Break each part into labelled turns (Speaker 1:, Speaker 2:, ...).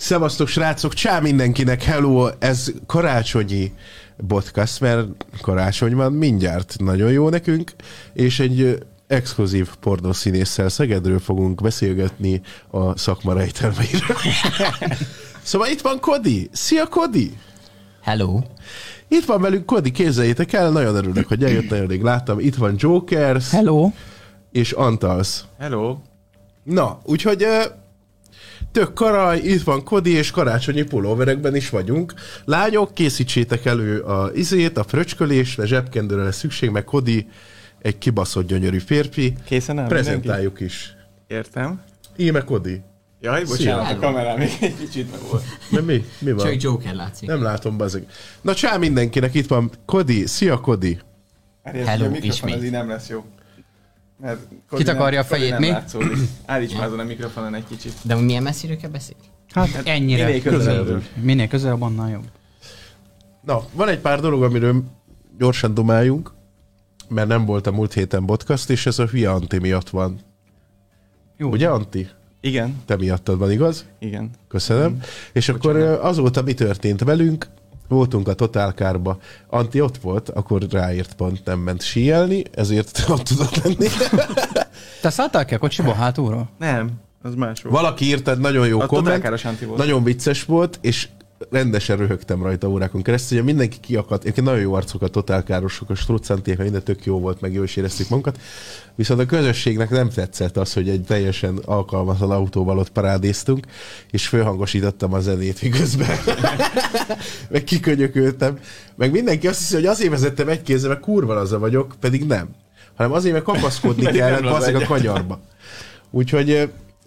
Speaker 1: Szevasztok, srácok! Csá mindenkinek! Hello! Ez karácsonyi podcast, mert karácsony van mindjárt. Nagyon jó nekünk. És egy ö, exkluzív pornószínésszel Szegedről fogunk beszélgetni a szakma rejtelmeiről. szóval itt van Kodi! Szia, Kodi!
Speaker 2: Hello.
Speaker 1: Itt van velünk Kodi, képzeljétek el, nagyon örülök, hogy eljött, nagyon rég láttam. Itt van Jokers
Speaker 2: Hello.
Speaker 1: és Antalsz.
Speaker 3: Hello!
Speaker 1: Na, úgyhogy ö, tök karaj, itt van Kodi, és karácsonyi pulóverekben is vagyunk. Lányok, készítsétek elő a izét, a fröcskölésre, zsebkendőre lesz szükség, meg Kodi egy kibaszott gyönyörű férfi.
Speaker 3: Készen áll
Speaker 1: Prezentáljuk is.
Speaker 3: Értem.
Speaker 1: Íme Kodi.
Speaker 3: Jaj, bocsánat, a kamerám még egy kicsit meg volt.
Speaker 1: De mi? Mi van?
Speaker 2: Csak Joker látszik.
Speaker 1: Nem látom, bazeg. Na csá mindenkinek, itt van Kodi. Szia, Kodi.
Speaker 3: Elért,
Speaker 2: Hello,
Speaker 3: Hát a mikrofon
Speaker 2: ismét.
Speaker 3: az így nem lesz jó. Mert
Speaker 4: Kitakarja a fejét, mi?
Speaker 3: mi? Állíts már azon a mikrofonon egy kicsit.
Speaker 2: De milyen messziről kell beszélni?
Speaker 4: Hát ennyire.
Speaker 3: Minél közelebb.
Speaker 4: Minél közelebb, annál jobb.
Speaker 1: Na, van egy pár dolog, amiről gyorsan domáljunk, mert nem volt a múlt héten podcast, és ez a hülye Anti miatt van.
Speaker 4: Jó.
Speaker 1: Ugye, Anti?
Speaker 3: Igen,
Speaker 1: Te miattad van, igaz?
Speaker 3: igen.
Speaker 1: Köszönöm. Mm. És akkor ö, azóta mi történt velünk? Voltunk a Total Kárba. Anti ott volt, akkor ráért pont nem ment síelni, ezért nem tudott lenni.
Speaker 4: Te szálltál ki a kocsiba hátulról?
Speaker 3: Nem, az más volt.
Speaker 1: Valaki írt egy nagyon jó
Speaker 3: A Total
Speaker 1: komment,
Speaker 3: Káros Anti volt.
Speaker 1: nagyon vicces volt, és rendesen röhögtem rajta órákon keresztül, hogy mindenki kiakadt, egyébként nagyon jó arcok a totálkárosok, a struccantiek, meg minden tök jó volt, meg jó is érezték magukat, viszont a közösségnek nem tetszett az, hogy egy teljesen alkalmatlan autóval ott parádéztunk, és fölhangosítottam a zenét miközben, meg kikönyököltem, meg mindenki azt hiszi, hogy azért vezettem egy kézzel, mert kurva laza vagyok, pedig nem, hanem azért, mert kapaszkodni
Speaker 3: Pedig nem
Speaker 1: kellett
Speaker 3: laza
Speaker 1: bazzeg a
Speaker 3: egyáltalán.
Speaker 1: kanyarba. Úgyhogy ö,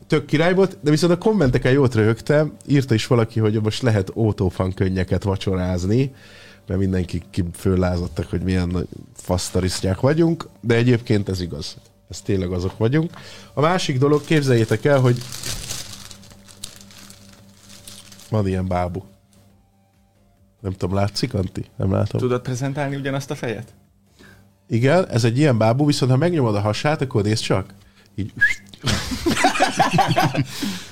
Speaker 1: tök király volt, de viszont a kommenteken jót röhögtem, írta is valaki, hogy most lehet ótófan könnyeket vacsorázni, mert mindenki ki- föllázadtak, hogy milyen nagy fasztarisztják vagyunk, de egyébként ez igaz. Ez tényleg azok vagyunk. A másik dolog, képzeljétek el, hogy van ilyen bábú. Nem tudom, látszik, Anti? Nem látom.
Speaker 3: Tudod prezentálni ugyanazt a fejet?
Speaker 1: Igen, ez egy ilyen bábú, viszont ha megnyomod a hasát, akkor nézd csak. Így.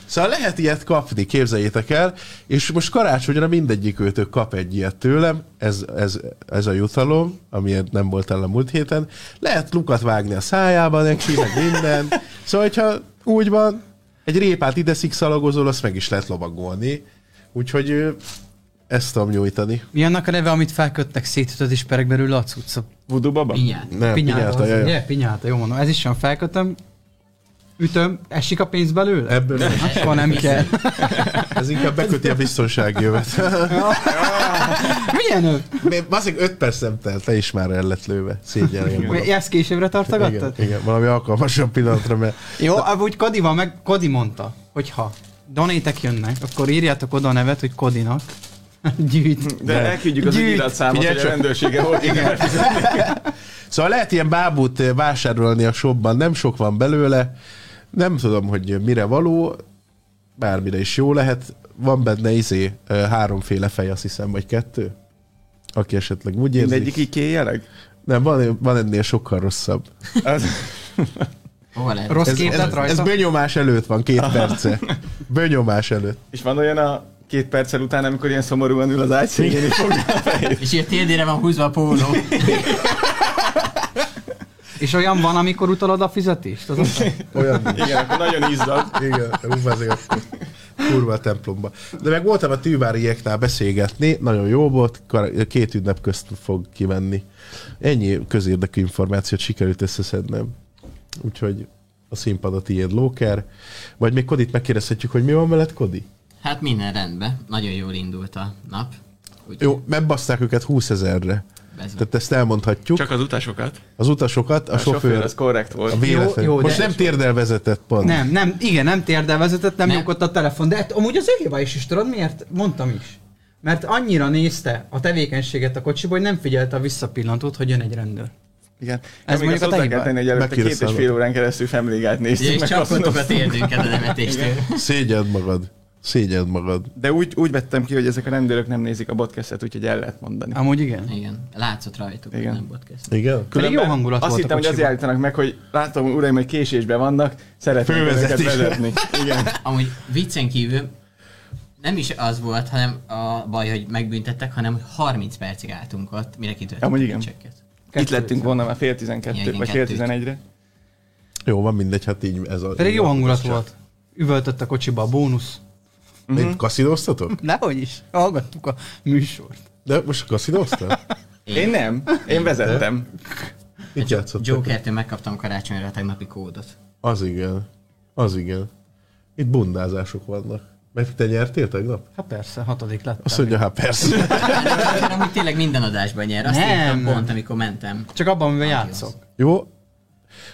Speaker 1: szóval lehet ilyet kapni, képzeljétek el, és most karácsonyra mindegyik őtök kap egy ilyet tőlem, ez, ez, ez a jutalom, amiért nem volt el a múlt héten. Lehet lukat vágni a szájába neki, meg minden. Szóval, hogyha úgy van, egy répát ide szikszalagozol, azt meg is lehet lovagolni. Úgyhogy ö, ezt tudom nyújtani.
Speaker 4: Mi annak a neve, amit felköttek szét az isperek belül a cucca?
Speaker 3: Voodoo baba?
Speaker 2: Pinyát.
Speaker 1: Nem, pinyálta, jaj,
Speaker 4: az-
Speaker 1: jaj.
Speaker 4: ugye? Pinyálta, jó mondom. Ez is olyan felkötöm, ütöm, esik a pénz belőle?
Speaker 1: Ebből nem.
Speaker 4: Akkor nem kell.
Speaker 1: Ez inkább beköti a biztonsági jövet.
Speaker 4: Milyen ő?
Speaker 1: Még baszik 5 perc nem telt, le is már el lett lőve. Szégyen
Speaker 4: Mi- Ezt későbbre
Speaker 1: igen,
Speaker 4: tartogattad?
Speaker 1: igen, valami alkalmasabb pillanatra, mert
Speaker 4: Jó, ám úgy Kodi van, meg Kodi mondta, hogy ha donétek jönnek, akkor írjátok oda a nevet, hogy Kodinak. Gyűjt.
Speaker 3: De elküldjük az
Speaker 4: Gyűjt.
Speaker 3: ügyiratszámot,
Speaker 1: Figyelj
Speaker 3: hogy a
Speaker 1: csak.
Speaker 3: rendőrsége hol igen.
Speaker 1: Szóval lehet ilyen bábút eh, vásárolni a shopban, nem sok van belőle, nem tudom, hogy mire való, bármire is jó lehet. Van benne izé eh, háromféle fej, azt hiszem, vagy kettő? Aki esetleg úgy érzi.
Speaker 3: Mindegyik így kéjeleg?
Speaker 1: Nem, van, van ennél sokkal rosszabb.
Speaker 3: Az,
Speaker 2: Hova lehet?
Speaker 4: Rossz
Speaker 1: Ez,
Speaker 4: kép lett
Speaker 1: ez, ez
Speaker 4: rajta?
Speaker 1: benyomás előtt van, két perce. Benyomás előtt.
Speaker 3: és van olyan a két perccel után, amikor ilyen szomorúan ül az ágy szélén, és fogja a fejét.
Speaker 2: És ilyen térdére van húzva a póló.
Speaker 4: És olyan van, amikor utalod a fizetést? Az az-
Speaker 1: Olyan
Speaker 3: Igen, akkor nagyon izzad.
Speaker 1: Igen, hú, ezek a kurva a templomba. De meg voltam a tűvárieknál beszélgetni, nagyon jó volt, kar- két ünnep közt fog kimenni. Ennyi közérdekű információt sikerült összeszednem. Úgyhogy a színpad a tiéd, Lóker. Vagy még Kodit megkérdezhetjük, hogy mi van veled, Kodi?
Speaker 2: Hát minden rendben. Nagyon jól indult a nap. Úgy
Speaker 1: Jó, megbaszták őket 20 ezerre.
Speaker 2: Ez van.
Speaker 1: Tehát ezt elmondhatjuk. Csak
Speaker 3: az utasokat?
Speaker 1: az utasokat, a,
Speaker 3: A sofőr,
Speaker 1: sofőr,
Speaker 3: az korrekt volt.
Speaker 1: a véletlen.
Speaker 4: Jó, jó,
Speaker 1: Most
Speaker 4: de-
Speaker 1: nem térdel vezetett, pont.
Speaker 4: Nem, nem, igen, nem térdel vezetett, nem,
Speaker 2: Nem.
Speaker 4: nem. nyomkodta a telefon, de hát, amúgy az ő hiba is, is tudod miért? Mondtam is. Mert annyira nézte a tevékenységet a kocsiból, hogy nem figyelte a visszapillantót, hogy jön egy rendőr.
Speaker 3: Igen.
Speaker 4: Ez
Speaker 3: Ez még
Speaker 4: mondjuk
Speaker 3: azt
Speaker 4: a te
Speaker 3: hozzá kell
Speaker 4: hibád.
Speaker 3: tenni, hogy előtte két és
Speaker 1: Megkérdeztem.
Speaker 3: fél órán keresztül Family guy
Speaker 2: Ugye,
Speaker 3: néztük.
Speaker 2: és
Speaker 3: meg
Speaker 2: csapkodtuk a
Speaker 3: azt-
Speaker 2: térdünket a nevetéstől.
Speaker 1: Szégyed magad. Szégyed magad.
Speaker 3: De úgy, úgy vettem ki, hogy ezek a rendőrök nem nézik a podcastet, úgyhogy el lehet mondani.
Speaker 4: Amúgy igen.
Speaker 2: Igen. Látszott rajtuk, hogy
Speaker 3: Igen.
Speaker 2: nem podcast.
Speaker 1: Igen?
Speaker 4: Pedig jó hangulat
Speaker 3: azt
Speaker 4: volt
Speaker 3: hittem,
Speaker 4: a
Speaker 3: hogy azért
Speaker 4: kocsiban.
Speaker 3: állítanak meg, hogy látom, uraim, hogy késésben vannak, szeretném
Speaker 1: Fölvezetés.
Speaker 3: őket vezetni. Igen.
Speaker 2: Amúgy viccen kívül nem is az volt, hanem a baj, hogy megbüntettek, hanem hogy 30 percig álltunk ott, mire kitöltöttük
Speaker 3: Amúgy
Speaker 2: a
Speaker 3: igen.
Speaker 2: csekket.
Speaker 3: Itt lettünk volna már fél tizenkettő,
Speaker 2: Igen,
Speaker 3: vagy fél
Speaker 2: kettőt.
Speaker 3: tizenegyre.
Speaker 1: Jó, van mindegy, hát így ez a...
Speaker 4: Pedig jó hangulat volt. Üvöltött a kocsiba a bónusz. Mhm.
Speaker 1: Itt kaszinóztatok?
Speaker 4: Dehogy is. Hallgattuk a műsort.
Speaker 1: De most kaszinóztál?
Speaker 3: Én nem, én vezettem.
Speaker 1: Mit játszottak?
Speaker 2: Jokertől megkaptam karácsonyra a tegnapi kódot.
Speaker 1: Az igen. Az igen. Itt bundázások vannak. Mert te nyertél tegnap?
Speaker 4: Hát persze, hatodik lett.
Speaker 1: Azt mondja, hát persze.
Speaker 2: Mert amúgy tényleg minden adásban nyer. Azt
Speaker 4: Nem.
Speaker 2: írtam pont, amikor mentem.
Speaker 4: Csak abban, amiben játszok.
Speaker 1: Jó.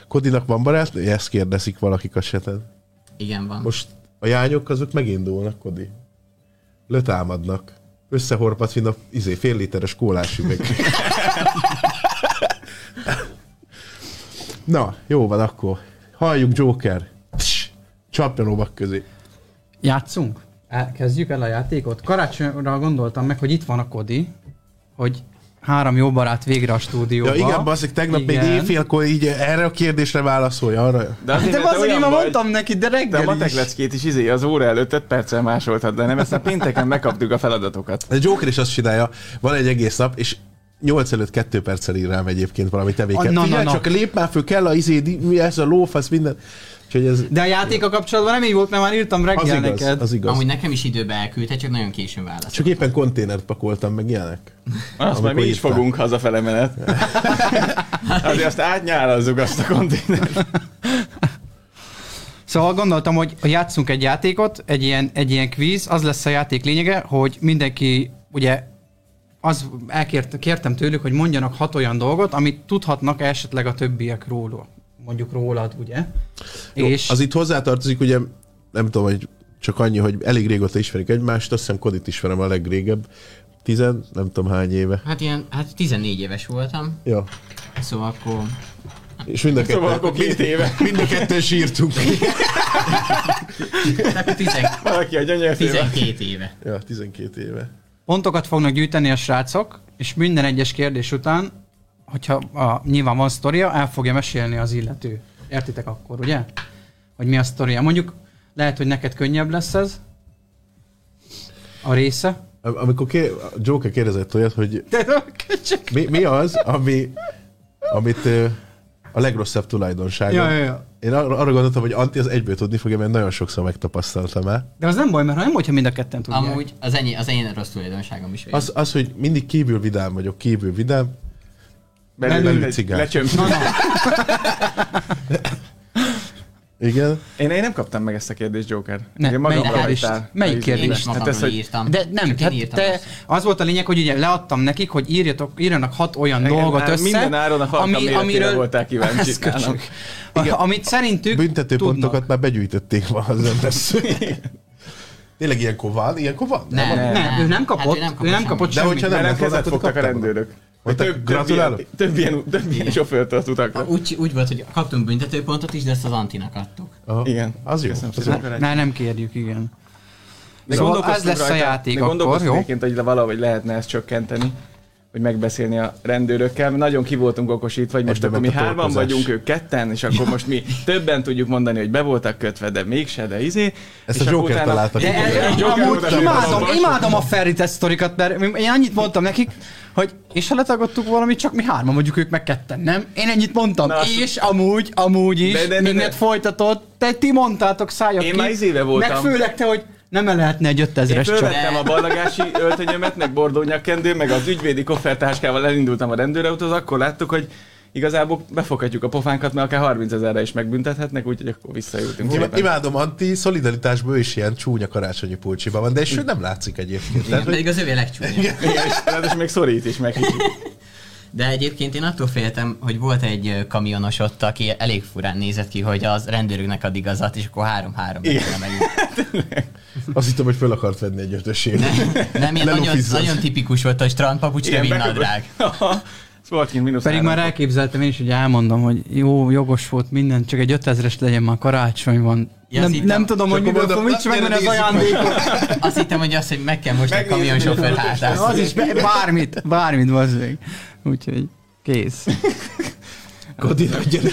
Speaker 1: Kodinak van barátnő? Ezt kérdezik valakik a seten.
Speaker 2: Igen, van. Most
Speaker 1: Most a jányok azok megindulnak, Kodi. Lötámadnak. Összehorpat, mint a izé, fél literes kólás üveg. Na, jó van akkor. Halljuk Joker. Tss, Csapja lovak közé.
Speaker 4: Játszunk? El- E, Kezdjük el a játékot. Karácsonyra gondoltam meg, hogy itt van a Kodi, hogy három jó barát végre a stúdióba.
Speaker 1: Ja, igen, baszik, tegnap igen. még éjfélkor így erre a kérdésre válaszolj, arra.
Speaker 3: azért,
Speaker 4: De
Speaker 3: mert
Speaker 4: az, én
Speaker 3: olyan
Speaker 4: már
Speaker 3: vagy.
Speaker 4: mondtam neki, de
Speaker 3: De a
Speaker 4: reggel
Speaker 3: matek
Speaker 4: is.
Speaker 3: leckét is izé, az óra előtt 5 perccel másoltad, de nem, ezt a pénteken megkaptuk a feladatokat.
Speaker 1: A Joker is azt csinálja, van egy egész nap, és 8 előtt 2 perccel ír rám egyébként valami tevéket.
Speaker 4: Ah, na,
Speaker 1: Na,
Speaker 4: na,
Speaker 1: Figyelj,
Speaker 4: na.
Speaker 1: csak lép már föl, kell a izé, di- mi ez a lófasz, minden. Úgyhogy ez
Speaker 4: De a játéka kapcsolatban nem így volt, mert már írtam reggel
Speaker 1: az igaz,
Speaker 4: neked.
Speaker 1: az igaz.
Speaker 2: Amúgy nekem is időbe elküldte, csak nagyon későn válaszolt.
Speaker 1: Csak éppen konténert pakoltam, meg ilyenek.
Speaker 3: Azt
Speaker 1: Amikor
Speaker 3: majd mi is
Speaker 1: írtál.
Speaker 3: fogunk hazafele menet. Azért azt átnyálazzuk azt a konténert.
Speaker 4: Szóval gondoltam, hogy játszunk egy játékot, egy ilyen, egy ilyen kvíz, az lesz a játék lényege, hogy mindenki ugye az elkért, kértem tőlük, hogy mondjanak hat olyan dolgot, amit tudhatnak esetleg a többiek róla. Mondjuk rólad, ugye? Jó, és
Speaker 1: Az itt hozzátartozik, ugye, nem tudom, hogy csak annyi, hogy elég régóta ismerik egymást, azt hiszem Kodit ismerem a legrégebb. Tizen, nem tudom hány éve.
Speaker 2: Hát ilyen, hát 14 éves voltam,
Speaker 1: Ja.
Speaker 2: szóval akkor...
Speaker 1: És mind a ketten,
Speaker 3: Szóval akkor két éve.
Speaker 1: mind a ketten sírtunk.
Speaker 2: Hát akkor 10,
Speaker 3: Valaki a gyönyörfével.
Speaker 2: 12 éve.
Speaker 1: ja, 12 éve.
Speaker 4: pontokat fognak gyűjteni a srácok, és minden egyes kérdés után, hogyha a, nyilván van sztoria, el fogja mesélni az illető. Értitek akkor, ugye? Hogy mi a sztoria. Mondjuk lehet, hogy neked könnyebb lesz ez a része.
Speaker 1: Am- Amikor ké- a Joker kérdezett olyat, hogy
Speaker 4: De csak...
Speaker 1: mi, mi az, ami, amit ö, a legrosszabb tulajdonsága.
Speaker 4: Ja, ja, ja.
Speaker 1: Én arra, arra gondoltam, hogy Anti az egyből tudni fogja, mert nagyon sokszor megtapasztaltam már.
Speaker 4: De az nem baj, mert ha nem, hogyha mind a ketten tudják.
Speaker 2: Amúgy az, ennyi, az én rossz tulajdonságom is. Az...
Speaker 1: Az, az, hogy mindig kívül vidám vagyok, kívül vidám.
Speaker 3: Belül
Speaker 1: Belül
Speaker 3: egy
Speaker 1: cigány.
Speaker 3: lecsöm.
Speaker 1: Igen.
Speaker 3: Én, én nem kaptam meg ezt a kérdést, Joker.
Speaker 4: Ne,
Speaker 3: Én magamra
Speaker 4: melyik kérdést?
Speaker 3: hagytál.
Speaker 4: Melyik
Speaker 3: Izé,
Speaker 4: kérdést?
Speaker 2: Én is
Speaker 4: Érdekes.
Speaker 2: magamról hát
Speaker 3: Hát ez, hogy-
Speaker 2: írtam.
Speaker 4: De nem,
Speaker 2: csak
Speaker 4: hát
Speaker 2: én írtam
Speaker 4: te,
Speaker 2: azt.
Speaker 4: az volt a lényeg, hogy ugye leadtam nekik, hogy írjatok, írjanak hat olyan
Speaker 3: Igen,
Speaker 4: dolgot
Speaker 3: hát
Speaker 4: össze,
Speaker 3: minden áron a farkam méretére voltál kíváncsi
Speaker 4: Ez köcsög.
Speaker 3: nálam.
Speaker 4: amit szerintük
Speaker 1: Büntetőpontokat
Speaker 4: tudnak.
Speaker 1: már begyűjtötték ma az lesz. Tényleg ilyenkor van? Ilyenkor van?
Speaker 2: Nem,
Speaker 1: van?
Speaker 2: nem, Hát
Speaker 4: Nem, ő nem kapott,
Speaker 2: ő nem kapott
Speaker 4: ő nem
Speaker 2: semmit.
Speaker 4: kapott
Speaker 1: De
Speaker 4: semmit.
Speaker 1: hogyha
Speaker 3: De
Speaker 1: nem,
Speaker 3: nem
Speaker 1: akkor
Speaker 3: kezet
Speaker 1: akkor
Speaker 3: fogtak a
Speaker 1: kaptam.
Speaker 3: rendőrök. Hogy
Speaker 1: Mondták,
Speaker 3: több-
Speaker 1: gratulálok.
Speaker 3: Több ilyen, több ilyen sofőrt az utakra.
Speaker 2: Úgy, úgy volt, hogy kaptunk büntetőpontot is, de ezt az Antinak adtuk.
Speaker 1: Aha.
Speaker 3: Igen.
Speaker 1: Az jó.
Speaker 3: Köszönöm
Speaker 1: Az jó.
Speaker 3: szépen.
Speaker 4: Ne,
Speaker 3: rendőrök.
Speaker 4: ne, nem kérjük, igen.
Speaker 3: De
Speaker 4: Szóval
Speaker 3: gondolkoztunk
Speaker 4: ez lesz a
Speaker 3: rajta,
Speaker 4: játék
Speaker 3: de
Speaker 4: akkor,
Speaker 3: gondolkoztunk
Speaker 4: jó?
Speaker 3: Egyébként, hogy le- valahogy lehetne ezt csökkenteni, hogy megbeszélni a rendőrökkel. mert Nagyon ki voltunk okosítva, hogy most
Speaker 1: Ebbe
Speaker 3: akkor mi
Speaker 1: ment a
Speaker 3: hárman
Speaker 1: torkozás.
Speaker 3: vagyunk, ők ketten, és akkor most mi többen tudjuk mondani, hogy be voltak kötve, de mégse, de izé.
Speaker 1: Ezt
Speaker 3: és
Speaker 1: a
Speaker 3: akkor
Speaker 1: Joker
Speaker 3: utána-
Speaker 1: találta ki.
Speaker 4: De el,
Speaker 3: Joker
Speaker 4: amúgy
Speaker 3: oda nem
Speaker 4: imádom,
Speaker 3: kapott.
Speaker 4: imádom a Ferry Test sztorikat, mert én annyit mondtam nekik, hogy és ha letagadtuk valamit, csak mi hárman, mondjuk ők meg ketten, nem? Én ennyit mondtam,
Speaker 3: Na, azt-
Speaker 4: és amúgy, amúgy is,
Speaker 3: De-
Speaker 4: de,
Speaker 3: de- de-
Speaker 4: de, mindent
Speaker 3: de-
Speaker 4: folytatott, te ti mondtátok szájak
Speaker 3: Én
Speaker 4: ki.
Speaker 3: már izéve voltam.
Speaker 4: Meg főleg te, hogy nem el lehetne egy
Speaker 3: Én
Speaker 4: 5000-es csak.
Speaker 3: fölvettem a ballagási öltönyömet, meg bordó nyakkendő, meg az ügyvédi koffertáskával elindultam a rendőrautóhoz, akkor láttuk, hogy igazából befoghatjuk a pofánkat, mert akár 30 ezerre is megbüntethetnek, úgyhogy akkor visszajutunk.
Speaker 1: Ima-
Speaker 3: szépen.
Speaker 1: Imádom Anti, szolidaritásból ő is ilyen csúnya karácsonyi pulcsiban van, de és ő nem látszik egyébként.
Speaker 2: Igen,
Speaker 1: Tehát, hogy
Speaker 2: pedig az övé legcsúnyabb.
Speaker 3: Igen, és ráadásul még szorít is meg kicsit.
Speaker 2: De egyébként én attól féltem, hogy volt egy ö, kamionos ott, aki elég furán nézett ki, hogy az rendőröknek ad igazat, és akkor három-három megfele
Speaker 1: azt hittem, hogy föl akart venni egy ötösét.
Speaker 2: Nem, ilyen nagyon,
Speaker 1: Lelofizzott.
Speaker 2: nagyon tipikus volt a strandpapucs, rövid nadrág.
Speaker 3: Sportkin mínusz
Speaker 4: Pedig
Speaker 3: három.
Speaker 4: már elképzeltem én is, hogy elmondom, hogy jó, jogos volt minden, csak egy 5000-es legyen már karácsony van.
Speaker 2: Ja, azt
Speaker 4: nem, nem
Speaker 2: hittem.
Speaker 4: tudom, hogy
Speaker 1: Csak
Speaker 4: miből
Speaker 1: akkor
Speaker 4: fog,
Speaker 1: mondom,
Speaker 4: mit meg, mert az
Speaker 1: gyere, nézzük
Speaker 4: ajándékot.
Speaker 2: Azt hittem, hogy azt, hogy meg kell most egy kamionsofőr hátát.
Speaker 4: Az is, be- bármit, bármit, bazdmeg. Úgyhogy kész.
Speaker 1: Kodi, gyere.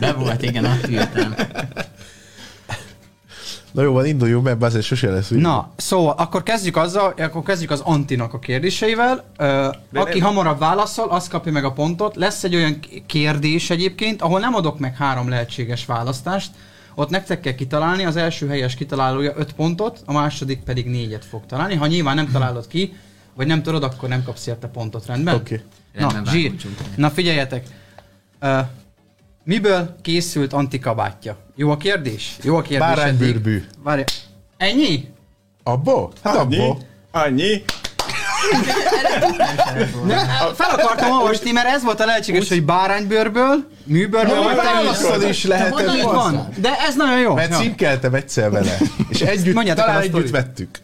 Speaker 2: Be volt, igen, ott ültem.
Speaker 1: Na jó, van, induljunk, mert azért sose lesz. úgy.
Speaker 4: Na, szóval akkor kezdjük azzal, akkor kezdjük az Antinak a kérdéseivel. Ö,
Speaker 3: De
Speaker 4: aki
Speaker 3: nem-
Speaker 4: hamarabb válaszol, az kapja meg a pontot. Lesz egy olyan k- kérdés egyébként, ahol nem adok meg három lehetséges választást. Ott nektek kell kitalálni, az első helyes kitalálója 5 pontot, a második pedig négyet fog találni. Ha nyilván nem találod ki, vagy nem tudod, akkor nem kapsz érte pontot, rendben?
Speaker 1: Oké.
Speaker 4: Na,
Speaker 2: Rendben,
Speaker 4: zsír.
Speaker 2: vágódzsunk.
Speaker 4: Na figyeljetek. Ö, miből készült antikabátja? Jó a kérdés? Jó a kérdés. eddig.
Speaker 1: Báránybőrbű.
Speaker 4: Várj. Ennyi?
Speaker 1: Abba? Hát
Speaker 3: Annyi?
Speaker 1: abba.
Speaker 3: Annyi?
Speaker 4: Ne, fel akartam olvasni, mert ez volt a lehetséges, hogy báránybőrből, műbőrből, vagy tenyészből.
Speaker 1: Válaszol is lehetett.
Speaker 4: Így van, de ez nagyon jó.
Speaker 1: Mert
Speaker 4: Ja.
Speaker 1: címkeltem egyszer vele. És együtt,
Speaker 4: Mondjátok el
Speaker 1: talán
Speaker 4: a
Speaker 1: együtt
Speaker 4: sztorit.
Speaker 1: vettük.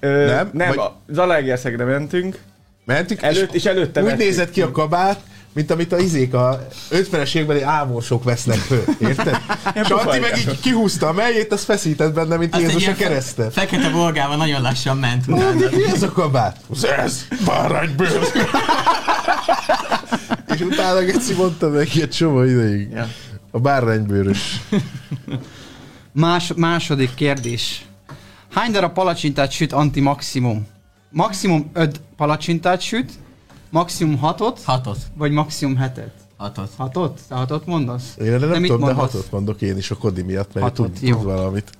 Speaker 3: Ö,
Speaker 1: Nem?
Speaker 3: nem, nem
Speaker 1: Vagy-
Speaker 3: vagy... Zalaegerszegre mentünk.
Speaker 1: Mentük,
Speaker 3: Előtt- és előtte
Speaker 1: Úgy
Speaker 3: vettük.
Speaker 1: nézett ki a kabát, mint amit a izék a 50-es évekbeli álmosok vesznek föl, érted? és Antti meg így kihúzta a melyét, az feszített benne, mint
Speaker 2: Azt egy
Speaker 1: Jézus a
Speaker 2: ilyen fe-
Speaker 1: keresztet.
Speaker 2: Fekete bolgával nagyon lassan ment utána.
Speaker 1: Mondom, Mi ez a kabát? Az ez! Báránybőr! és utána Geci mondta neki egy csomó ideig.
Speaker 3: Ja.
Speaker 1: A báránybőrös.
Speaker 4: Más, második kérdés. Hány darab palacsintát süt anti maximum? Maximum 5 palacsintát süt, maximum 6-ot,
Speaker 2: Hatot.
Speaker 4: vagy maximum 7-et?
Speaker 2: Hatot.
Speaker 4: 6-ot? Te 6-ot mondasz?
Speaker 1: Én erre
Speaker 4: Te
Speaker 1: nem
Speaker 4: mit
Speaker 1: tudom, de
Speaker 4: mondasz?
Speaker 1: hatot mondok én is a Kodi miatt, mert
Speaker 4: Hatot,
Speaker 1: tud,
Speaker 4: jó.
Speaker 1: tud valamit.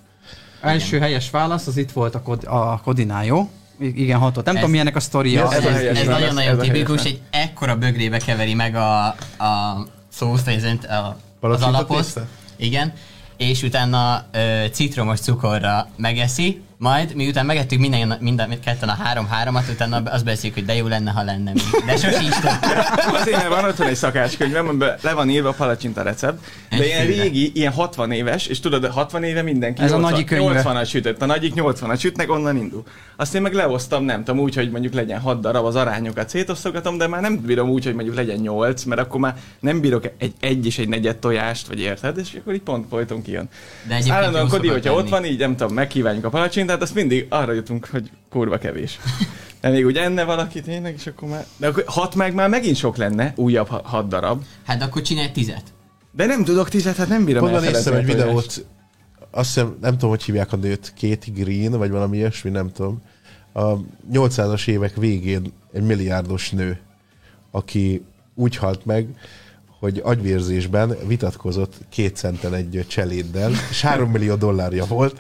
Speaker 4: Első helyes válasz, az itt volt a, kod, a kodinál, jó? I- Igen, hatot. Nem
Speaker 2: Ez-
Speaker 4: tudom, milyenek a sztoria.
Speaker 3: Ez
Speaker 2: Ez,
Speaker 3: a
Speaker 2: ez,
Speaker 3: helyes
Speaker 2: ez
Speaker 3: válasz, ez
Speaker 2: nagyon-nagyon
Speaker 3: a
Speaker 2: tipikus,
Speaker 3: helyes
Speaker 2: egy ekkora bögrébe keveri meg a, a szószt, ez a, az
Speaker 1: Palacsinta
Speaker 2: alapot.
Speaker 1: tésztát?
Speaker 2: Igen. És utána ö, citromos cukorra megeszi, majd miután megettük minden, minden ketten a három-háromat, utána be- azt beszéljük, hogy de jó lenne, ha lenne még. De sosincs több.
Speaker 3: Azért, mert Hát van otthon egy szakácskönyvem, amiben le van írva a palacsinta recept, de
Speaker 2: Egy
Speaker 3: ilyen
Speaker 2: félre.
Speaker 3: régi, ilyen 60 éves, és tudod, 60 éve mindenki
Speaker 4: Ez a
Speaker 3: 80,
Speaker 4: nagyi könyve.
Speaker 3: 80-at sütött, a nagyik 80-at sütnek, onnan indul. Azt én meg leosztam, nem tudom, úgy, hogy mondjuk legyen 6 darab az arányokat szétosztogatom, de már nem bírom úgy, hogy mondjuk legyen 8, mert akkor már nem bírok egy, egy és egy negyed tojást, vagy érted, és akkor így pont folyton kijön.
Speaker 2: De
Speaker 3: Ezt
Speaker 2: egyébként
Speaker 3: Állandóan
Speaker 2: jó
Speaker 3: Kodi,
Speaker 2: szokott
Speaker 3: hogyha ott
Speaker 2: lenni.
Speaker 3: van, így nem tudom, megkívánjuk a palacsintát, azt mindig arra jutunk, hogy kurva kevés. De még úgy enne valaki tényleg, és akkor már... De akkor hat meg már megint sok lenne, újabb ha- hat darab.
Speaker 2: Hát akkor csinálj tizet.
Speaker 3: De nem tudok tizet, hát nem bírom
Speaker 1: Pont már néztem
Speaker 3: elfelejteni
Speaker 1: egy
Speaker 3: a tojást.
Speaker 1: videót, azt hiszem, nem tudom, hogy hívják a nőt, Kate Green, vagy valami ilyesmi, nem tudom. A 800-as évek végén egy milliárdos nő, aki úgy halt meg, hogy agyvérzésben vitatkozott két centen egy cseléddel, és három millió dollárja volt.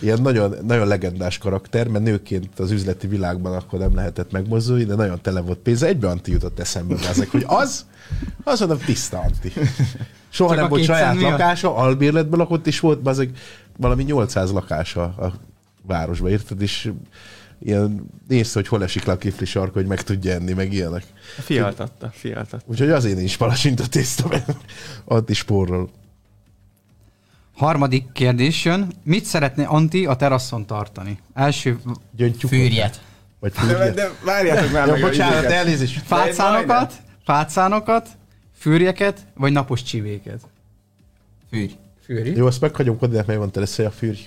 Speaker 1: Ilyen nagyon, nagyon legendás karakter, mert nőként az üzleti világban akkor nem lehetett megmozdulni, de nagyon tele volt pénze. Egybe Anti jutott eszembe, ezek, hogy az, az mondom, tiszta Anti. Soha
Speaker 4: Csak
Speaker 1: nem
Speaker 4: a
Speaker 1: volt
Speaker 4: két
Speaker 1: saját
Speaker 4: cent miatt?
Speaker 1: lakás, lakása, albérletben lakott, és volt bazeg valami 800 lakása a városba, érted? És ilyen nézte, hogy hol esik le a kifli sarka, hogy meg tudja enni, meg ilyenek.
Speaker 3: Fialtatta, fialtatta.
Speaker 1: Úgyhogy azért nincs palacsinta tészta, mert ott is porról.
Speaker 4: Harmadik kérdés jön. Mit szeretné Anti a teraszon tartani? Első
Speaker 1: Gyöngytyúkot.
Speaker 2: Fűrjet.
Speaker 1: Vagy
Speaker 3: De,
Speaker 1: fűrjet.
Speaker 3: de várjátok már
Speaker 1: Ja,
Speaker 3: meg a
Speaker 1: bocsánat,
Speaker 3: izéket.
Speaker 1: elnézést.
Speaker 4: fácánokat,
Speaker 3: majdnem.
Speaker 4: fácánokat, fűrjeket, vagy napos csivéket?
Speaker 2: Fűrj.
Speaker 4: Fűri?
Speaker 1: Jó, azt meghagyom, Kodinak meg van teresze a fűrj.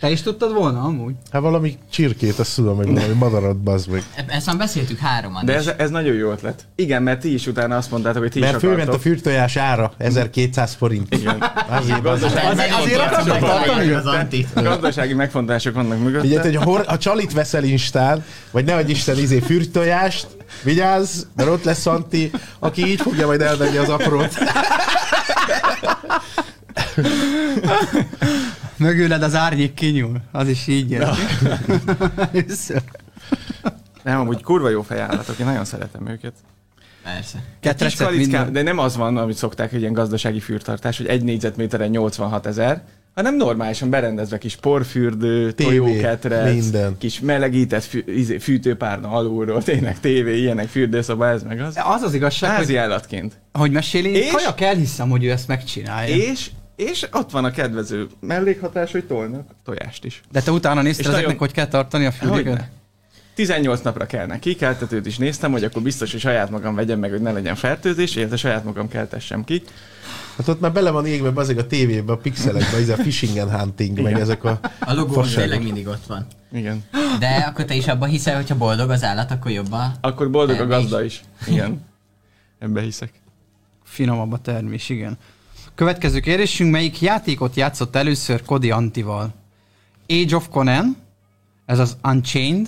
Speaker 4: Te is tudtad volna amúgy?
Speaker 1: Hát valami csirkét, azt tudom, meg valami madarat, bazd meg.
Speaker 2: E- Ezt már beszéltük hároman
Speaker 3: De
Speaker 2: is.
Speaker 3: ez, ez nagyon jó ötlet. Igen, mert ti is utána azt mondtátok, hogy ti
Speaker 1: Mert
Speaker 3: is
Speaker 1: fölment a
Speaker 3: akartok.
Speaker 1: fűrtojás ára, 1200 forint.
Speaker 3: Igen.
Speaker 1: Azért, bazd meg.
Speaker 2: Hát ez
Speaker 4: azért-
Speaker 2: megmondta,
Speaker 4: azért
Speaker 2: hogy
Speaker 4: akartam
Speaker 2: megtalálja
Speaker 4: tartani?
Speaker 2: az antit.
Speaker 3: Gazdasági megfontolások vannak
Speaker 1: Figyelj,
Speaker 3: mögött.
Speaker 1: hogy a, hor- a csalit veszel Instán, vagy nehogy Isten izé fürtojást, vigyázz, mert ott lesz Anti, aki így fogja majd elvenni az aprót.
Speaker 4: Mögüled az árnyék kinyúl. Az is így jön.
Speaker 3: Nem, amúgy kurva jó fejállatok, én nagyon szeretem őket.
Speaker 2: Persze.
Speaker 4: Kettő
Speaker 3: Kis
Speaker 4: recept
Speaker 3: kalickám,
Speaker 4: minden.
Speaker 3: de nem az van, amit szokták, hogy ilyen gazdasági fűrtartás, hogy egy négyzetméteren 86 ezer, hanem normálisan berendezve kis porfürdő,
Speaker 1: TV,
Speaker 3: tojóketrec,
Speaker 1: minden.
Speaker 3: kis melegített fű, izé, fűtőpárna alulról, tényleg tévé, ilyenek, fürdőszoba, ez meg az.
Speaker 4: Az az igazság,
Speaker 3: Házi
Speaker 4: hogy,
Speaker 3: állatként.
Speaker 4: hogy meséli,
Speaker 3: És?
Speaker 4: kaja kell hiszem, hogy ő ezt megcsinálja.
Speaker 3: És, és ott van a kedvező mellékhatás, hogy tolnak tojást is.
Speaker 4: De te utána nézted
Speaker 3: És
Speaker 4: ezeknek,
Speaker 3: nagyon-
Speaker 4: hogy kell tartani a
Speaker 3: Hogyne.
Speaker 4: fűréket?
Speaker 3: 18 napra kell neki, keltetőt is néztem, hogy akkor biztos, hogy saját magam vegyem meg, hogy ne legyen fertőzés, illetve saját magam keltessem ki.
Speaker 1: Hát ott már bele van égve bazeg a tévébe, a pixelekbe, ez a fishing and hunting, meg
Speaker 3: Igen.
Speaker 1: ezek a...
Speaker 2: A logó
Speaker 1: Fasságok.
Speaker 2: tényleg mindig ott van.
Speaker 3: Igen.
Speaker 2: De akkor te is abban hiszel, hogyha boldog az állat, akkor jobban.
Speaker 3: Akkor boldog a
Speaker 2: Ebbe is.
Speaker 3: gazda is. Igen. Ebbe hiszek.
Speaker 4: Finomabb a termés, igen. Következő kérdésünk, melyik játékot játszott először Kodi Antival? Age of Conan, ez az Unchained,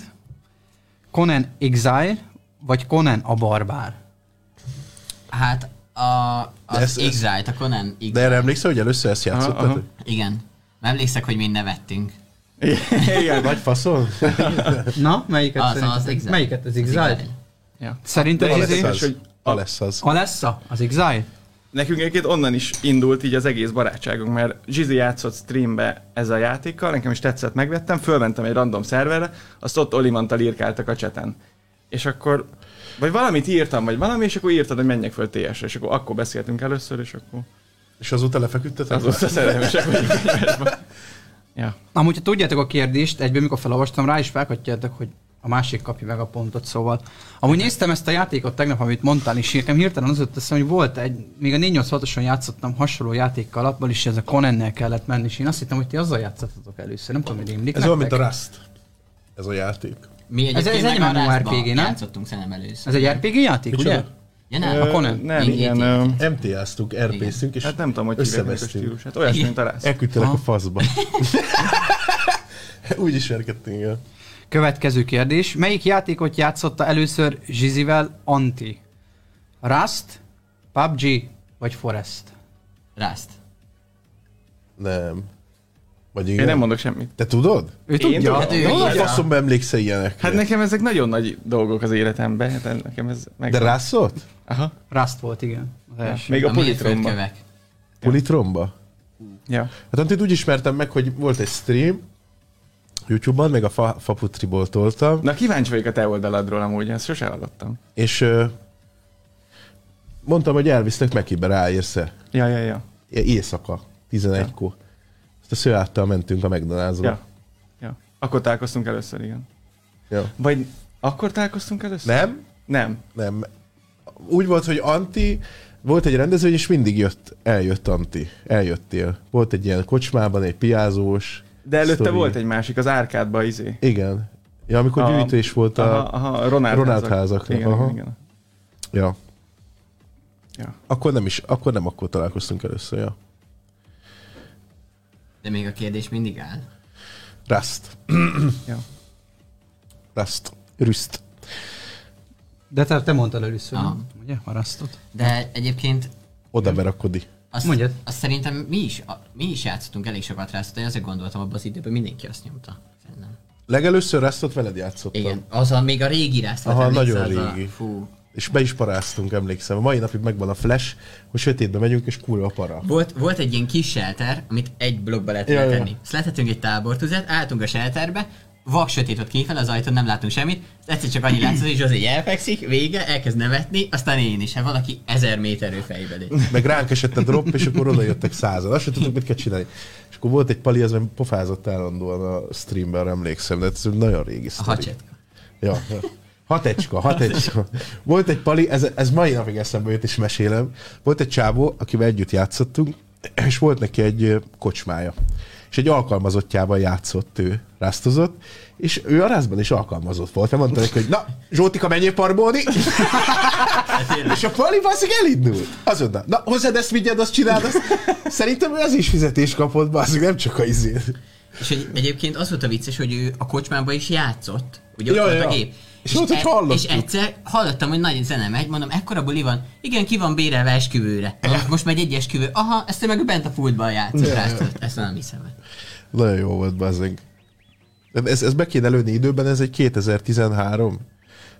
Speaker 4: Conan Exile, vagy Conan a Barbár.
Speaker 2: Hát a,
Speaker 1: De ez-
Speaker 2: az
Speaker 1: ez-
Speaker 2: Exile-t, a Conan Exile.
Speaker 1: De erre emlékszel, hogy először ezt játszottad?
Speaker 3: Aha, aha.
Speaker 2: Igen. Nem emlékszek, hogy mi nevettünk.
Speaker 3: Igen.
Speaker 1: Nagy faszon?
Speaker 4: Na, melyiket
Speaker 2: Az,
Speaker 4: szerintetek?
Speaker 2: az Exile.
Speaker 4: Melyiket az
Speaker 2: Exile.
Speaker 4: Exile?
Speaker 3: Ja.
Speaker 4: Szerinted
Speaker 1: Ha
Speaker 3: Ez
Speaker 1: lesz
Speaker 4: izé-
Speaker 3: érdekes,
Speaker 1: az?
Speaker 3: hogy a-
Speaker 1: Ha lesz az?
Speaker 4: Alessa? Az Exile?
Speaker 3: Nekünk egyébként onnan is indult így az egész barátságunk, mert Zsizi játszott streambe ez a játékkal, nekem is tetszett, megvettem, fölmentem egy random szerverre, azt ott Olimantal írkáltak a cseten. És akkor, vagy valamit írtam, vagy valami, és akkor írtad, hogy menjek föl TS-re, és akkor akkor beszéltünk először, és akkor
Speaker 1: És azóta lefeküdtetek?
Speaker 3: azóta szerelmesek vagyunk egymásba. Ja.
Speaker 4: Amúgy, ha tudjátok a kérdést, egyből mikor felolvastam, rá is felkattjátok, hogy a másik kapja meg a pontot, szóval. Amúgy néztem ezt a játékot tegnap, amit mondtál, és nekem hirtelen az jutott eszembe, hogy volt egy, még a 486-oson játszottam hasonló játékkal, abban is ez a Conennel kellett menni, és én azt hittem, hogy ti azzal játszottatok először, nem tudom, hogy rémlik
Speaker 1: Ez olyan, mint a
Speaker 4: nektek.
Speaker 1: Rust. Ez a játék.
Speaker 2: Mi
Speaker 4: Ez- ez
Speaker 2: egyébként
Speaker 4: egy
Speaker 2: meg a
Speaker 4: MMO
Speaker 2: Rust-ba
Speaker 4: RPG, nem?
Speaker 2: Játszottunk szerintem először.
Speaker 4: Ez egy RPG játék,
Speaker 1: Micsoda?
Speaker 4: ugye?
Speaker 2: Ja,
Speaker 3: Ö,
Speaker 2: nem?
Speaker 4: A Conan?
Speaker 3: Nem,
Speaker 2: Még
Speaker 3: igen.
Speaker 2: így-
Speaker 3: ö,
Speaker 1: MTS-tunk, RP-szünk, és
Speaker 3: Hát nem tudom, hogy hívják meg a Hát
Speaker 1: összevesztünk.
Speaker 3: stílusát. Olyasmi, mint a Rász.
Speaker 1: Elküldtelek
Speaker 4: Aha.
Speaker 1: a faszba. Úgy ismerkedtünk el.
Speaker 4: Következő kérdés. Melyik játékot játszotta először Zsizivel Anti? Rust, PUBG vagy Forest?
Speaker 2: Rust.
Speaker 1: Nem. Vagy igen?
Speaker 3: Én nem mondok semmit.
Speaker 1: Te tudod?
Speaker 4: Ő tudja?
Speaker 3: tudom.
Speaker 1: De
Speaker 2: ő
Speaker 1: honnan
Speaker 2: írja.
Speaker 1: faszomba emlékszel ilyenekre?
Speaker 3: Hát nekem ezek nagyon nagy dolgok az életemben, hát nekem ez meg...
Speaker 1: De rászott?
Speaker 3: Aha.
Speaker 4: Rust volt, igen. Az első.
Speaker 3: Még a
Speaker 2: A
Speaker 3: politromban.
Speaker 2: mérföldkövek.
Speaker 1: Politromba?
Speaker 3: Ja.
Speaker 1: Hát Antit úgy ismertem meg, hogy volt egy stream, YouTube-ban, meg a fa, Faputriból toltam,
Speaker 3: Na kíváncsi vagyok a te oldaladról amúgy, ezt sose hallottam.
Speaker 1: és ö, mondtam, hogy elvisznek Mekibe, ráérsz-e?
Speaker 3: Ja, ja, ja.
Speaker 1: Éjszaka, 11-kor. Ezt a szőáttal mentünk a McDonald's-ra.
Speaker 3: ja. ja. Akkor találkoztunk először, igen.
Speaker 1: Ja.
Speaker 3: Vagy akkor találkoztunk először?
Speaker 1: Nem?
Speaker 3: Nem.
Speaker 1: Nem. Úgy volt, hogy Anti, volt egy rendezvény, és mindig jött, eljött Anti. Eljöttél. Volt egy ilyen kocsmában, egy piázós.
Speaker 3: De előtte
Speaker 1: sztori.
Speaker 3: volt egy másik, az árkádba izé.
Speaker 1: Igen. Ja, amikor
Speaker 3: A-
Speaker 1: gyűjtés volt a...
Speaker 3: Aha, aha, Ronald,
Speaker 1: Ronald
Speaker 3: házak.
Speaker 1: házaknak,
Speaker 3: Igen,
Speaker 1: aha.
Speaker 3: igen, igen.
Speaker 1: Ja.
Speaker 3: Ja.
Speaker 1: Akkor nem is, akkor nem akkor találkoztunk először, ja.
Speaker 2: De még a kérdés mindig áll.
Speaker 1: Rust.
Speaker 3: Ja.
Speaker 1: Rust. Rüst.
Speaker 4: De te, te mondtad először,
Speaker 2: Aha.
Speaker 4: nem? ugye? A Rustot.
Speaker 2: De egyébként
Speaker 1: Oda berakodi.
Speaker 2: azt,
Speaker 4: Mondjad.
Speaker 2: azt szerintem mi is, a, mi is játszottunk elég sokat Rust-ot, én azért gondoltam abban az időben mindenki azt nyomta. Szerintem.
Speaker 1: Legelőször Rustot veled játszottam.
Speaker 2: Igen, az a még a régi Rust.
Speaker 1: Aha,
Speaker 2: hát
Speaker 1: nagyon
Speaker 2: emlékszel, az
Speaker 1: régi.
Speaker 2: A, fú.
Speaker 1: És be is paráztunk, emlékszem. A mai napig megvan a flash, hogy sötétbe megyünk, és kurva para.
Speaker 2: Volt, volt egy ilyen kis shelter, amit egy blokkba lehet
Speaker 1: Ja, ja.
Speaker 2: ja, tenni. Ezt letettünk egy tábortüzet, álltunk a shelterbe, vak sötét volt kifel, az ajtón nem látunk semmit, egyszer csak annyi látszott, hogy Zsozé elfekszik, vége, elkezd nevetni, aztán én is, hát valaki ezer méterű fejbe lép.
Speaker 1: Meg ránk esett a drop, és akkor oda jöttek százan. Azt sem tudtuk, mit kell csinálni. És akkor volt egy pali, az meg pofázott állandóan a streamben, arra emlékszem, de ez nagyon régi
Speaker 2: A
Speaker 1: sztori.
Speaker 2: hacsetka.
Speaker 1: Ja, ja. Hatecska, hatecska. Volt egy pali, ez, ez mai napig eszembe jött, és mesélem. Volt egy csávó, akivel együtt játszottunk, és volt neki egy ö, kocsmája. És egy alkalmazottjában játszott ő, ráztozott, és ő a rázban is alkalmazott volt. Nem mondta neki, hogy na, Zsótika, menjél parbolni, és a pali baszik elindult. Azonnal, na, hozzád ezt, vigyed, azt csináld, azt. Szerintem ő az is fizetést kapott, baszik, nem csak a izét.
Speaker 2: És egy, egyébként az volt a vicces, hogy ő a kocsmában is játszott. Ugye ott
Speaker 1: Ja,
Speaker 2: volt
Speaker 1: ja.
Speaker 2: a gép.
Speaker 1: És ott, hogy hallottuk.
Speaker 2: és egyszer hallottam, hogy nagy zene megy, mondom, ekkora buli van, igen, ki van bérelve esküvőre. Mondom, most megy egy esküvő. Aha, ezt ő meg bent a fultban játszott.
Speaker 1: Ja,
Speaker 2: Ja,
Speaker 1: ja.
Speaker 2: Ezt nem hiszem. el.
Speaker 1: Nagyon jó volt, bazzeg. De Ez, ez be kéne lőni időben, ez egy 2013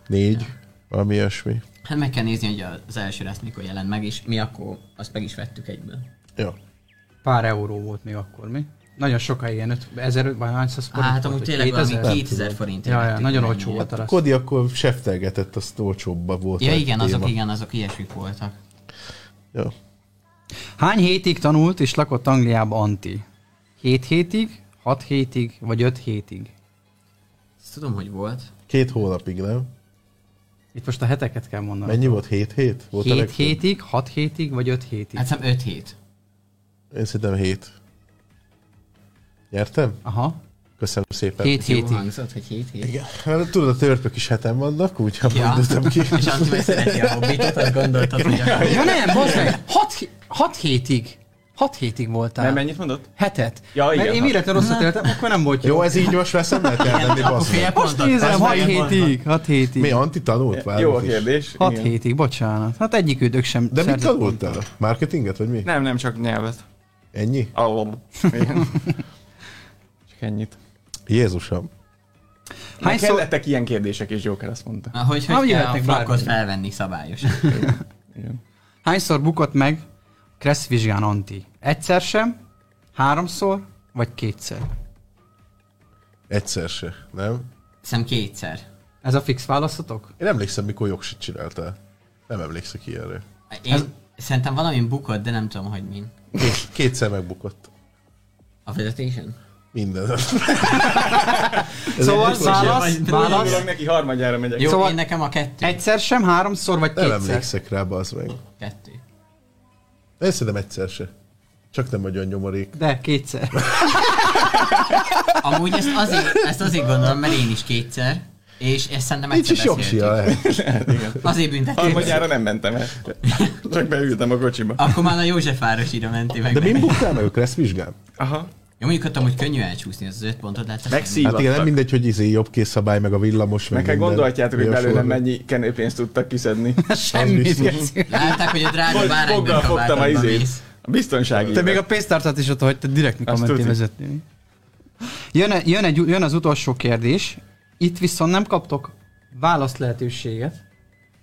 Speaker 1: 4 valami ilyesmi.
Speaker 2: Hát meg kell nézni, hogy az első lesz mikor jelent meg, és mi akkor azt meg is vettük egyből.
Speaker 1: Ja.
Speaker 4: Pár euró volt még akkor, mi? Nagyon sokáig ilyen, öt- 1500 vagy 900
Speaker 2: Á,
Speaker 4: forint
Speaker 2: hát
Speaker 4: volt,
Speaker 2: amúgy
Speaker 4: vagy
Speaker 2: tényleg
Speaker 4: 2000?
Speaker 2: valami 2000 forint.
Speaker 4: Ja, ja, nagyon olcsó volt a
Speaker 1: A
Speaker 4: rassz.
Speaker 1: Hát Kodi akkor seftelgetett, azt olcsóbban volt.
Speaker 2: Ja
Speaker 1: a
Speaker 2: igen, azok
Speaker 1: téma.
Speaker 2: igen, azok ilyesmik voltak.
Speaker 1: Ja.
Speaker 4: Hány hétig tanult és lakott Angliába Anti? 7 hétig, 6 hétig vagy 5 hétig?
Speaker 2: Ezt tudom, hogy volt.
Speaker 1: Két hónapig, nem?
Speaker 4: Itt most a heteket kell mondanom.
Speaker 1: Mennyi volt? 7 hét? Volt a
Speaker 4: 7
Speaker 1: legtöbb?
Speaker 4: hétig, 6 hétig vagy 5 hétig?
Speaker 2: Hát hiszem 5 hét.
Speaker 1: Én szerintem 7. Nyertem?
Speaker 4: Aha,
Speaker 1: Köszönöm szépen.
Speaker 4: 7
Speaker 2: Ez jó
Speaker 4: hétig.
Speaker 2: hangzott, hogy 7 hét.
Speaker 1: Igen. Hát Tudod, a törpök is heten vannak, úgyhogy ja.
Speaker 2: Ja.
Speaker 1: mondottam ki.
Speaker 2: És Antti meg szereti a hobbitot, azt gondoltad, hogy akkor...
Speaker 4: Ja nem, bazd meg! 6 hétig! 6 hétig voltál.
Speaker 1: Hát.
Speaker 3: Nem ennyit mondott?
Speaker 4: Hetet.
Speaker 3: Ja,
Speaker 4: Mert
Speaker 3: igen,
Speaker 4: én
Speaker 3: hat.
Speaker 4: véletlenül
Speaker 2: Hát-
Speaker 4: rosszat éltem, akkor nem volt
Speaker 1: Jó, ez így most veszem, mert kell lenni
Speaker 2: Akkor
Speaker 1: basszus.
Speaker 2: fél
Speaker 4: Most
Speaker 2: pontot.
Speaker 4: nézem,
Speaker 2: Ez
Speaker 4: 6
Speaker 2: megint volt.
Speaker 4: hétig, 6 hétig.
Speaker 1: Mi, Anti tanult? Várjuk
Speaker 3: Jó a
Speaker 1: is.
Speaker 3: kérdés.
Speaker 4: 6
Speaker 3: igen.
Speaker 4: hétig, bocsánat. Hát egyik ődök sem
Speaker 1: De mit
Speaker 4: szerzett
Speaker 1: tanultál? Marketinget, vagy mi?
Speaker 3: Nem, nem, csak nyelvet.
Speaker 1: Ennyi?
Speaker 3: Alom. Igen. Csak ennyit.
Speaker 1: Jézusom.
Speaker 3: Hány
Speaker 4: Hányszor-
Speaker 3: kellettek ilyen kérdések is, Joker azt mondta.
Speaker 2: Na, Hogy,
Speaker 4: Na,
Speaker 2: hogy kell a
Speaker 4: jöhetnek
Speaker 2: flakot
Speaker 4: bármilyen.
Speaker 2: felvenni szabályos.
Speaker 3: Igen.
Speaker 4: Hányszor bukott meg Kressz vizsgán Anti? Egyszer sem, háromszor, vagy kétszer?
Speaker 1: Egyszer se, nem?
Speaker 2: Hiszem kétszer.
Speaker 4: Ez a fix választotok?
Speaker 1: Én emlékszem, mikor jogsit csináltál. Nem emlékszek ilyenre.
Speaker 2: Én Ez... szerintem valamin bukott, de nem tudom, hogy min.
Speaker 1: Két- Kétszer megbukott.
Speaker 2: A vezetésen?
Speaker 1: Minden.
Speaker 4: Szóval
Speaker 2: biztos,
Speaker 4: válasz,
Speaker 2: vagy-
Speaker 4: válasz.
Speaker 3: Örülök neki, harmadjára megyek.
Speaker 2: Jó,
Speaker 4: Szóval-
Speaker 2: szóval... én nekem a kettő.
Speaker 4: Egyszer sem, háromszor, vagy
Speaker 1: nem
Speaker 4: kétszer?
Speaker 1: emlékszek rá, az meg.
Speaker 2: Kettő.
Speaker 1: Én szerintem egyszer se. Csak nem nagyon nyomorék.
Speaker 4: De, kétszer.
Speaker 2: Amúgy ezt azért, ezt azért gondolom, mert én is kétszer. És ezt szerintem
Speaker 1: Nincs
Speaker 2: egyszer
Speaker 1: is jogsia
Speaker 2: beszéltük.
Speaker 1: lehet.
Speaker 2: Azért büntették.
Speaker 3: Harmadjára nem mentem el. Csak beültem a kocsiba.
Speaker 2: Akkor már a Józsefvárosira mentél meg.
Speaker 1: De
Speaker 2: meg-
Speaker 1: min buktál meg a Kressz vizsgán?
Speaker 3: Aha.
Speaker 2: Jó, mondjuk ott amúgy könnyű elcsúszni, az az öt pontot látsz.
Speaker 3: Megszív-
Speaker 1: Hát igen, nem
Speaker 3: Hívattak.
Speaker 1: mindegy, hogy izé jobb készszabály, meg a villamos, meg
Speaker 3: Meg
Speaker 4: hát
Speaker 3: kell
Speaker 1: minden. szóval
Speaker 3: gondolhatjátok, hogy
Speaker 1: Jósolva.
Speaker 3: belőlem mennyi kenőpénzt tudtak kiszedni.
Speaker 4: Semmit.
Speaker 1: biztos.
Speaker 4: geci.
Speaker 2: Látták, hogy a drága bárányban
Speaker 3: Foggal fogtam a
Speaker 2: kabátodban
Speaker 3: izét.
Speaker 2: mész.
Speaker 3: A biztonsági.
Speaker 4: Te még a pénztárcát is ott hagytad, direkt mikor
Speaker 3: Azt
Speaker 4: mentél
Speaker 3: tudni.
Speaker 4: vezetni. Jön, jön, egy, jön az utolsó kérdés. Itt viszont nem kaptok válasz lehetőséget.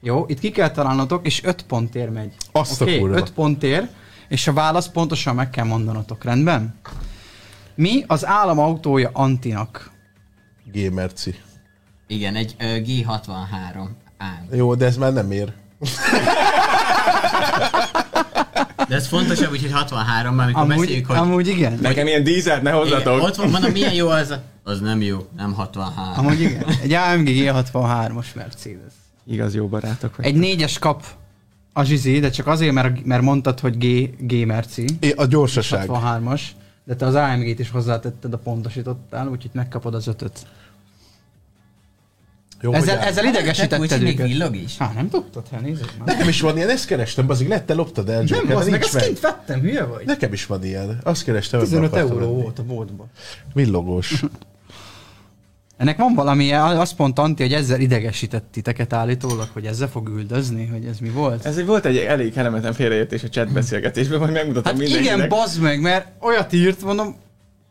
Speaker 4: Jó, itt ki kell találnotok, és 5 pontért megy.
Speaker 1: Azt a kurva.
Speaker 4: 5 pontért, és a választ pontosan meg kell mondanatok, rendben? Mi az állam autója Antinak?
Speaker 1: Gamerci.
Speaker 2: Igen, egy ö, G63 ám.
Speaker 1: Jó, de ez már nem ér.
Speaker 2: De ez fontosabb, úgyhogy 63 már, amikor
Speaker 4: Amúgy,
Speaker 2: beszéljük, hogy...
Speaker 4: amúgy igen.
Speaker 3: Nekem ilyen dízelt ne
Speaker 2: Igen,
Speaker 3: hozzatok.
Speaker 2: ott van, mondom, milyen jó az. Az nem jó, nem 63.
Speaker 4: Amúgy igen. Egy AMG G63-os Mercedes.
Speaker 3: Igaz jó barátok vagy.
Speaker 4: Egy négyes kap a zsizi, de csak azért, mert, mert mondtad, hogy G, G merci.
Speaker 1: É, a gyorsaság.
Speaker 4: 63-as. De te az AMG-t is hozzátetted, a pontosítottál, úgyhogy megkapod az ötöt.
Speaker 1: Jó, hogy
Speaker 4: Ezzel,
Speaker 1: áll.
Speaker 4: ezzel
Speaker 2: Úgy,
Speaker 4: idegesítetted
Speaker 2: hogy még
Speaker 4: őket.
Speaker 2: villog is.
Speaker 4: Há, nem tudtad, hát nézzük már.
Speaker 1: Nekem is van ilyen, ezt kerestem, az lett, te loptad el, Joker,
Speaker 4: Nem, az
Speaker 1: nincs
Speaker 4: meg, azt kint vettem, hülye vagy?
Speaker 1: Nekem is van ilyen. Azt kerestem, ebbe
Speaker 4: 15
Speaker 1: akartam
Speaker 4: euró
Speaker 1: venni.
Speaker 4: volt a boltban.
Speaker 1: Villogós.
Speaker 4: Ennek van valami, azt mondta Anti, hogy ezzel idegesített titeket állítólag, hogy ezzel fog üldözni, hogy ez mi volt?
Speaker 3: Ez egy volt egy elég kellemetlen félreértés a chat beszélgetésben, majd megmutatom
Speaker 4: Hát
Speaker 3: mindenkinek.
Speaker 4: igen, bazd meg, mert olyat írt, mondom,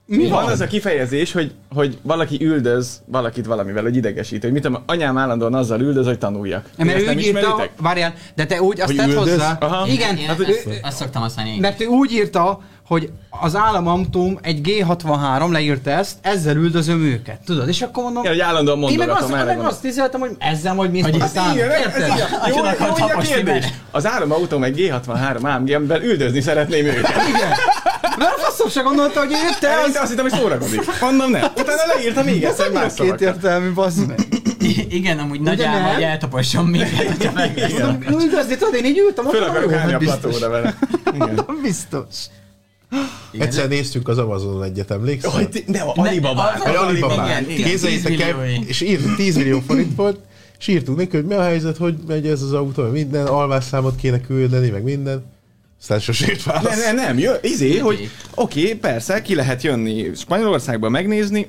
Speaker 4: mi
Speaker 3: van
Speaker 4: van?
Speaker 3: az a kifejezés, hogy, hogy valaki üldöz valakit valamivel, hogy idegesít, hogy mit tudom, anyám állandóan azzal üldöz, hogy tanuljak. Ti
Speaker 4: Mert
Speaker 3: ezt
Speaker 4: ő
Speaker 3: nem
Speaker 4: így írta,
Speaker 3: ismeritek?
Speaker 4: várjál, de te úgy azt
Speaker 1: Hogy
Speaker 4: tett
Speaker 1: üldöz?
Speaker 4: hozzá.
Speaker 3: Aha.
Speaker 4: Igen,
Speaker 2: Én
Speaker 4: hát,
Speaker 2: ezt,
Speaker 4: ő-
Speaker 2: ezt szoktam használni én.
Speaker 4: mert ő úgy írta, hogy az államamtum egy G63 leírta ezt, ezzel üldözöm őket, tudod? És akkor mondom,
Speaker 3: Igen, hogy állandóan
Speaker 4: én meg azt,
Speaker 3: mondogatom, erre
Speaker 4: meg azt tiszteltem, hogy ezzel majd mi hogy
Speaker 3: gondolom. Igen, ez
Speaker 4: érted?
Speaker 3: ilyen. Jó,
Speaker 2: Agyon akar
Speaker 3: jó, hogy a
Speaker 2: taposni
Speaker 3: kérdés.
Speaker 2: bele.
Speaker 3: Az áromautóm egy G63 AMG, amivel üldözni szeretném őket.
Speaker 4: Igen. Mert a faszom se gondolta, hogy ő te
Speaker 3: Előtte
Speaker 4: az...
Speaker 3: azt hittem, hogy szórakozik. Mondom, nem. Utána leírta még egyszer más
Speaker 4: Két
Speaker 3: szavakat.
Speaker 4: értelmű, bazd meg.
Speaker 2: Igen, amúgy nagy
Speaker 4: Ugye nem?
Speaker 2: álma, hogy eltaposson minket, hogyha megveszem.
Speaker 4: Mondom, Üldözni, tudod, én így ültem, ott
Speaker 3: Föl akarok állni a
Speaker 4: biztos.
Speaker 3: platóra vele. Igen.
Speaker 4: Biztos.
Speaker 1: Egyszer néztünk az Amazonon egyet, emlékszel?
Speaker 3: Jaj, ti- nem, Alibabák.
Speaker 1: Vagy Alibabán.
Speaker 2: Igen, igen,
Speaker 1: Képzeljétek
Speaker 2: 10
Speaker 1: el,
Speaker 2: millió.
Speaker 1: és írt, 10 millió forint volt, és írtunk neki, hogy mi a helyzet, hogy megy ez az autó, meg minden, alvásszámot kéne küldeni, meg minden. Aztán sose jött válasz.
Speaker 3: Ne, ne, nem, jö, izé,
Speaker 2: Oké.
Speaker 3: hogy oké, okay, persze, ki lehet jönni Spanyolországba megnézni,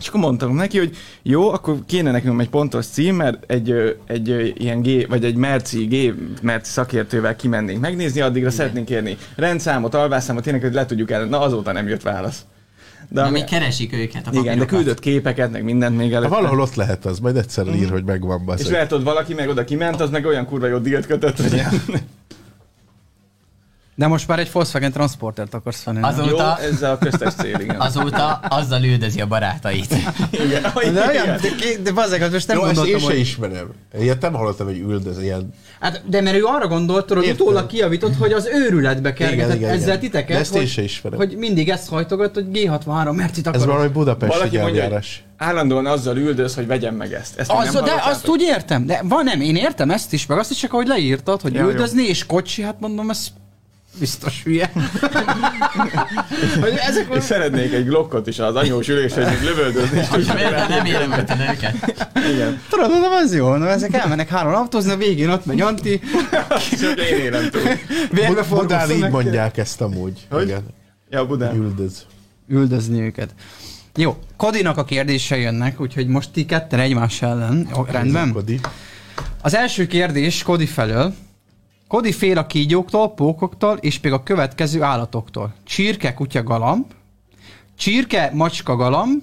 Speaker 3: és akkor mondtam neki, hogy jó, akkor kéne nekünk egy pontos cím, mert egy, ö, egy ö, ilyen G, vagy egy Merci, G Merci szakértővel kimennénk megnézni, addigra szeretnénk kérni rendszámot, alvásszámot, ilyenek, hogy le tudjuk el. Na azóta nem jött válasz. De,
Speaker 2: Na,
Speaker 3: ami,
Speaker 2: még keresik őket a
Speaker 3: igen, de
Speaker 2: papírokat.
Speaker 3: küldött képeket, meg mindent még
Speaker 1: Ha
Speaker 3: előtt.
Speaker 1: Hát valahol ott lehet az, majd egyszer ír, hogy megvan
Speaker 3: Mhm. És
Speaker 1: bazeg.
Speaker 3: lehet, hogy valaki meg oda kiment, az meg olyan kurva jó dílt kötött, hogy
Speaker 4: De most már egy Volkswagen Transportert akarsz venni. nem?
Speaker 2: Azon-
Speaker 3: jó,
Speaker 2: Azóta-
Speaker 3: ez a köztes cél, igen.
Speaker 2: Azóta azzal üldözi a barátait.
Speaker 3: igen.
Speaker 4: De, olyan, de, ki- de bazeg, az most nem
Speaker 1: Jó, ezt
Speaker 4: gondoltam,
Speaker 1: én se
Speaker 4: hogy...
Speaker 1: ismerem. Ilyet nem hallottam, hogy üldöz ilyen.
Speaker 4: Hát, de mert ő arra gondolt, hogy
Speaker 1: Értem.
Speaker 4: utólag kijavított, hogy az őrületbe kergetett
Speaker 1: Igen, igen,
Speaker 4: ezzel
Speaker 1: igen.
Speaker 4: titeket.
Speaker 1: De ezt
Speaker 4: hogy,
Speaker 1: én se ismerem.
Speaker 4: Hogy mindig ezt hajtogat, hogy G63, mert itt
Speaker 1: Ez
Speaker 4: akarok.
Speaker 1: valami budapesti
Speaker 3: Valaki mondja, hogy
Speaker 1: nyelvjárás.
Speaker 3: állandóan azzal üldöz, hogy vegyem meg ezt. ezt
Speaker 4: Az,
Speaker 3: nem
Speaker 4: de
Speaker 3: hallottátok?
Speaker 4: azt úgy értem, de van nem, én értem ezt is, meg azt is, csak ahogy leírtad, hogy
Speaker 3: Ja,
Speaker 4: üldözni és kocsi, hát mondom, ez biztos hülye. Hogy ezek
Speaker 3: És szeretnék egy glokkot is az anyós ülésen, hogy lövöldözni is
Speaker 2: Hogy
Speaker 3: tudjak
Speaker 2: miért
Speaker 3: vele.
Speaker 2: nem érem öten őket?
Speaker 3: Igen.
Speaker 4: Tudod, mondom, az jó, no, ezek elmennek három autózni, a végén ott megy Anti,
Speaker 3: Csak én élem túl.
Speaker 4: vérbe
Speaker 1: Budán így
Speaker 4: forgószom
Speaker 1: mondják ezt amúgy.
Speaker 3: Hogy?
Speaker 1: Igen.
Speaker 3: Ja, Budán.
Speaker 1: Üldöz.
Speaker 4: üldözni őket. Jó, Kodinak a kérdése jönnek, úgyhogy most ti ketten egymás ellen. Jó, rendben?
Speaker 1: Kodi.
Speaker 4: Az első kérdés Kodi felől. Kodi fél a kígyóktól, pókoktól és még a következő állatoktól. Csirke, kutya, galamb. Csirke, macska, galamb.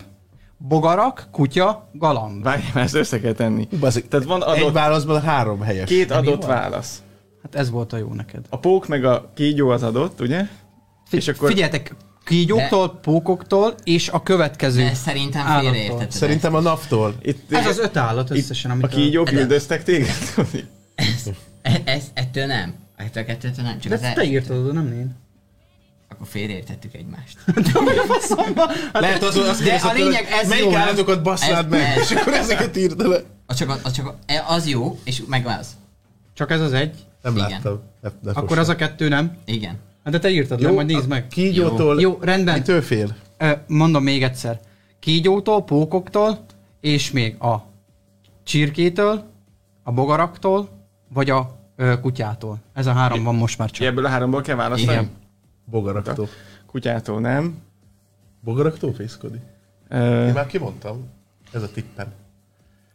Speaker 4: Bogarak, kutya, galamb.
Speaker 3: Várj, mert ezt össze kell tenni.
Speaker 1: Hú, bazzik.
Speaker 3: Tehát van
Speaker 1: Egy
Speaker 3: adott,
Speaker 1: válaszban három helyes.
Speaker 3: két adott válasz.
Speaker 4: Hát ez volt a jó neked.
Speaker 3: A pók meg a kígyó az adott, ugye?
Speaker 4: Fi-
Speaker 3: És akkor-
Speaker 4: Figyeljetek, kígyóktól, pókoktól és a következő.
Speaker 2: De szerintem
Speaker 4: Állattól.
Speaker 2: félreértetted.
Speaker 1: Szerintem a naptól.
Speaker 3: Itt,
Speaker 4: Ez az öt állat összesen,
Speaker 3: a
Speaker 4: amit
Speaker 3: kígyók
Speaker 2: De-
Speaker 3: üldöztek téged? Tudni?
Speaker 2: Ezt, e- ezt, ettől nem. Ettől a kettőtől nem. Csak
Speaker 4: De
Speaker 2: az
Speaker 4: ezt te
Speaker 2: el...
Speaker 4: írtad oda, nem én.
Speaker 2: Akkor félreértettük egymást.
Speaker 1: Lehet az, azt
Speaker 4: Hát De a
Speaker 1: kérdezted,
Speaker 4: lényeg
Speaker 1: hogy
Speaker 4: ez jó,
Speaker 1: Melyik
Speaker 4: nem?
Speaker 1: állatokat basszád
Speaker 2: Ez-
Speaker 1: meg?
Speaker 2: ez-
Speaker 1: És akkor ezeket írd le.
Speaker 2: Az csak, az, csak e, az jó, és meg az.
Speaker 4: Csak ez az egy.
Speaker 1: Nem
Speaker 2: Igen.
Speaker 1: láttam. Ne, ne
Speaker 4: Akkor
Speaker 1: fussál.
Speaker 4: az a kettő nem.
Speaker 2: Igen.
Speaker 4: Hát de te írtad, nem?
Speaker 1: Jó,
Speaker 4: Majd nézd
Speaker 1: a
Speaker 4: meg.
Speaker 1: Kígyótól...
Speaker 4: Jó, rendben.
Speaker 1: Mitől fél?
Speaker 4: Ö, Mondom még egyszer. Kígyótól, pókoktól, és még a csirkétől, a bogaraktól, vagy a ö, kutyától. Ez a három van most már
Speaker 3: Ki
Speaker 4: csak.
Speaker 3: Ebből a háromból kell választani?
Speaker 2: Igen.
Speaker 1: Bogaraktól.
Speaker 3: Kutyától nem.
Speaker 1: Bogaraktól fészkodi?
Speaker 3: Ö,
Speaker 1: Én már kimondtam. Ez a tippem.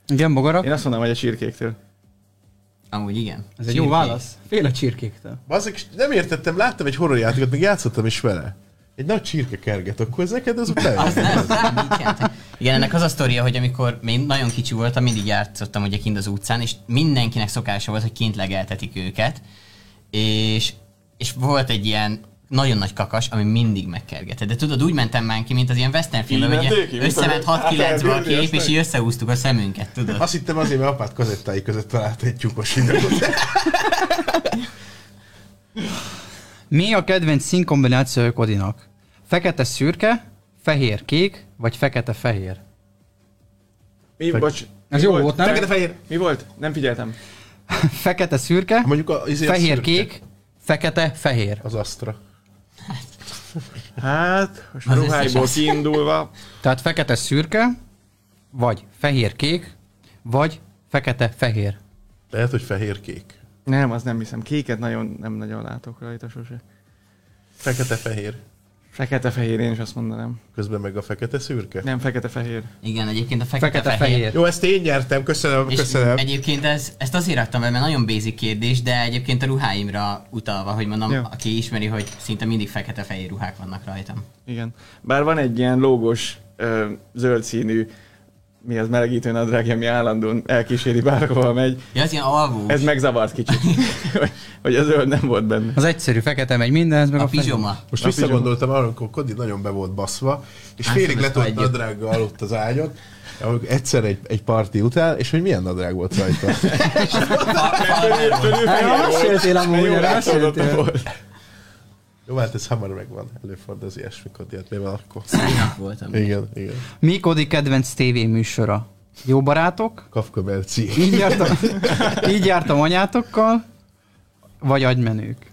Speaker 4: Igen, bogarak.
Speaker 3: Én azt mondom, hogy a csirkéktől.
Speaker 2: Amúgy igen.
Speaker 4: Ez egy jó
Speaker 2: Csirkék.
Speaker 4: válasz. Fél a csirkéktől.
Speaker 1: Bazik, nem értettem, láttam egy horrorjátékot, még játszottam is vele. Egy nagy csirke kerget, akkor ez neked az
Speaker 2: Az
Speaker 1: után.
Speaker 2: nem, számítjátok. Igen, ennek az a sztoria, hogy amikor még nagyon kicsi voltam, mindig játszottam ugye kint az utcán, és mindenkinek szokása volt, hogy kint legeltetik őket. És, és volt egy ilyen nagyon nagy kakas, ami mindig megkergetett. De tudod, úgy mentem már ki, mint az ilyen western filmben,
Speaker 3: Így
Speaker 2: hogy
Speaker 3: mentél ki,
Speaker 2: ilyen
Speaker 3: mint Hát,
Speaker 2: összement
Speaker 3: ahogy
Speaker 2: 6-9
Speaker 3: átjárni,
Speaker 2: valaki
Speaker 3: azt
Speaker 2: kép,
Speaker 3: meg?
Speaker 2: és így összeúztuk a szemünket, tudod?
Speaker 3: Hát,
Speaker 1: Azt hittem azért, mert apát kazettái között talált egy tyúkos videót.
Speaker 4: Mi a kedvenc színkombinációja Kodinak? Fekete-szürke, fehér-kék, vagy fekete-fehér?
Speaker 3: Mi, bocs,
Speaker 4: Ez
Speaker 3: mi
Speaker 4: jó volt, nem?
Speaker 1: Fekete-fehér.
Speaker 3: Mi volt? Nem figyeltem.
Speaker 4: Fekete-szürke,
Speaker 1: Hát Mondjuk a, azért
Speaker 4: fehér-kék, fekete-fehér.
Speaker 1: Az Astra.
Speaker 3: Hát, most a
Speaker 2: Az
Speaker 3: ruháiból
Speaker 2: összes az.
Speaker 3: kiindulva,
Speaker 4: Tehát fekete-szürke, vagy fehér-kék, vagy fekete-fehér.
Speaker 1: Lehet, hogy fehér-kék.
Speaker 3: nem, az nem hiszem. Kéket nagyon, nem nagyon látok rajta sose.
Speaker 1: Fekete-fehér.
Speaker 3: Fekete-fehér, én is azt mondanám.
Speaker 1: Közben meg a fekete-szürke.
Speaker 3: Nem, fekete-fehér.
Speaker 2: Igen, egyébként a fekete-fehér.
Speaker 4: Fekete-fehér.
Speaker 1: Jó, ezt én nyertem, köszönöm,
Speaker 2: És
Speaker 1: köszönöm.
Speaker 2: egyébként ez, ezt azért adtam el, mert nagyon basic kérdés, de egyébként a ruháimra utalva, hogy mondom,
Speaker 3: Jó.
Speaker 2: aki ismeri, hogy szinte mindig fekete-fehér ruhák vannak rajtam.
Speaker 3: Igen. Bár van egy ilyen lógos, ö, zöld színű, mi az melegítő nadrág, ami állandóan elkíséri bárhova megy.
Speaker 2: Ja, az ilyen alvó.
Speaker 3: Ez megzavart kicsit, hogy, hogy a zöld nem volt benne.
Speaker 4: Az egyszerű fekete megy minden, ez meg a,
Speaker 2: a
Speaker 4: a fehér.
Speaker 2: pizsoma.
Speaker 1: Most visszagondoltam arra, amikor Kodi nagyon be volt baszva, és
Speaker 2: Á,
Speaker 1: félig
Speaker 2: ezt
Speaker 1: letolt
Speaker 2: hagyjuk.
Speaker 1: nadrággal aludt az ágyon, amikor egyszer egy, egy parti után, és hogy milyen nadrág volt rajta.
Speaker 4: meséltél amúgy,
Speaker 3: Jó,
Speaker 4: erről
Speaker 3: látszódott
Speaker 4: meséltél.
Speaker 3: volt.
Speaker 1: Jó, hát ez hamar megvan, előfordul az ilyesmi Kodi, hát mi van akkor?
Speaker 2: Szánynak voltam.
Speaker 1: Igen, igen.
Speaker 4: Mi Kodi kedvenc tévéműsora? Jó barátok?
Speaker 1: Kafka Merci.
Speaker 4: Így jártam, így jártam anyátokkal? Vagy agymenők?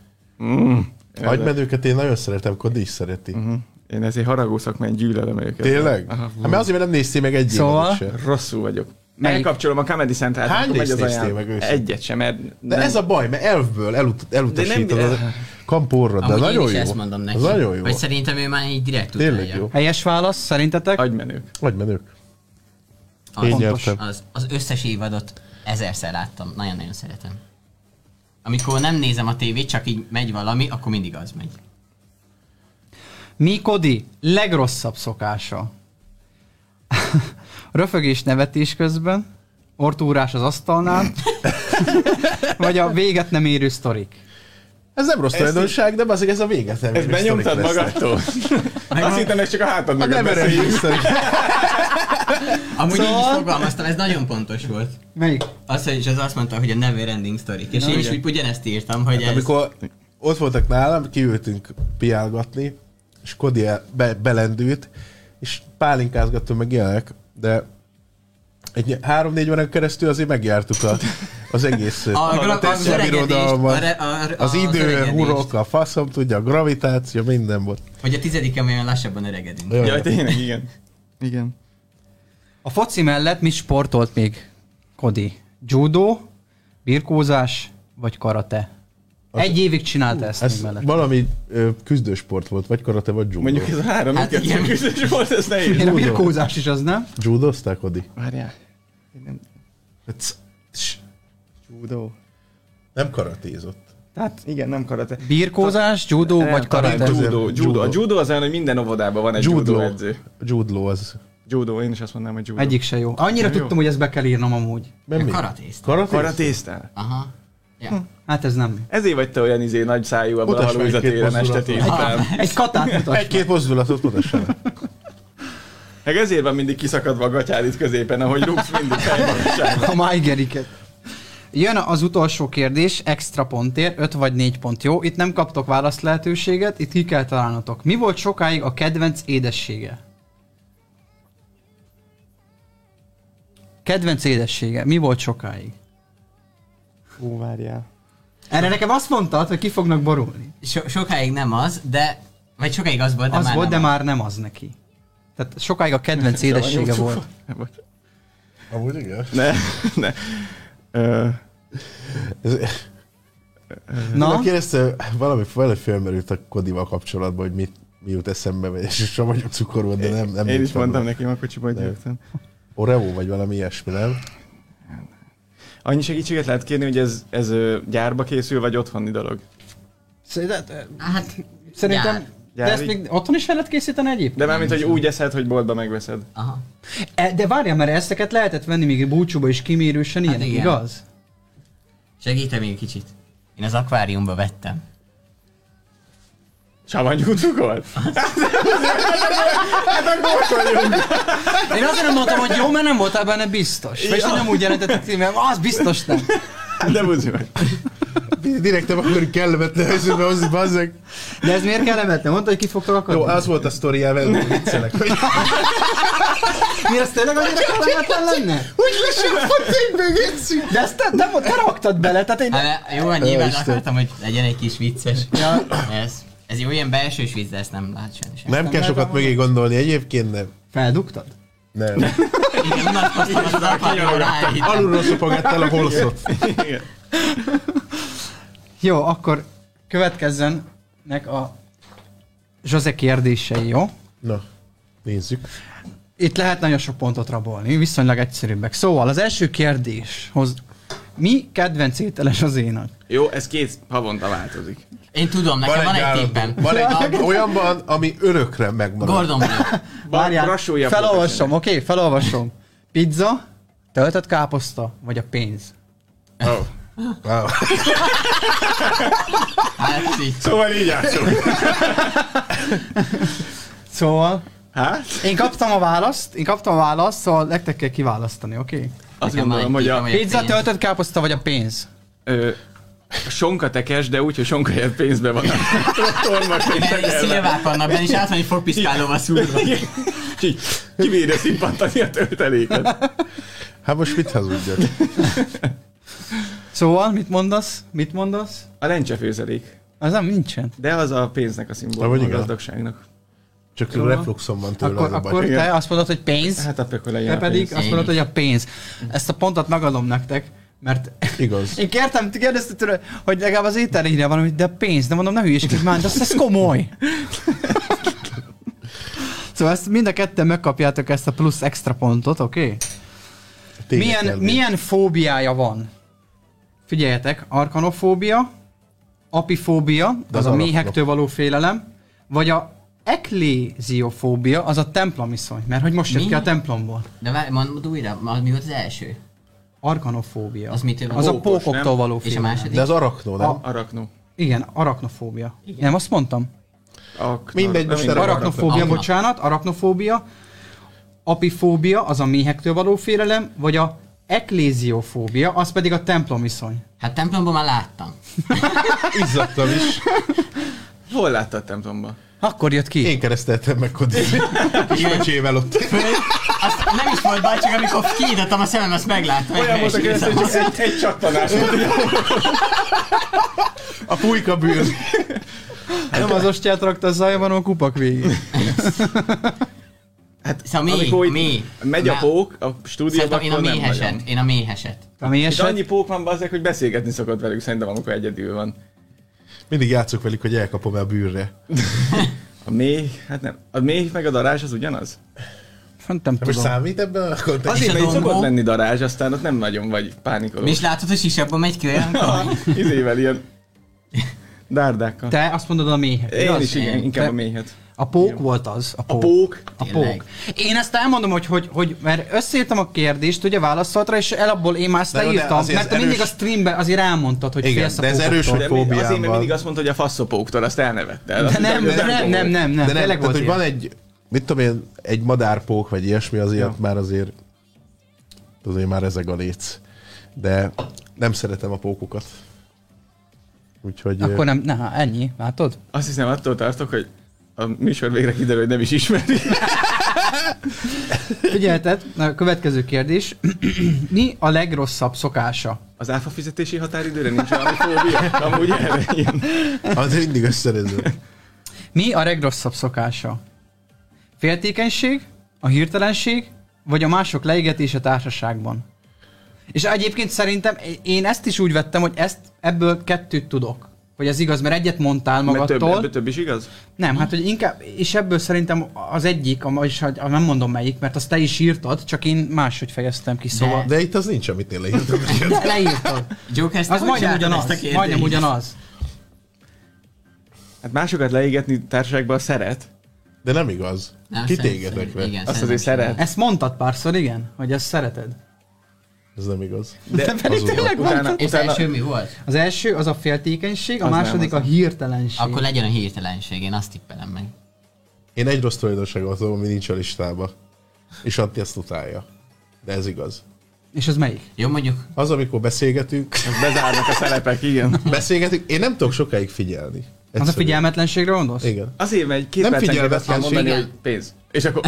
Speaker 3: Mm.
Speaker 1: Agymenőket én nagyon szeretem, Kodi is szereti.
Speaker 3: Mhm. Én ezért haragó szakmán gyűlölöm őket.
Speaker 1: Tényleg?
Speaker 3: Aha,
Speaker 1: Hát mert azért, mert nem néztél meg egy
Speaker 4: Szóval?
Speaker 1: évadat se.
Speaker 3: Rosszul vagyok.
Speaker 4: Melyik?
Speaker 3: Elkapcsolom a Comedy Centralt.
Speaker 1: Hány
Speaker 3: akkor megy
Speaker 1: részt
Speaker 3: az
Speaker 1: néztél
Speaker 3: ajánló.
Speaker 1: meg őszintén?
Speaker 3: Egyet sem, mert
Speaker 1: De ez a baj, mert elfből elut- elutasítod
Speaker 3: De nem-
Speaker 1: az kampórra, de
Speaker 2: Amúgy én
Speaker 1: nagyon
Speaker 2: is
Speaker 1: jó.
Speaker 2: ezt mondom neki.
Speaker 1: Az nagyon jó.
Speaker 2: Vagy szerintem ő már így direkt tudja.
Speaker 1: Tényleg jó.
Speaker 4: Helyes válasz szerintetek?
Speaker 3: agymenők.
Speaker 1: Agymenők.
Speaker 2: Az,
Speaker 1: Én
Speaker 2: pontos.
Speaker 1: nyertem.
Speaker 2: az, az összes évadot ezerszer láttam. Nagyon-nagyon szeretem. Amikor nem nézem a tévét, csak így megy valami, akkor mindig az megy.
Speaker 4: Mi Kodi legrosszabb szokása? Röfögés nevetés közben, ortúrás az asztalnál, vagy a véget nem érő sztorik.
Speaker 1: Ez nem rossz tulajdonság, de azért ez a véget nem
Speaker 3: Ezt
Speaker 1: érő
Speaker 3: benyomtad
Speaker 1: sztorik lesznek.
Speaker 3: magadtól? Azt hittem, ez csak a hátad
Speaker 1: A
Speaker 3: mögött
Speaker 1: nem
Speaker 3: beszéljük.
Speaker 1: erejű sztorik.
Speaker 2: Amúgy így is
Speaker 4: Szóval-
Speaker 2: fogalmaztam, ez nagyon pontos volt.
Speaker 4: Melyik?
Speaker 2: Azt, és az azt mondta, hogy a never ending story. És én is úgy ugyanezt írtam, hogy ez...
Speaker 1: Hát, Amikor ott voltak nálam, kiültünk piálgatni, és Kodi el- be, belendült, és pálinkázgattunk meg ilyenek, de egy három-négy órán keresztül azért megjártuk a, az egész
Speaker 2: A gra- az
Speaker 1: tesla
Speaker 2: öregedést,
Speaker 1: birodalmat.
Speaker 2: a re- a- a-
Speaker 1: az
Speaker 2: az
Speaker 1: idő,
Speaker 2: öregedést.
Speaker 1: hurok, a faszom, tudja, a gravitáció, minden volt.
Speaker 2: Hogy a tizediken olyan lassabban öregedünk.
Speaker 1: Jaj.
Speaker 3: Jaj, tényleg, igen. Igen.
Speaker 4: A foci mellett mit sportolt még Kodi? Judó, birkózás vagy karate? Egy évig csinálta ezt,
Speaker 1: Ez
Speaker 4: még mellett.
Speaker 1: valami ö, küzdősport volt, vagy karate, vagy judó.
Speaker 3: Mondjuk ez a három,
Speaker 2: Hát
Speaker 3: hát igen.
Speaker 2: igen.
Speaker 3: közös volt, ez nehéz.
Speaker 4: Én a
Speaker 1: judó.
Speaker 4: birkózás is az, nem?
Speaker 1: Judozták, Odi?
Speaker 3: Várjál. Én nem...
Speaker 1: Cs- cs-
Speaker 3: Judo.
Speaker 1: Hát, Nem karatézott.
Speaker 4: Tehát
Speaker 3: Igen, nem karate.
Speaker 4: birkózás, judó
Speaker 3: Nem,
Speaker 4: vagy
Speaker 3: talán
Speaker 4: karate?
Speaker 1: karate.
Speaker 3: Judo, judo. A
Speaker 1: Judo.
Speaker 3: judo az olyan, hogy minden óvodában van egy judo
Speaker 1: Judo.
Speaker 3: edző.
Speaker 1: Judló az.
Speaker 3: Judo, én is azt mondanám, hogy judo.
Speaker 4: Egyik se jó. Annyira
Speaker 3: Nem jó?
Speaker 4: tudtam, hogy ezt be kell írnom amúgy.
Speaker 1: Nem
Speaker 2: Ja,
Speaker 1: mi?
Speaker 2: karatézta.
Speaker 1: Karatézta?
Speaker 3: Karatésztál?
Speaker 2: Aha. Ja.
Speaker 4: Hát ez nem.
Speaker 3: Ezért vagy te olyan izé nagy szájú abban a
Speaker 1: Mutasd meg két
Speaker 3: halózatéren este
Speaker 1: mozdulatot.
Speaker 3: tétben.
Speaker 4: Egy katát mutasd.
Speaker 1: Egy-két mozdulatot mutassál.
Speaker 3: Meg ezért van mindig kiszakadva a gatyád itt középen, ahogy rúgsz mindig fejmagasságban.
Speaker 4: A májgeriket. Jön az utolsó kérdés, extra pontért, 5 vagy 4 pont, jó? Itt nem kaptok választ lehetőséget, itt ki kell találnotok. Mi volt sokáig a kedvenc édessége? Kedvenc édessége, mi volt sokáig?
Speaker 3: Hú, várjál.
Speaker 4: Erre nekem azt mondtad, hogy ki fognak borulni.
Speaker 2: So- sokáig nem az, de... Vagy sokáig az volt, de
Speaker 4: Az
Speaker 2: már
Speaker 4: volt, de
Speaker 2: nem
Speaker 4: már nem az neki. Tehát sokáig a kedvenc édessége volt.
Speaker 1: Amúgy igen.
Speaker 3: Ne, ne. Ö,
Speaker 1: Ez, Na?
Speaker 4: Na,
Speaker 1: Kérdezte, valami, valami felmerült a Kodival kapcsolatban, hogy mit, mi jut eszembe, vagy és sem vagyok cukor volt, de nem, nem
Speaker 3: én is
Speaker 1: jutott
Speaker 3: mondtam
Speaker 1: rá.
Speaker 3: nekem a kocsiba, hogy jöttem.
Speaker 1: Oreo vagy valami ilyesmi, nem?
Speaker 3: Annyi segítséget lehet kérni, hogy ez, ez ö, gyárba készül, vagy otthoni dolog.
Speaker 4: szerinted-
Speaker 2: Hát...
Speaker 4: szerintem...
Speaker 2: jár.
Speaker 4: De ezt
Speaker 3: Gyári.
Speaker 4: még otthon is fel lehet készíteni egyébként?
Speaker 3: De mármint, hogy úgy eszed, hogy boltba megveszed.
Speaker 2: Aha.
Speaker 4: E, de várjál, mert ezteket lehetett venni még búcsúba is kimérősen, ilyen, hát
Speaker 2: igen.
Speaker 4: igaz?
Speaker 2: Segítem még kicsit. Én az akváriumba vettem.
Speaker 3: Savanyú cukrot?
Speaker 4: Én azért nem mondtam, hogy jó, mert nem voltál benne biztos. Vagy nem úgy jelentett a címem, az biztos nem.
Speaker 3: De buzi meg.
Speaker 1: Direkt nem akarunk kellemetlen helyzetbe hozni, bazzeg.
Speaker 4: De ez miért kellemetlen? Mondta, hogy ki fogtok akadni?
Speaker 1: Jó, az volt a sztori elvenni, viccelek. Hogy
Speaker 4: Mi ez tényleg annyira kellemetlen lenne?
Speaker 1: lesem a tényből,
Speaker 4: De ezt te, te, te raktad bele, tehát én...
Speaker 2: Hát, jó, hát nyilván
Speaker 1: Isten.
Speaker 2: akartam, hogy legyen egy kis vicces. Ja. Ez, ez egy olyan belsős vicc, de ezt nem lát semmi sem.
Speaker 1: Nem kell sokat mögé gondolni, egyébként nem.
Speaker 4: Feldugtad?
Speaker 1: Nem.
Speaker 2: Igen, unatkoztam az akváriumban ráállítani.
Speaker 1: Alulról szopogattál a holszot.
Speaker 3: Igen.
Speaker 4: Jó, akkor következzenek a Zsozek kérdései, jó?
Speaker 1: Na, nézzük.
Speaker 4: Itt lehet nagyon sok pontot rabolni, viszonylag egyszerűbbek. Szóval az első kérdéshoz, mi kedvenc ételes az énak?
Speaker 3: Jó, ez két havonta változik.
Speaker 2: Én tudom, nekem van egy
Speaker 1: állandó.
Speaker 2: tippem.
Speaker 1: Van egy,
Speaker 2: A-
Speaker 1: olyanban, ami örökre megmarad.
Speaker 2: Gordon Blue.
Speaker 4: Várjál,
Speaker 3: Brassója
Speaker 4: felolvasom, oké? Okay, felolvasom. Pizza, töltött káposzta, vagy a pénz?
Speaker 3: Oh.
Speaker 1: Wow.
Speaker 2: Hát így.
Speaker 1: Szóval így játszunk.
Speaker 4: Szóval,
Speaker 3: Hát?
Speaker 4: én kaptam a választ, én kaptam a választ, szóval nektek kell kiválasztani, oké? Okay?
Speaker 3: Azt
Speaker 2: Nekem van
Speaker 3: gondolom,
Speaker 2: egy
Speaker 3: hogy a,
Speaker 2: tippem,
Speaker 4: Pizza,
Speaker 2: pénz.
Speaker 4: töltött káposzta, vagy a pénz?
Speaker 3: ö, a sonka tekes, de úgy, hogy sonka helyett pénzbe van a torma
Speaker 2: Mert így szilvák vannak benne, és át van egy fogpiszkálóval szúrva.
Speaker 3: Kibírja szippantani a tölteléket.
Speaker 1: Hát most mit hazudjak?
Speaker 4: Szóval, mit mondasz? Mit mondasz?
Speaker 3: A lencsefőzelék.
Speaker 4: Az nem nincsen.
Speaker 3: De az a pénznek a
Speaker 1: Na, vagy
Speaker 3: szimbóluma, a
Speaker 1: igen.
Speaker 3: gazdagságnak.
Speaker 1: Csak a refluxom van tőle
Speaker 4: Akkor,
Speaker 1: az a baj.
Speaker 4: akkor
Speaker 3: Igen.
Speaker 4: te azt mondod, hogy pénz,
Speaker 3: Hát akkor legyen
Speaker 4: te
Speaker 3: a
Speaker 4: pedig
Speaker 3: pénz.
Speaker 4: azt mondod, hogy a pénz. Ezt a pontot megadom nektek, mert
Speaker 1: Igaz.
Speaker 4: Én kértem, kérdezte tőle, hogy legalább az étel írja valamit, de pénz, de mondom, ne hülyeskedj már, de ez, ez komoly. szóval ezt mind a ketten megkapjátok ezt a plusz extra pontot, oké? Okay?
Speaker 1: Tényleg
Speaker 4: Milyen,
Speaker 1: elmész.
Speaker 4: milyen fóbiája van? Figyeljetek, arkanofóbia, apifóbia,
Speaker 1: De
Speaker 4: az
Speaker 1: az
Speaker 4: a
Speaker 1: alapnak.
Speaker 4: méhektől való félelem, vagy a ekléziofóbia, az a templomiszony, mert hogy most jött
Speaker 2: Mi?
Speaker 4: ki a templomból.
Speaker 2: De várj, mondd újra, az mi volt az első?
Speaker 4: Arkanofóbia.
Speaker 2: Az mitől van?
Speaker 4: az a
Speaker 3: Pókos,
Speaker 4: pókoktól
Speaker 3: nem?
Speaker 4: való
Speaker 2: És a
Speaker 4: félelem.
Speaker 2: második?
Speaker 1: De az araknó, nem?
Speaker 4: A-
Speaker 3: Araknó.
Speaker 4: Igen, arachnofóbia. Igen. Nem, azt mondtam.
Speaker 3: Ak-
Speaker 1: Mindegy, most
Speaker 3: mindegy.
Speaker 1: erre van.
Speaker 4: Arachnofóbia,
Speaker 2: Arachno.
Speaker 4: bocsánat, arachnofóbia. Apifóbia, az a méhektől való félelem, vagy a ekléziofóbia, az pedig a templomiszony.
Speaker 2: Hát templomban már láttam.
Speaker 1: Izzadtam is.
Speaker 3: Hol láttad templomba?
Speaker 4: Akkor jött ki.
Speaker 1: Én kereszteltem meg Kodizit. Kis öcsével ott.
Speaker 2: Azt nem is volt baj, csak amikor kinyitottam a szemem, azt megláttam.
Speaker 3: Olyan volt a
Speaker 2: És-
Speaker 3: keresztény, hogy csak egy, egy csattanás volt.
Speaker 1: A pulyka bűn.
Speaker 4: Nem az ostját rakta a zajban, a kupak végén.
Speaker 3: Hát,
Speaker 2: Szóval mély,
Speaker 3: amikor
Speaker 2: mély.
Speaker 3: megy a
Speaker 2: Már-
Speaker 3: pók, a stúdióban,
Speaker 2: Szerintem én a
Speaker 3: akkor nem nagyon.
Speaker 2: méheset, én a méheset.
Speaker 4: Ami
Speaker 3: És
Speaker 4: eset,
Speaker 3: annyi pók van bazzek, hogy beszélgetni szokott velük szerintem, amikor egyedül van.
Speaker 1: Mindig játszok velük, hogy elkapom el bűrre.
Speaker 3: A méh, hát nem. A méh meg a darázs az ugyanaz?
Speaker 4: hát nem
Speaker 1: Most
Speaker 4: tudom.
Speaker 1: számít ebben a kontextusban?
Speaker 3: Azért,
Speaker 2: a
Speaker 3: mert itt
Speaker 2: dongó?
Speaker 3: szokott lenni darázs, aztán ott nem nagyon vagy
Speaker 2: Mi
Speaker 3: pánikoló. Ah,
Speaker 2: is látod, hogy sisebben megy ki olyan?
Speaker 3: Izével ilyen dárdákkal.
Speaker 4: Te azt mondod a méhet,
Speaker 3: Én
Speaker 4: igaz?
Speaker 3: is igen, inkább
Speaker 4: Te-
Speaker 3: a méhet.
Speaker 4: A pók volt az. A
Speaker 3: A
Speaker 4: pók.
Speaker 3: pók.
Speaker 4: A
Speaker 2: Tényleg.
Speaker 4: pók. Én ezt elmondom, hogy, hogy, hogy mert összeírtam a kérdést, ugye válaszolt rá, és el abból én már ezt
Speaker 1: De jó, de
Speaker 4: leírtam,
Speaker 1: azért
Speaker 4: mert
Speaker 1: ez
Speaker 4: te mindig a
Speaker 1: erős-
Speaker 4: streamben azért elmondtad, hogy
Speaker 1: Igen,
Speaker 4: félsz a
Speaker 1: de ez erős,
Speaker 4: pókoktól.
Speaker 3: De mi,
Speaker 1: Fóbiám
Speaker 3: azért,
Speaker 1: van.
Speaker 3: mert mindig azt mondta, hogy a faszopóktól azt elnevette.
Speaker 4: De nem, de nem, nem, nem, nem,
Speaker 1: De nem,
Speaker 4: tényleg
Speaker 1: tehát,
Speaker 4: volt
Speaker 1: hogy van
Speaker 4: ilyen.
Speaker 1: egy, mit tudom én, egy madárpók, vagy ilyesmi, azért ja. már azért, azért már ezek a léc. De nem szeretem a pókokat. Úgyhogy...
Speaker 4: Akkor nem, na, ennyi, látod?
Speaker 3: Azt hiszem, attól tartok, hogy a műsor végre kiderül, hogy nem is ismeri.
Speaker 4: Figyelted, na, a következő kérdés. Mi a legrosszabb szokása?
Speaker 3: Az áfa fizetési határidőre nincs valami fóbia? Amúgy erre ilyen.
Speaker 1: Az mindig összerező.
Speaker 4: Mi a legrosszabb szokása? Féltékenység, a hirtelenség, vagy a mások leégetése társaságban? És egyébként szerintem én ezt is úgy vettem, hogy ezt ebből kettőt tudok. Hogy ez igaz, mert egyet mondtál
Speaker 3: Mert több,
Speaker 4: magadtól.
Speaker 3: ebből Mhm. több is igaz?
Speaker 4: Nem, hát hogy inkább, és ebből szerintem az egyik, a, és a, nem mondom melyik, mert azt te is írtad, csak én máshogy fejeztem ki, szóval.
Speaker 1: De itt az nincs, amit én leírtam. neked.
Speaker 4: De leírtad.
Speaker 2: Joker, ezt
Speaker 4: Az
Speaker 2: hogy
Speaker 4: majdnem
Speaker 2: csináltad
Speaker 4: ugyanaz.
Speaker 2: ezt a kérdést?
Speaker 4: Majdnem ugyanaz.
Speaker 3: Hát másokat leégetni társaságban szeret.
Speaker 1: De nem igaz.
Speaker 2: Nem, szerintem,
Speaker 1: Kitégedek meg.
Speaker 2: Igen,
Speaker 3: Azt
Speaker 2: szerintem
Speaker 3: azért
Speaker 2: is.
Speaker 3: szeret.
Speaker 4: Ezt mondtad párszor, igen, hogy ezt szereted.
Speaker 1: Ez nem igaz.
Speaker 3: De
Speaker 1: Hazudok.
Speaker 4: tényleg
Speaker 3: utána,
Speaker 2: És
Speaker 3: utána,
Speaker 2: első mi volt?
Speaker 4: Az első az a féltékenység, a
Speaker 3: Az nem,
Speaker 4: második
Speaker 3: az
Speaker 4: a hirtelenség.
Speaker 2: Akkor legyen a hirtelenség, én azt tippelem meg.
Speaker 1: Én egy rossz tulajdonságot tudom, ami nincs a listába. És Antti ezt utálja. De ez igaz.
Speaker 4: És az melyik?
Speaker 2: Jó, mondjuk
Speaker 1: Az, amikor beszélgetünk,
Speaker 3: bezárnak a szelepek, igen.
Speaker 1: beszélgetünk, én nem tudok sokáig figyelni.
Speaker 4: Az a
Speaker 1: Egyszerűen.
Speaker 4: figyelmetlenségre gondolsz?
Speaker 1: Igen.
Speaker 3: Azért, mert egy két
Speaker 1: Nem
Speaker 3: percen kell azt
Speaker 1: figyelmetlenség.
Speaker 3: mondani,
Speaker 2: Igen.
Speaker 3: hogy pénz. És akkor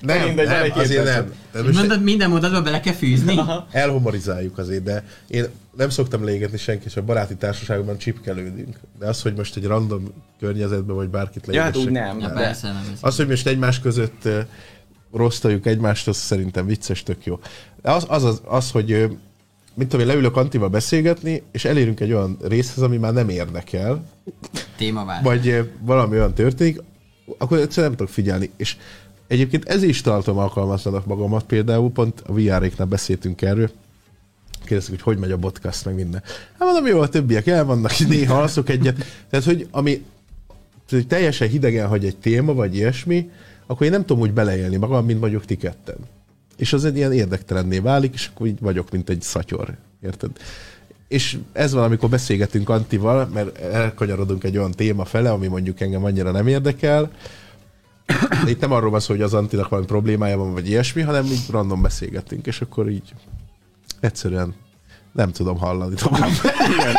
Speaker 1: Nem,
Speaker 3: mindegy, van egy
Speaker 1: nem,
Speaker 3: két
Speaker 1: azért
Speaker 3: percen.
Speaker 1: nem. De
Speaker 2: Most
Speaker 1: most
Speaker 2: Mondod, minden mondatba bele kell fűzni?
Speaker 1: elhumorizáljuk azért, de én nem szoktam légetni senki, és a baráti társaságban csipkelődünk. De az, hogy most egy random környezetben vagy bárkit
Speaker 3: Ja, hát
Speaker 1: légesek.
Speaker 3: úgy nem.
Speaker 2: Ja,
Speaker 3: de-
Speaker 2: persze, nem ez.
Speaker 1: Az, hogy most egymás között ö, rosztoljuk egymást, az szerintem vicces, tök jó. De az, az, az, az hogy ö, mint tudom, én leülök Antival beszélgetni, és elérünk egy olyan részhez, ami már nem érdekel,
Speaker 2: Témavár.
Speaker 1: vagy ö, valami olyan történik, akkor egyszerűen nem tudok figyelni. És egyébként ez is tartom alkalmatlanak magamat, például pont a VR-éknál beszéltünk erről, kérdeztük, hogy hogy megy a podcast, meg minden. Hát mondom, jó, a többiek elvannak, néha alszok egyet. Tehát, hogy ami tehát, hogy teljesen hidegen hagy egy téma, vagy ilyesmi, akkor én nem tudom úgy beleélni magam, mint mondjuk ti ketten. És az egy ilyen érdektelenné válik, és akkor így vagyok, mint egy szatyor. Érted? És ez van, amikor beszélgetünk Antival, mert elkanyarodunk egy olyan téma fele, ami mondjuk engem annyira nem érdekel, de itt nem arról van szó, hogy az Antinak valami problémája van, vagy ilyesmi, hanem így random beszélgetünk, és akkor így egyszerűen nem tudom hallani tovább.
Speaker 3: Igen.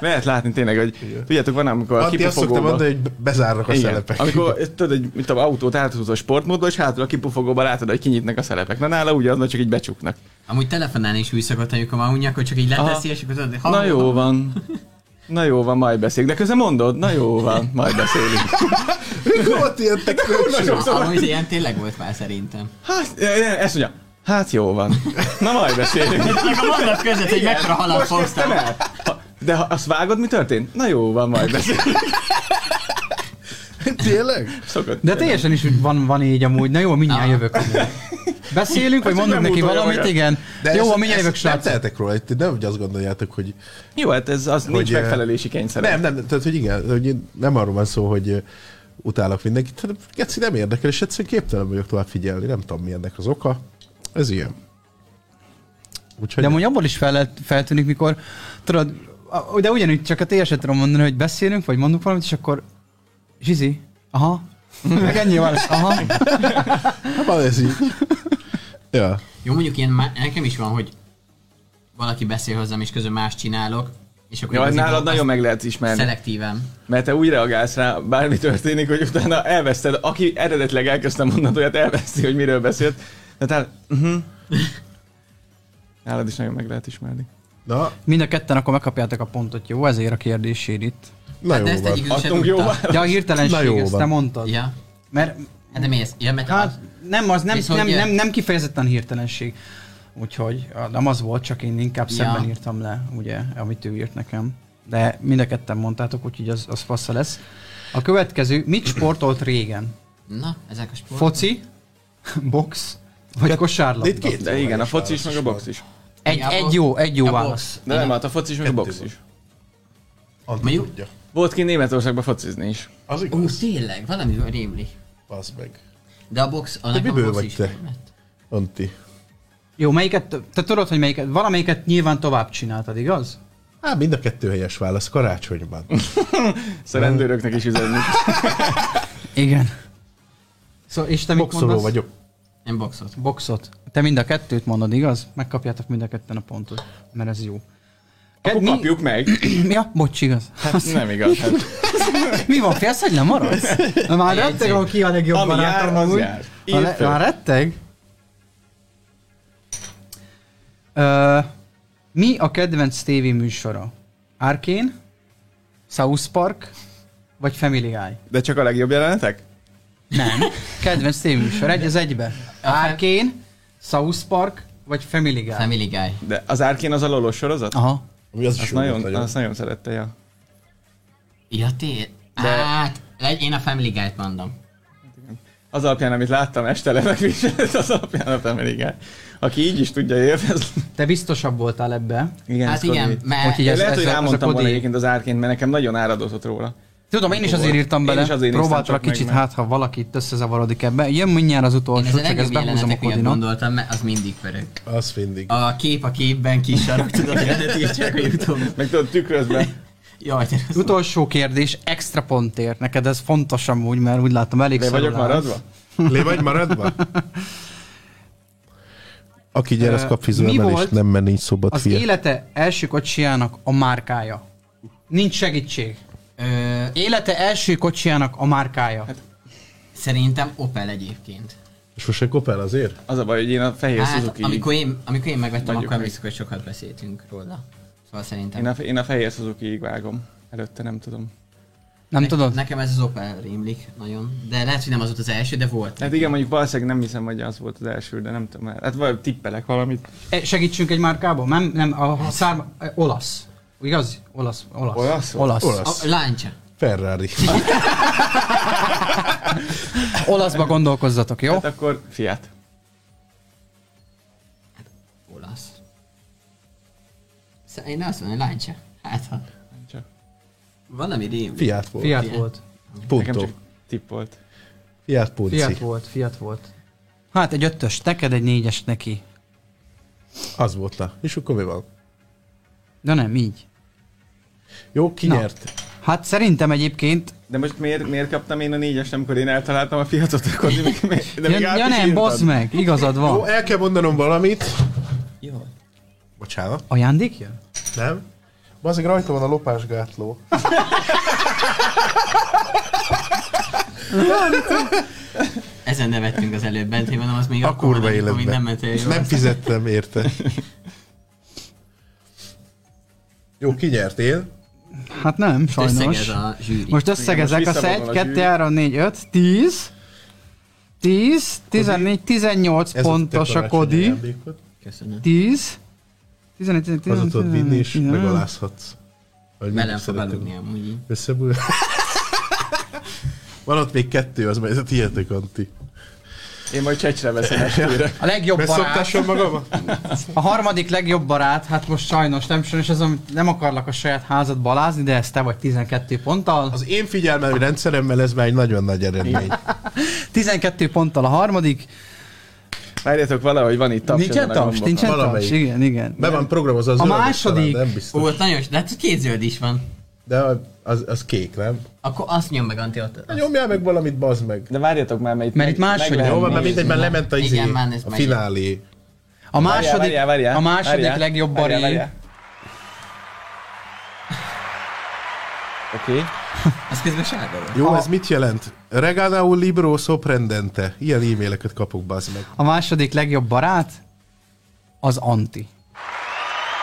Speaker 3: Lehet látni tényleg, hogy tudjátok, van, amikor a
Speaker 1: Antti azt szokta
Speaker 3: kipufogóba...
Speaker 1: mondani, hogy be- bezárnak a
Speaker 3: Igen.
Speaker 1: szelepek.
Speaker 3: Amikor tudod, egy mit tudom, autót áthúzol sportmódba, és hátul a kipufogóba látod, hogy kinyitnak a szelepek. Na nála ugye azon csak így becsuknak.
Speaker 2: Amúgy telefonán is úgy szokott, amikor már unja, akkor csak így leteszi,
Speaker 3: Aha.
Speaker 2: és akkor tudod, hogy
Speaker 3: Na
Speaker 2: halló,
Speaker 3: jó
Speaker 2: halló.
Speaker 3: van. Na jó van, majd beszélünk. De közben mondod, na jó van, majd beszélünk.
Speaker 1: Mikor ott jöttek kölcsön?
Speaker 2: Ah, Amúgy ilyen tényleg volt már szerintem.
Speaker 3: Hát, e- e- ezt mondja, hát jó van. Na majd beszélünk.
Speaker 2: Csak a mondat között, hogy mekkora halal
Speaker 3: kezdtem
Speaker 2: fogtam.
Speaker 3: el. Ha- De ha azt vágod, mi történt? Na jó van, majd beszélünk.
Speaker 1: Tényleg?
Speaker 3: Szokott.
Speaker 4: De teljesen is úgy van, van így amúgy. Na jó, mindjárt
Speaker 2: Ah.
Speaker 4: jövök. amúgy. Beszélünk, vagy
Speaker 3: így
Speaker 4: mondunk
Speaker 3: Hát, nem
Speaker 4: neki
Speaker 3: utolja
Speaker 4: valamit,
Speaker 3: magát.
Speaker 4: igen.
Speaker 1: De
Speaker 4: jó,
Speaker 1: ezt-
Speaker 4: van, mindjárt
Speaker 1: ezt
Speaker 4: jövök,
Speaker 1: Nem
Speaker 4: srácok.
Speaker 1: tehetek róla, itt nem hogy azt gondoljátok, hogy...
Speaker 3: Jó, hát ez az nincs
Speaker 1: Hogy, eh,
Speaker 3: megfelelési kényszer.
Speaker 1: Nem, nem, tehát hogy igen, hogy én nem arról van szó, hogy ö, utálok mindenkit, hanem Geci nem érdekel, és egyszerűen képtelen vagyok tovább figyelni, nem tudom mi ennek az oka. Ez ilyen. Úgyhogy...
Speaker 4: De amúgy abból is fel, lehet- feltűnik, mikor, tudod, a- de ugyanúgy csak a teljeset tudom mondani, hogy beszélünk, vagy mondunk valamit, és akkor Zsizi, aha, meg ennyi van, aha.
Speaker 1: Hát van ez így. ja.
Speaker 2: Jó, mondjuk ilyen, má- nekem is van, hogy valaki beszél hozzám, és közben más csinálok, És akkor
Speaker 3: Jó,
Speaker 2: igazából
Speaker 3: nálad
Speaker 2: azt
Speaker 3: nagyon meg lehet ismerni.
Speaker 2: Szelektíven.
Speaker 3: Mert te úgy reagálsz rá, bármi történik, hogy utána elveszted, aki eredetileg elkezdte a mondatóját, elveszti, hogy miről beszélt. De tehát, uh-huh. Nálad is nagyon meg lehet ismerni.
Speaker 1: Na,
Speaker 4: Mind a ketten akkor megkapjátok a pontot, jó? Ezért a kérdésért itt.
Speaker 1: na
Speaker 2: Hát de
Speaker 1: jó
Speaker 2: ezt
Speaker 1: van.
Speaker 2: egyikük se
Speaker 3: Adtunk jó
Speaker 2: tudta.
Speaker 3: választ?
Speaker 4: De a
Speaker 1: Na
Speaker 4: hirtelenség,
Speaker 1: jó
Speaker 4: ezt
Speaker 1: van.
Speaker 4: te mondtad.
Speaker 2: Ja.
Speaker 4: Mert
Speaker 2: Hát de mi ez? Ja, mert
Speaker 4: hát, nem, az nem,
Speaker 2: Viszont
Speaker 4: nem,
Speaker 2: ugye-
Speaker 4: nem, nem kifejezetten hirtelenség. Úgyhogy ah, nem az volt, csak én inkább
Speaker 2: Ja.
Speaker 4: szemben írtam le, ugye, amit ő írt nekem. De mind a ketten mondtátok, úgyhogy az, az fassa lesz. A következő, mit sportolt régen?
Speaker 2: Na, ezek a sport.
Speaker 4: Foci, box, vagy
Speaker 1: De itt
Speaker 4: kosárlabda?
Speaker 1: két
Speaker 3: De
Speaker 1: jó
Speaker 3: igen, a
Speaker 1: helyes
Speaker 3: foci is, meg
Speaker 1: válasz
Speaker 3: a box
Speaker 1: van.
Speaker 3: is.
Speaker 4: Egy,
Speaker 2: Ja,
Speaker 4: egy
Speaker 2: box.
Speaker 4: jó, egy jó
Speaker 2: Ja, box.
Speaker 4: válasz.
Speaker 3: De nem, hát a foci is, meg a box
Speaker 1: van.
Speaker 3: is.
Speaker 1: Anti
Speaker 2: Mondjuk-
Speaker 1: tudja.
Speaker 3: Volt ki Németországba focizni is.
Speaker 1: Az
Speaker 2: Ú,
Speaker 1: igaz?
Speaker 2: tényleg, valami rémlik.
Speaker 1: Az meg.
Speaker 2: De a box, a nekem a
Speaker 1: miből
Speaker 2: box
Speaker 1: vagy
Speaker 2: is
Speaker 1: te?
Speaker 2: megmaradt.
Speaker 1: Anti.
Speaker 4: Jó, melyiket, te tudod, hogy melyiket, valamelyiket nyilván tovább csináltad, igaz?
Speaker 1: Hát mind a kettő helyes válasz, karácsonyban.
Speaker 3: Szerendőröknek is üzenni.
Speaker 4: Igen. Szóval, és te mit
Speaker 1: Boxoló
Speaker 4: mondasz?
Speaker 1: vagyok.
Speaker 2: Én boxot.
Speaker 4: Boxot. Te mind a kettőt mondod, igaz? Megkapjátok mind a ketten a pontot, mert ez jó.
Speaker 3: Akkor
Speaker 4: mi,
Speaker 3: kapjuk meg.
Speaker 4: ja, bocs, igaz.
Speaker 3: Hát nem igaz. Hát,
Speaker 4: Mi van, félsz, hogy lemaradsz? Na, Már
Speaker 2: Jegyzi.
Speaker 4: retteg, ahol ki a legjobb
Speaker 3: Ami
Speaker 4: barátom,
Speaker 3: jár, az
Speaker 4: amúgy.
Speaker 3: jár.
Speaker 4: Ha le-
Speaker 3: Írd föl.
Speaker 4: Már retteg? Ö, mi a kedvenc tévéműsora? Arkane? South Park? Vagy Family Guy?
Speaker 3: de csak a legjobb jelenetek?
Speaker 4: Nem. Kedvenc tévéműsor, egy az egybe. Arkane, South Park, vagy Family Guy?
Speaker 2: Family Guy.
Speaker 3: De az Árkén az a lolos sorozat?
Speaker 4: Aha.
Speaker 1: Ami az is
Speaker 3: Azt
Speaker 1: jó volt
Speaker 3: nagyon, azt nagyon szerette, ja.
Speaker 2: Ja, té.
Speaker 3: De-
Speaker 2: Hát, legy- én a Family Guy-t mondom.
Speaker 3: Az alapján, amit láttam este levegviselt, az alapján a Family Guy. hát. Aki így is tudja élvezni.
Speaker 4: Te biztosabb voltál ebbe.
Speaker 3: Igen,
Speaker 2: hát
Speaker 3: ez Kodi.
Speaker 2: igen, mert...
Speaker 4: Hogy így
Speaker 3: Ez
Speaker 4: Ez-
Speaker 3: lehet,
Speaker 4: ez
Speaker 3: hogy
Speaker 4: a- ez a
Speaker 3: rámondtam volna
Speaker 4: Kodi.
Speaker 3: egyébként az árként, mert nekem nagyon áradozott róla.
Speaker 4: Tudom, én is
Speaker 3: Volt.
Speaker 4: azért írtam
Speaker 3: Én
Speaker 4: bele.
Speaker 3: is azért néztem
Speaker 4: Próbáltam
Speaker 3: csak meg,
Speaker 4: kicsit,
Speaker 3: mert-
Speaker 4: hát ha valaki itt összezavarodik ebbe. Jön mindjárt az
Speaker 2: Én
Speaker 4: utolsó,
Speaker 2: ez a
Speaker 4: csak ezt
Speaker 2: legjobb
Speaker 4: behúzom a
Speaker 2: jelenetek miatt
Speaker 4: kodinot.
Speaker 2: gondoltam, mert az mindig pörög.
Speaker 1: Az mindig.
Speaker 2: A kép a képben kis sarok, tudod, eredetileg csak a Youtube.
Speaker 3: Meg tudod, tükrözben.
Speaker 2: Jaj, de rossz.
Speaker 4: Utolsó kérdés, extra pontért. Neked ez fontos amúgy, mert úgy látom elég
Speaker 3: De vagyok
Speaker 4: szarulás.
Speaker 3: maradva?
Speaker 1: Lé vagy maradva? Aki nyer, az
Speaker 4: Ö,
Speaker 1: kap
Speaker 4: mi
Speaker 1: fizemelést,
Speaker 4: volt
Speaker 1: nem mert nincs szobat
Speaker 4: Az
Speaker 1: fia.
Speaker 4: élete első kocsijának a márkája. Nincs segítség.
Speaker 2: Ö, Hát,
Speaker 4: Élete első kocsijának a márkája.
Speaker 2: szerintem Opel egyébként.
Speaker 1: És most egy kopál azért?
Speaker 3: Az a baj, hogy én a fehér
Speaker 2: Hát,
Speaker 3: Suzuki...
Speaker 2: amikor én, amikor én megvettem,
Speaker 3: Mondjuk
Speaker 2: akkor
Speaker 3: meg.
Speaker 2: emlékszem, hogy sokat beszéltünk róla. Szóval szerintem...
Speaker 3: Én a, én a fehér Suzuki vágom. Előtte nem tudom.
Speaker 4: Nem
Speaker 2: Ne-
Speaker 4: tudod?
Speaker 2: Nekem ez az Opel rémlik nagyon. De lehet, hogy nem az volt az első, de volt.
Speaker 3: Hát igen, mondjuk valószínűleg nem hiszem, hogy az volt az első, de nem tudom. Hát vagy tippelek valamit.
Speaker 4: E, Segítsünk egy márkából? Nem, nem, a szárma... e, Olasz. Igaz? Olasz. Olasz.
Speaker 3: Olasz?
Speaker 4: Olasz.
Speaker 1: Olasz.
Speaker 2: A láncsa.
Speaker 1: Ferrari.
Speaker 4: Olaszba gondolkozzatok, jó?
Speaker 3: Hát akkor Fiat.
Speaker 2: Olasz. Szóval én azt mondom, hogy láncsa. Hát ha.
Speaker 3: Csak.
Speaker 2: Valami rémlik.
Speaker 1: Fiat volt.
Speaker 4: Fiat
Speaker 2: Fiat.
Speaker 4: volt.
Speaker 3: Nekem
Speaker 1: Punto.
Speaker 3: csak tipp volt.
Speaker 1: Fiat Punci.
Speaker 4: Fiat volt, fiat volt. Hát egy ötös, neked egy négyes neki.
Speaker 1: Az volt na. És akkor mi van?
Speaker 4: De nem, így.
Speaker 1: Jó, ki
Speaker 4: Na.
Speaker 1: nyert?
Speaker 4: Hát szerintem egyébként...
Speaker 3: De most miért, miért kaptam én a négyest, amikor én eltaláltam a fiatot, akkor mi- mi- mi- de
Speaker 4: Ja,
Speaker 3: még át
Speaker 4: ja
Speaker 3: is
Speaker 4: nem,
Speaker 3: írtad. e-
Speaker 4: bazd meg, igazad
Speaker 1: Jó,
Speaker 4: van.
Speaker 1: el kell mondanom valamit.
Speaker 2: Jó.
Speaker 1: Bocsánat.
Speaker 4: Ajándék jön?
Speaker 1: Nem? Bazzik, rajta van a lopásgátló.
Speaker 2: Ezen nevettünk az előbb bent, én mondom, az még
Speaker 1: A kurva
Speaker 2: mondom,
Speaker 1: életben.
Speaker 2: amikor nem ment el jól.
Speaker 1: Nem fizettem érte. Jó, ki nyert én?
Speaker 4: Hát nem, sajnos.
Speaker 2: Összegez a zsűri.
Speaker 4: Most összegezek,
Speaker 3: Igen,
Speaker 4: az
Speaker 3: most
Speaker 4: 1,
Speaker 3: visszavonul a
Speaker 4: 2,
Speaker 3: zsűri.
Speaker 4: 3, 4, 5, 10, 10, 14, 18
Speaker 1: a te
Speaker 4: pontos a
Speaker 1: karácsonyi
Speaker 4: Kodi,
Speaker 1: ajándékod.
Speaker 2: Köszönöm.
Speaker 4: 10, 11, 11, 11,
Speaker 1: Haza tudod vinni és
Speaker 4: 11,
Speaker 1: megalázhatsz. Ahogy mindig
Speaker 2: Velem fog
Speaker 1: szeretem.
Speaker 2: aludni amúgy. így.
Speaker 1: Összebúl. Van ott még kettő, az majd a tiétek, Anti.
Speaker 3: Én majd csecsre veszem estére.
Speaker 4: A legjobb barát,
Speaker 1: Beszoptásom magam?
Speaker 4: a harmadik legjobb barát, hát most sajnos nem sajnos, ez, amit nem akarlak a saját házat balázni, de ez te vagy 12 ponttal.
Speaker 1: Az én figyelmelmi rendszeremmel ez már egy nagyon nagy eredmény.
Speaker 4: 12 ponttal a harmadik.
Speaker 3: Várjátok valahogy van itt taps.
Speaker 4: Nincsen
Speaker 3: ezen a
Speaker 4: taps,
Speaker 3: gombokon.
Speaker 4: nincsen taps,
Speaker 1: Valamelyik.
Speaker 4: igen, igen.
Speaker 1: Be van programozva az
Speaker 4: A
Speaker 1: zöld,
Speaker 4: második.
Speaker 1: talán, nem
Speaker 2: Ó,
Speaker 1: biztos.
Speaker 2: ott nagyon jó, de hát két zöld is van.
Speaker 1: De az, az kék, nem?
Speaker 2: Akkor azt nyom meg, Antti, ott. azt.
Speaker 1: Nyomjál meg valamit, bazd meg.
Speaker 3: De várjátok már, mert itt,
Speaker 4: Mert itt máshogy
Speaker 3: meg
Speaker 4: van.
Speaker 3: lehet
Speaker 1: Jó, van, mert
Speaker 3: nézni.
Speaker 1: mindegy, már lement a,
Speaker 2: Igen,
Speaker 1: izé,
Speaker 2: már ez
Speaker 1: a
Speaker 2: megy.
Speaker 1: finálé.
Speaker 4: A második,
Speaker 3: Várjál, várjál, várjál,
Speaker 4: a második
Speaker 3: várjál,
Speaker 4: legjobb
Speaker 3: várjál,
Speaker 4: baré.
Speaker 3: várjál. Oké. Okay.
Speaker 2: Ez közben sárga volt.
Speaker 1: Jó, ez mit jelent? Reganaul libro soprendente. Ilyen e-maileket kapok, bazd meg.
Speaker 4: A második legjobb barát az Anti.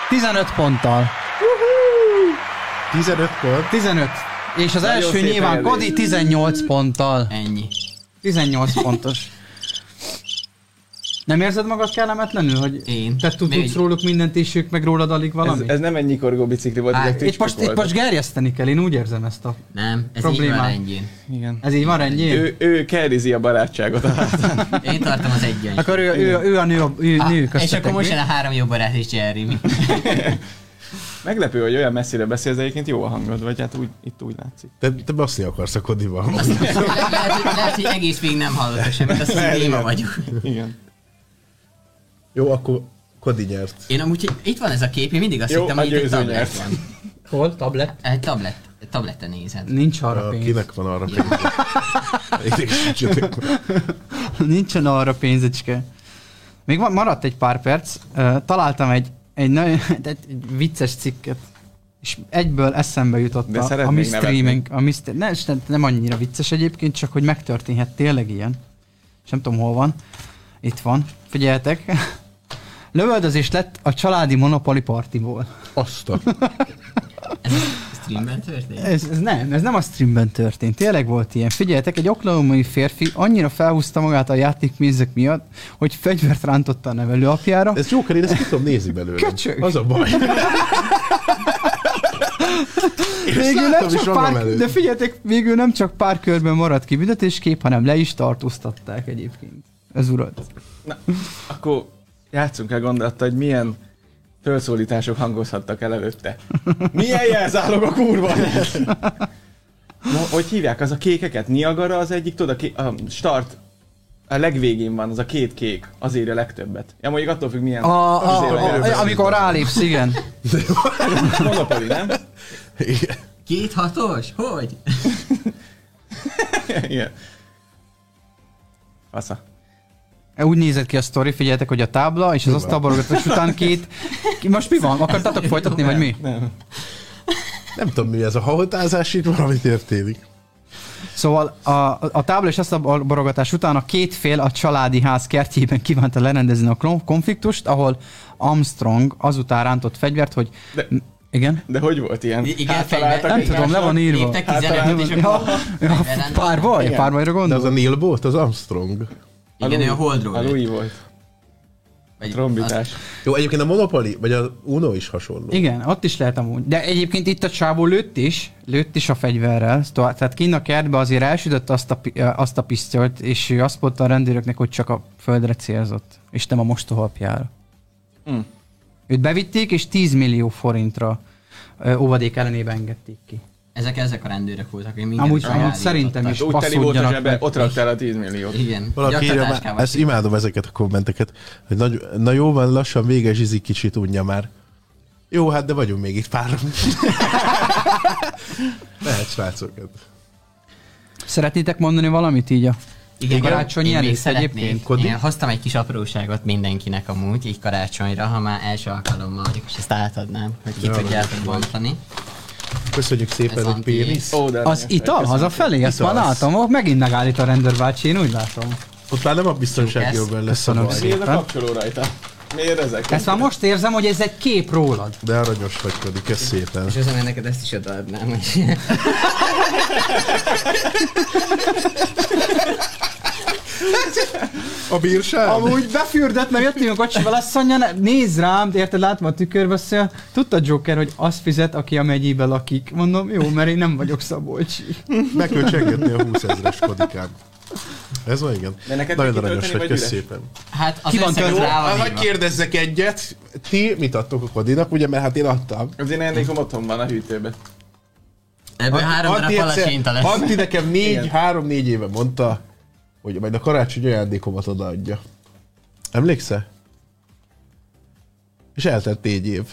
Speaker 4: 15 ponttal.
Speaker 1: 15 pont.
Speaker 4: 15. És az
Speaker 3: Nagyon
Speaker 4: első
Speaker 3: szép
Speaker 4: nyilván
Speaker 3: elérés.
Speaker 4: Kodi 18 ponttal.
Speaker 2: Ennyi.
Speaker 4: 18 pontos. Nem érzed magad kellemetlenül, hogy
Speaker 2: Én.
Speaker 4: te tud-
Speaker 2: Még-
Speaker 4: tudsz róluk mindent, és ők meg rólad alig
Speaker 3: Ez,
Speaker 4: valami?
Speaker 3: ez, nem ennyi korgó bicikli volt,
Speaker 4: Á,
Speaker 3: ezek
Speaker 4: itt,
Speaker 3: tücskök
Speaker 4: most, itt
Speaker 3: voltak.
Speaker 4: most gerjeszteni kell, én úgy érzem ezt a...
Speaker 2: Nem, ez
Speaker 4: Problémám.
Speaker 2: így van rendjén.
Speaker 3: Igen.
Speaker 4: Ez így van rendjén?
Speaker 3: Ő, ő carrizi a barátságot.
Speaker 2: Én tartom az egyen.
Speaker 4: Akkor ő, ő, ő, a nő, a ő,
Speaker 2: Ah,
Speaker 4: nő
Speaker 2: és
Speaker 4: köztetek,
Speaker 2: akkor most
Speaker 4: mi?
Speaker 2: jön a három jó barát és Jerry. mi?
Speaker 3: Meglepő, hogy olyan messzire beszélsz, de egyébként jó a hangod, vagy hát úgy, itt úgy látszik.
Speaker 1: Te, te baszni akarsz a kodiban.
Speaker 2: Le- lehet, hogy, lehet, hogy egész végig nem hallotta semmit, azt hiszem, én ma vagyok.
Speaker 3: Igen.
Speaker 1: Jó, akkor Kodi nyert.
Speaker 2: Én amúgy itt van ez a kép, én mindig azt
Speaker 3: Jó,
Speaker 2: hittem,
Speaker 3: a
Speaker 2: hogy itt egy
Speaker 3: győző
Speaker 2: tablet
Speaker 3: nyert.
Speaker 2: van.
Speaker 4: Hol? Tablet?
Speaker 2: Egy tablet, egy tableten nézed.
Speaker 4: Nincs arra pénz.
Speaker 1: Kinek van arra pénz? Én is csak-
Speaker 4: Nincsen arra pénzecske. Még van, maradt egy pár perc. Ö, Találtam egy, egy nagyon egy vicces cikket. És egyből eszembe jutott
Speaker 3: De
Speaker 4: a, a
Speaker 3: szeretnék
Speaker 4: mi
Speaker 3: nevetni.
Speaker 4: streaming. A mi stre- ne, és nem, nem annyira vicces egyébként, csak hogy megtörténhet tényleg ilyen. És nem tudom hol van. Itt van. Figyeljetek. Lövöldözés lett a családi Monopoly partiból.
Speaker 1: Azt a...
Speaker 2: Ez streamben történt?
Speaker 4: Ez, ez nem, ez nem a streamben történt. Tényleg volt ilyen. Figyeljetek, egy oklahomai férfi annyira felhúzta magát a játékműzek miatt, hogy fegyvert rántotta a nevelőapjára.
Speaker 1: Ez Joker, én ezt nem tudom nézni belőle.
Speaker 4: Köcsög.
Speaker 1: Az a baj. Én ezt
Speaker 4: Végül nem
Speaker 1: láttam is
Speaker 4: csak
Speaker 1: magam
Speaker 4: pár,
Speaker 1: előtt.
Speaker 4: de figyeljetek, végül nem csak pár körben maradt ki büntetéskép, hanem le is tartóztatták egyébként. Ez urat.
Speaker 3: Na, akkor játszunk el gondolattal, hogy milyen felszólítások hangozhattak el előtte. Milyen jelzálog a kurva ez? No, hogy hívják az a kékeket? Niagara az egyik, tudod, a, ké- a start a legvégén van az a két kék, az írja a legtöbbet. Ja, mondjuk attól függ milyen...
Speaker 4: A, a,
Speaker 3: izé
Speaker 4: a,
Speaker 3: legyen.
Speaker 4: a, amikor rálépsz, igen.
Speaker 3: Monopoly, nem?
Speaker 1: Igen.
Speaker 2: Két hatos? Hogy?
Speaker 3: Igen. Fasza.
Speaker 4: Úgy nézett ki a sztori, figyeljetek, hogy a tábla és az asztalborogatás után két... Ki- Most mi van? Akartátok folytatni, vagy mi?
Speaker 1: Nem tudom, mi ez a hahotázás, itt valami történik.
Speaker 4: Szóval a, a tábla és azt a borogatás után a két fél a családi ház kertjében kívánta lerendezni a klon- konfliktust, ahol Armstrong azután rántott fegyvert, hogy...
Speaker 3: De-
Speaker 4: M- igen?
Speaker 3: De hogy volt ilyen? Hát,
Speaker 2: Igen,
Speaker 3: Háttaláltak
Speaker 2: fejbe-
Speaker 4: Nem tudom, le van írva.
Speaker 2: Léptek 15 és
Speaker 4: Ja,
Speaker 2: akkor...
Speaker 4: ja,
Speaker 2: Fegyveren-
Speaker 4: pár baj,
Speaker 3: Igen.
Speaker 4: pár bajra
Speaker 1: De az a
Speaker 4: gondol.
Speaker 1: Neil Bolt, az Armstrong.
Speaker 2: Igen, ő a
Speaker 3: A
Speaker 2: holdról.
Speaker 3: Louis volt.
Speaker 2: Vagy azt-
Speaker 3: Trombitás.
Speaker 1: Jó, egyébként a Monopoly, vagy a Uno is hasonló.
Speaker 4: Igen, ott is lehet amúgy. De egyébként itt a csávó lőtt is, lőtt is a fegyverrel. Szóval- Tehát kinn a kertbe azért elsütött azt a, pi- azt a pisztolyt, és ő azt mondta a rendőröknek, hogy csak a földre célzott, és nem a mostohalpjára.
Speaker 3: Mm.
Speaker 4: Őt bevitték, és 10 millió forintra ö, óvadék ellenébe engedték ki.
Speaker 2: Ezek, ezek a rendőrök voltak, hogy mindent
Speaker 4: Amúgy,
Speaker 2: is
Speaker 4: amúgy
Speaker 2: elállítottak.
Speaker 4: szerintem is
Speaker 3: Úgy teli volt a
Speaker 4: passzódjanak
Speaker 3: zsebe,
Speaker 4: meg.
Speaker 3: ott raktál a 10 milliót.
Speaker 2: Igen.
Speaker 1: Valaki írja már,
Speaker 2: Gyakorlatáskával.
Speaker 1: ezt imádom ezeket a kommenteket, hogy nagy, na jó van, lassan vége zsizik kicsit unja már. Jó, hát de vagyunk még itt pár. Lehet, hát. srácokat.
Speaker 4: Szeretnétek mondani valamit így a
Speaker 2: Igen,
Speaker 4: karácsonyi
Speaker 2: én még
Speaker 4: előtt
Speaker 2: szeretnék.
Speaker 4: egyébként?
Speaker 1: Kodi?
Speaker 2: Én hoztam egy kis apróságot mindenkinek amúgy, így karácsonyra, ha már első alkalommal vagyok, és ezt átadnám, hogy ki
Speaker 1: Jaj,
Speaker 2: tudjátok bontani.
Speaker 1: Köszönjük szépen,
Speaker 2: Ez
Speaker 1: hogy
Speaker 2: anti-
Speaker 1: Péris.
Speaker 3: Ó, de hát
Speaker 4: Az
Speaker 3: aranyos vagy,
Speaker 4: ital
Speaker 3: köszönöm.
Speaker 4: hazafelé? Ezt már
Speaker 1: Italsz.
Speaker 4: látom, ó, megint megállít a rendőrbácsi, én úgy látom.
Speaker 1: Ott már nem a biztonsági
Speaker 2: Kösz.
Speaker 1: jobban lesz a
Speaker 4: Köszönöm
Speaker 1: baj.
Speaker 4: szépen.
Speaker 3: Miért a kapcsoló rajta? Miért ezek?
Speaker 4: Ezt már most érzem, hogy ez egy kép rólad.
Speaker 1: De aranyos vagy, Kodi, kösz szépen.
Speaker 2: És ezen neked ezt is odaadnám.
Speaker 1: A bírság?
Speaker 4: Amúgy befürdet, mert jöttünk a kocsival, azt mondja, ne- nézd rám, de érted, látom a tükörbe, azt mondja, tudta Joker, hogy azt fizet, aki a megyébe lakik. Mondom, jó, mert én nem vagyok Szabolcsi.
Speaker 1: Meg kell csengetni a 20 ezres kodikám. Ez van, igen.
Speaker 3: De neked
Speaker 1: Nagyon
Speaker 3: ki
Speaker 1: aranyos
Speaker 3: kitölteni,
Speaker 1: vagy,
Speaker 3: vagy
Speaker 1: kösz
Speaker 3: üres?
Speaker 1: szépen.
Speaker 2: Hát az
Speaker 4: Ki van
Speaker 2: összeg az
Speaker 4: tőle?
Speaker 2: rá
Speaker 1: Hát,
Speaker 2: van
Speaker 1: Hadd
Speaker 2: írva.
Speaker 1: kérdezzek egyet. Ti mit adtok a Kodinak, ugye, mert hát én adtam.
Speaker 3: Az én ajándékom otthon van a hűtőben.
Speaker 2: Ebből három darab palacsinta lesz.
Speaker 1: Antti nekem négy,
Speaker 3: Igen.
Speaker 1: három-négy éve mondta, hogy majd a karácsony ajándékomat odaadja. Emlékszel? És eltelt négy év.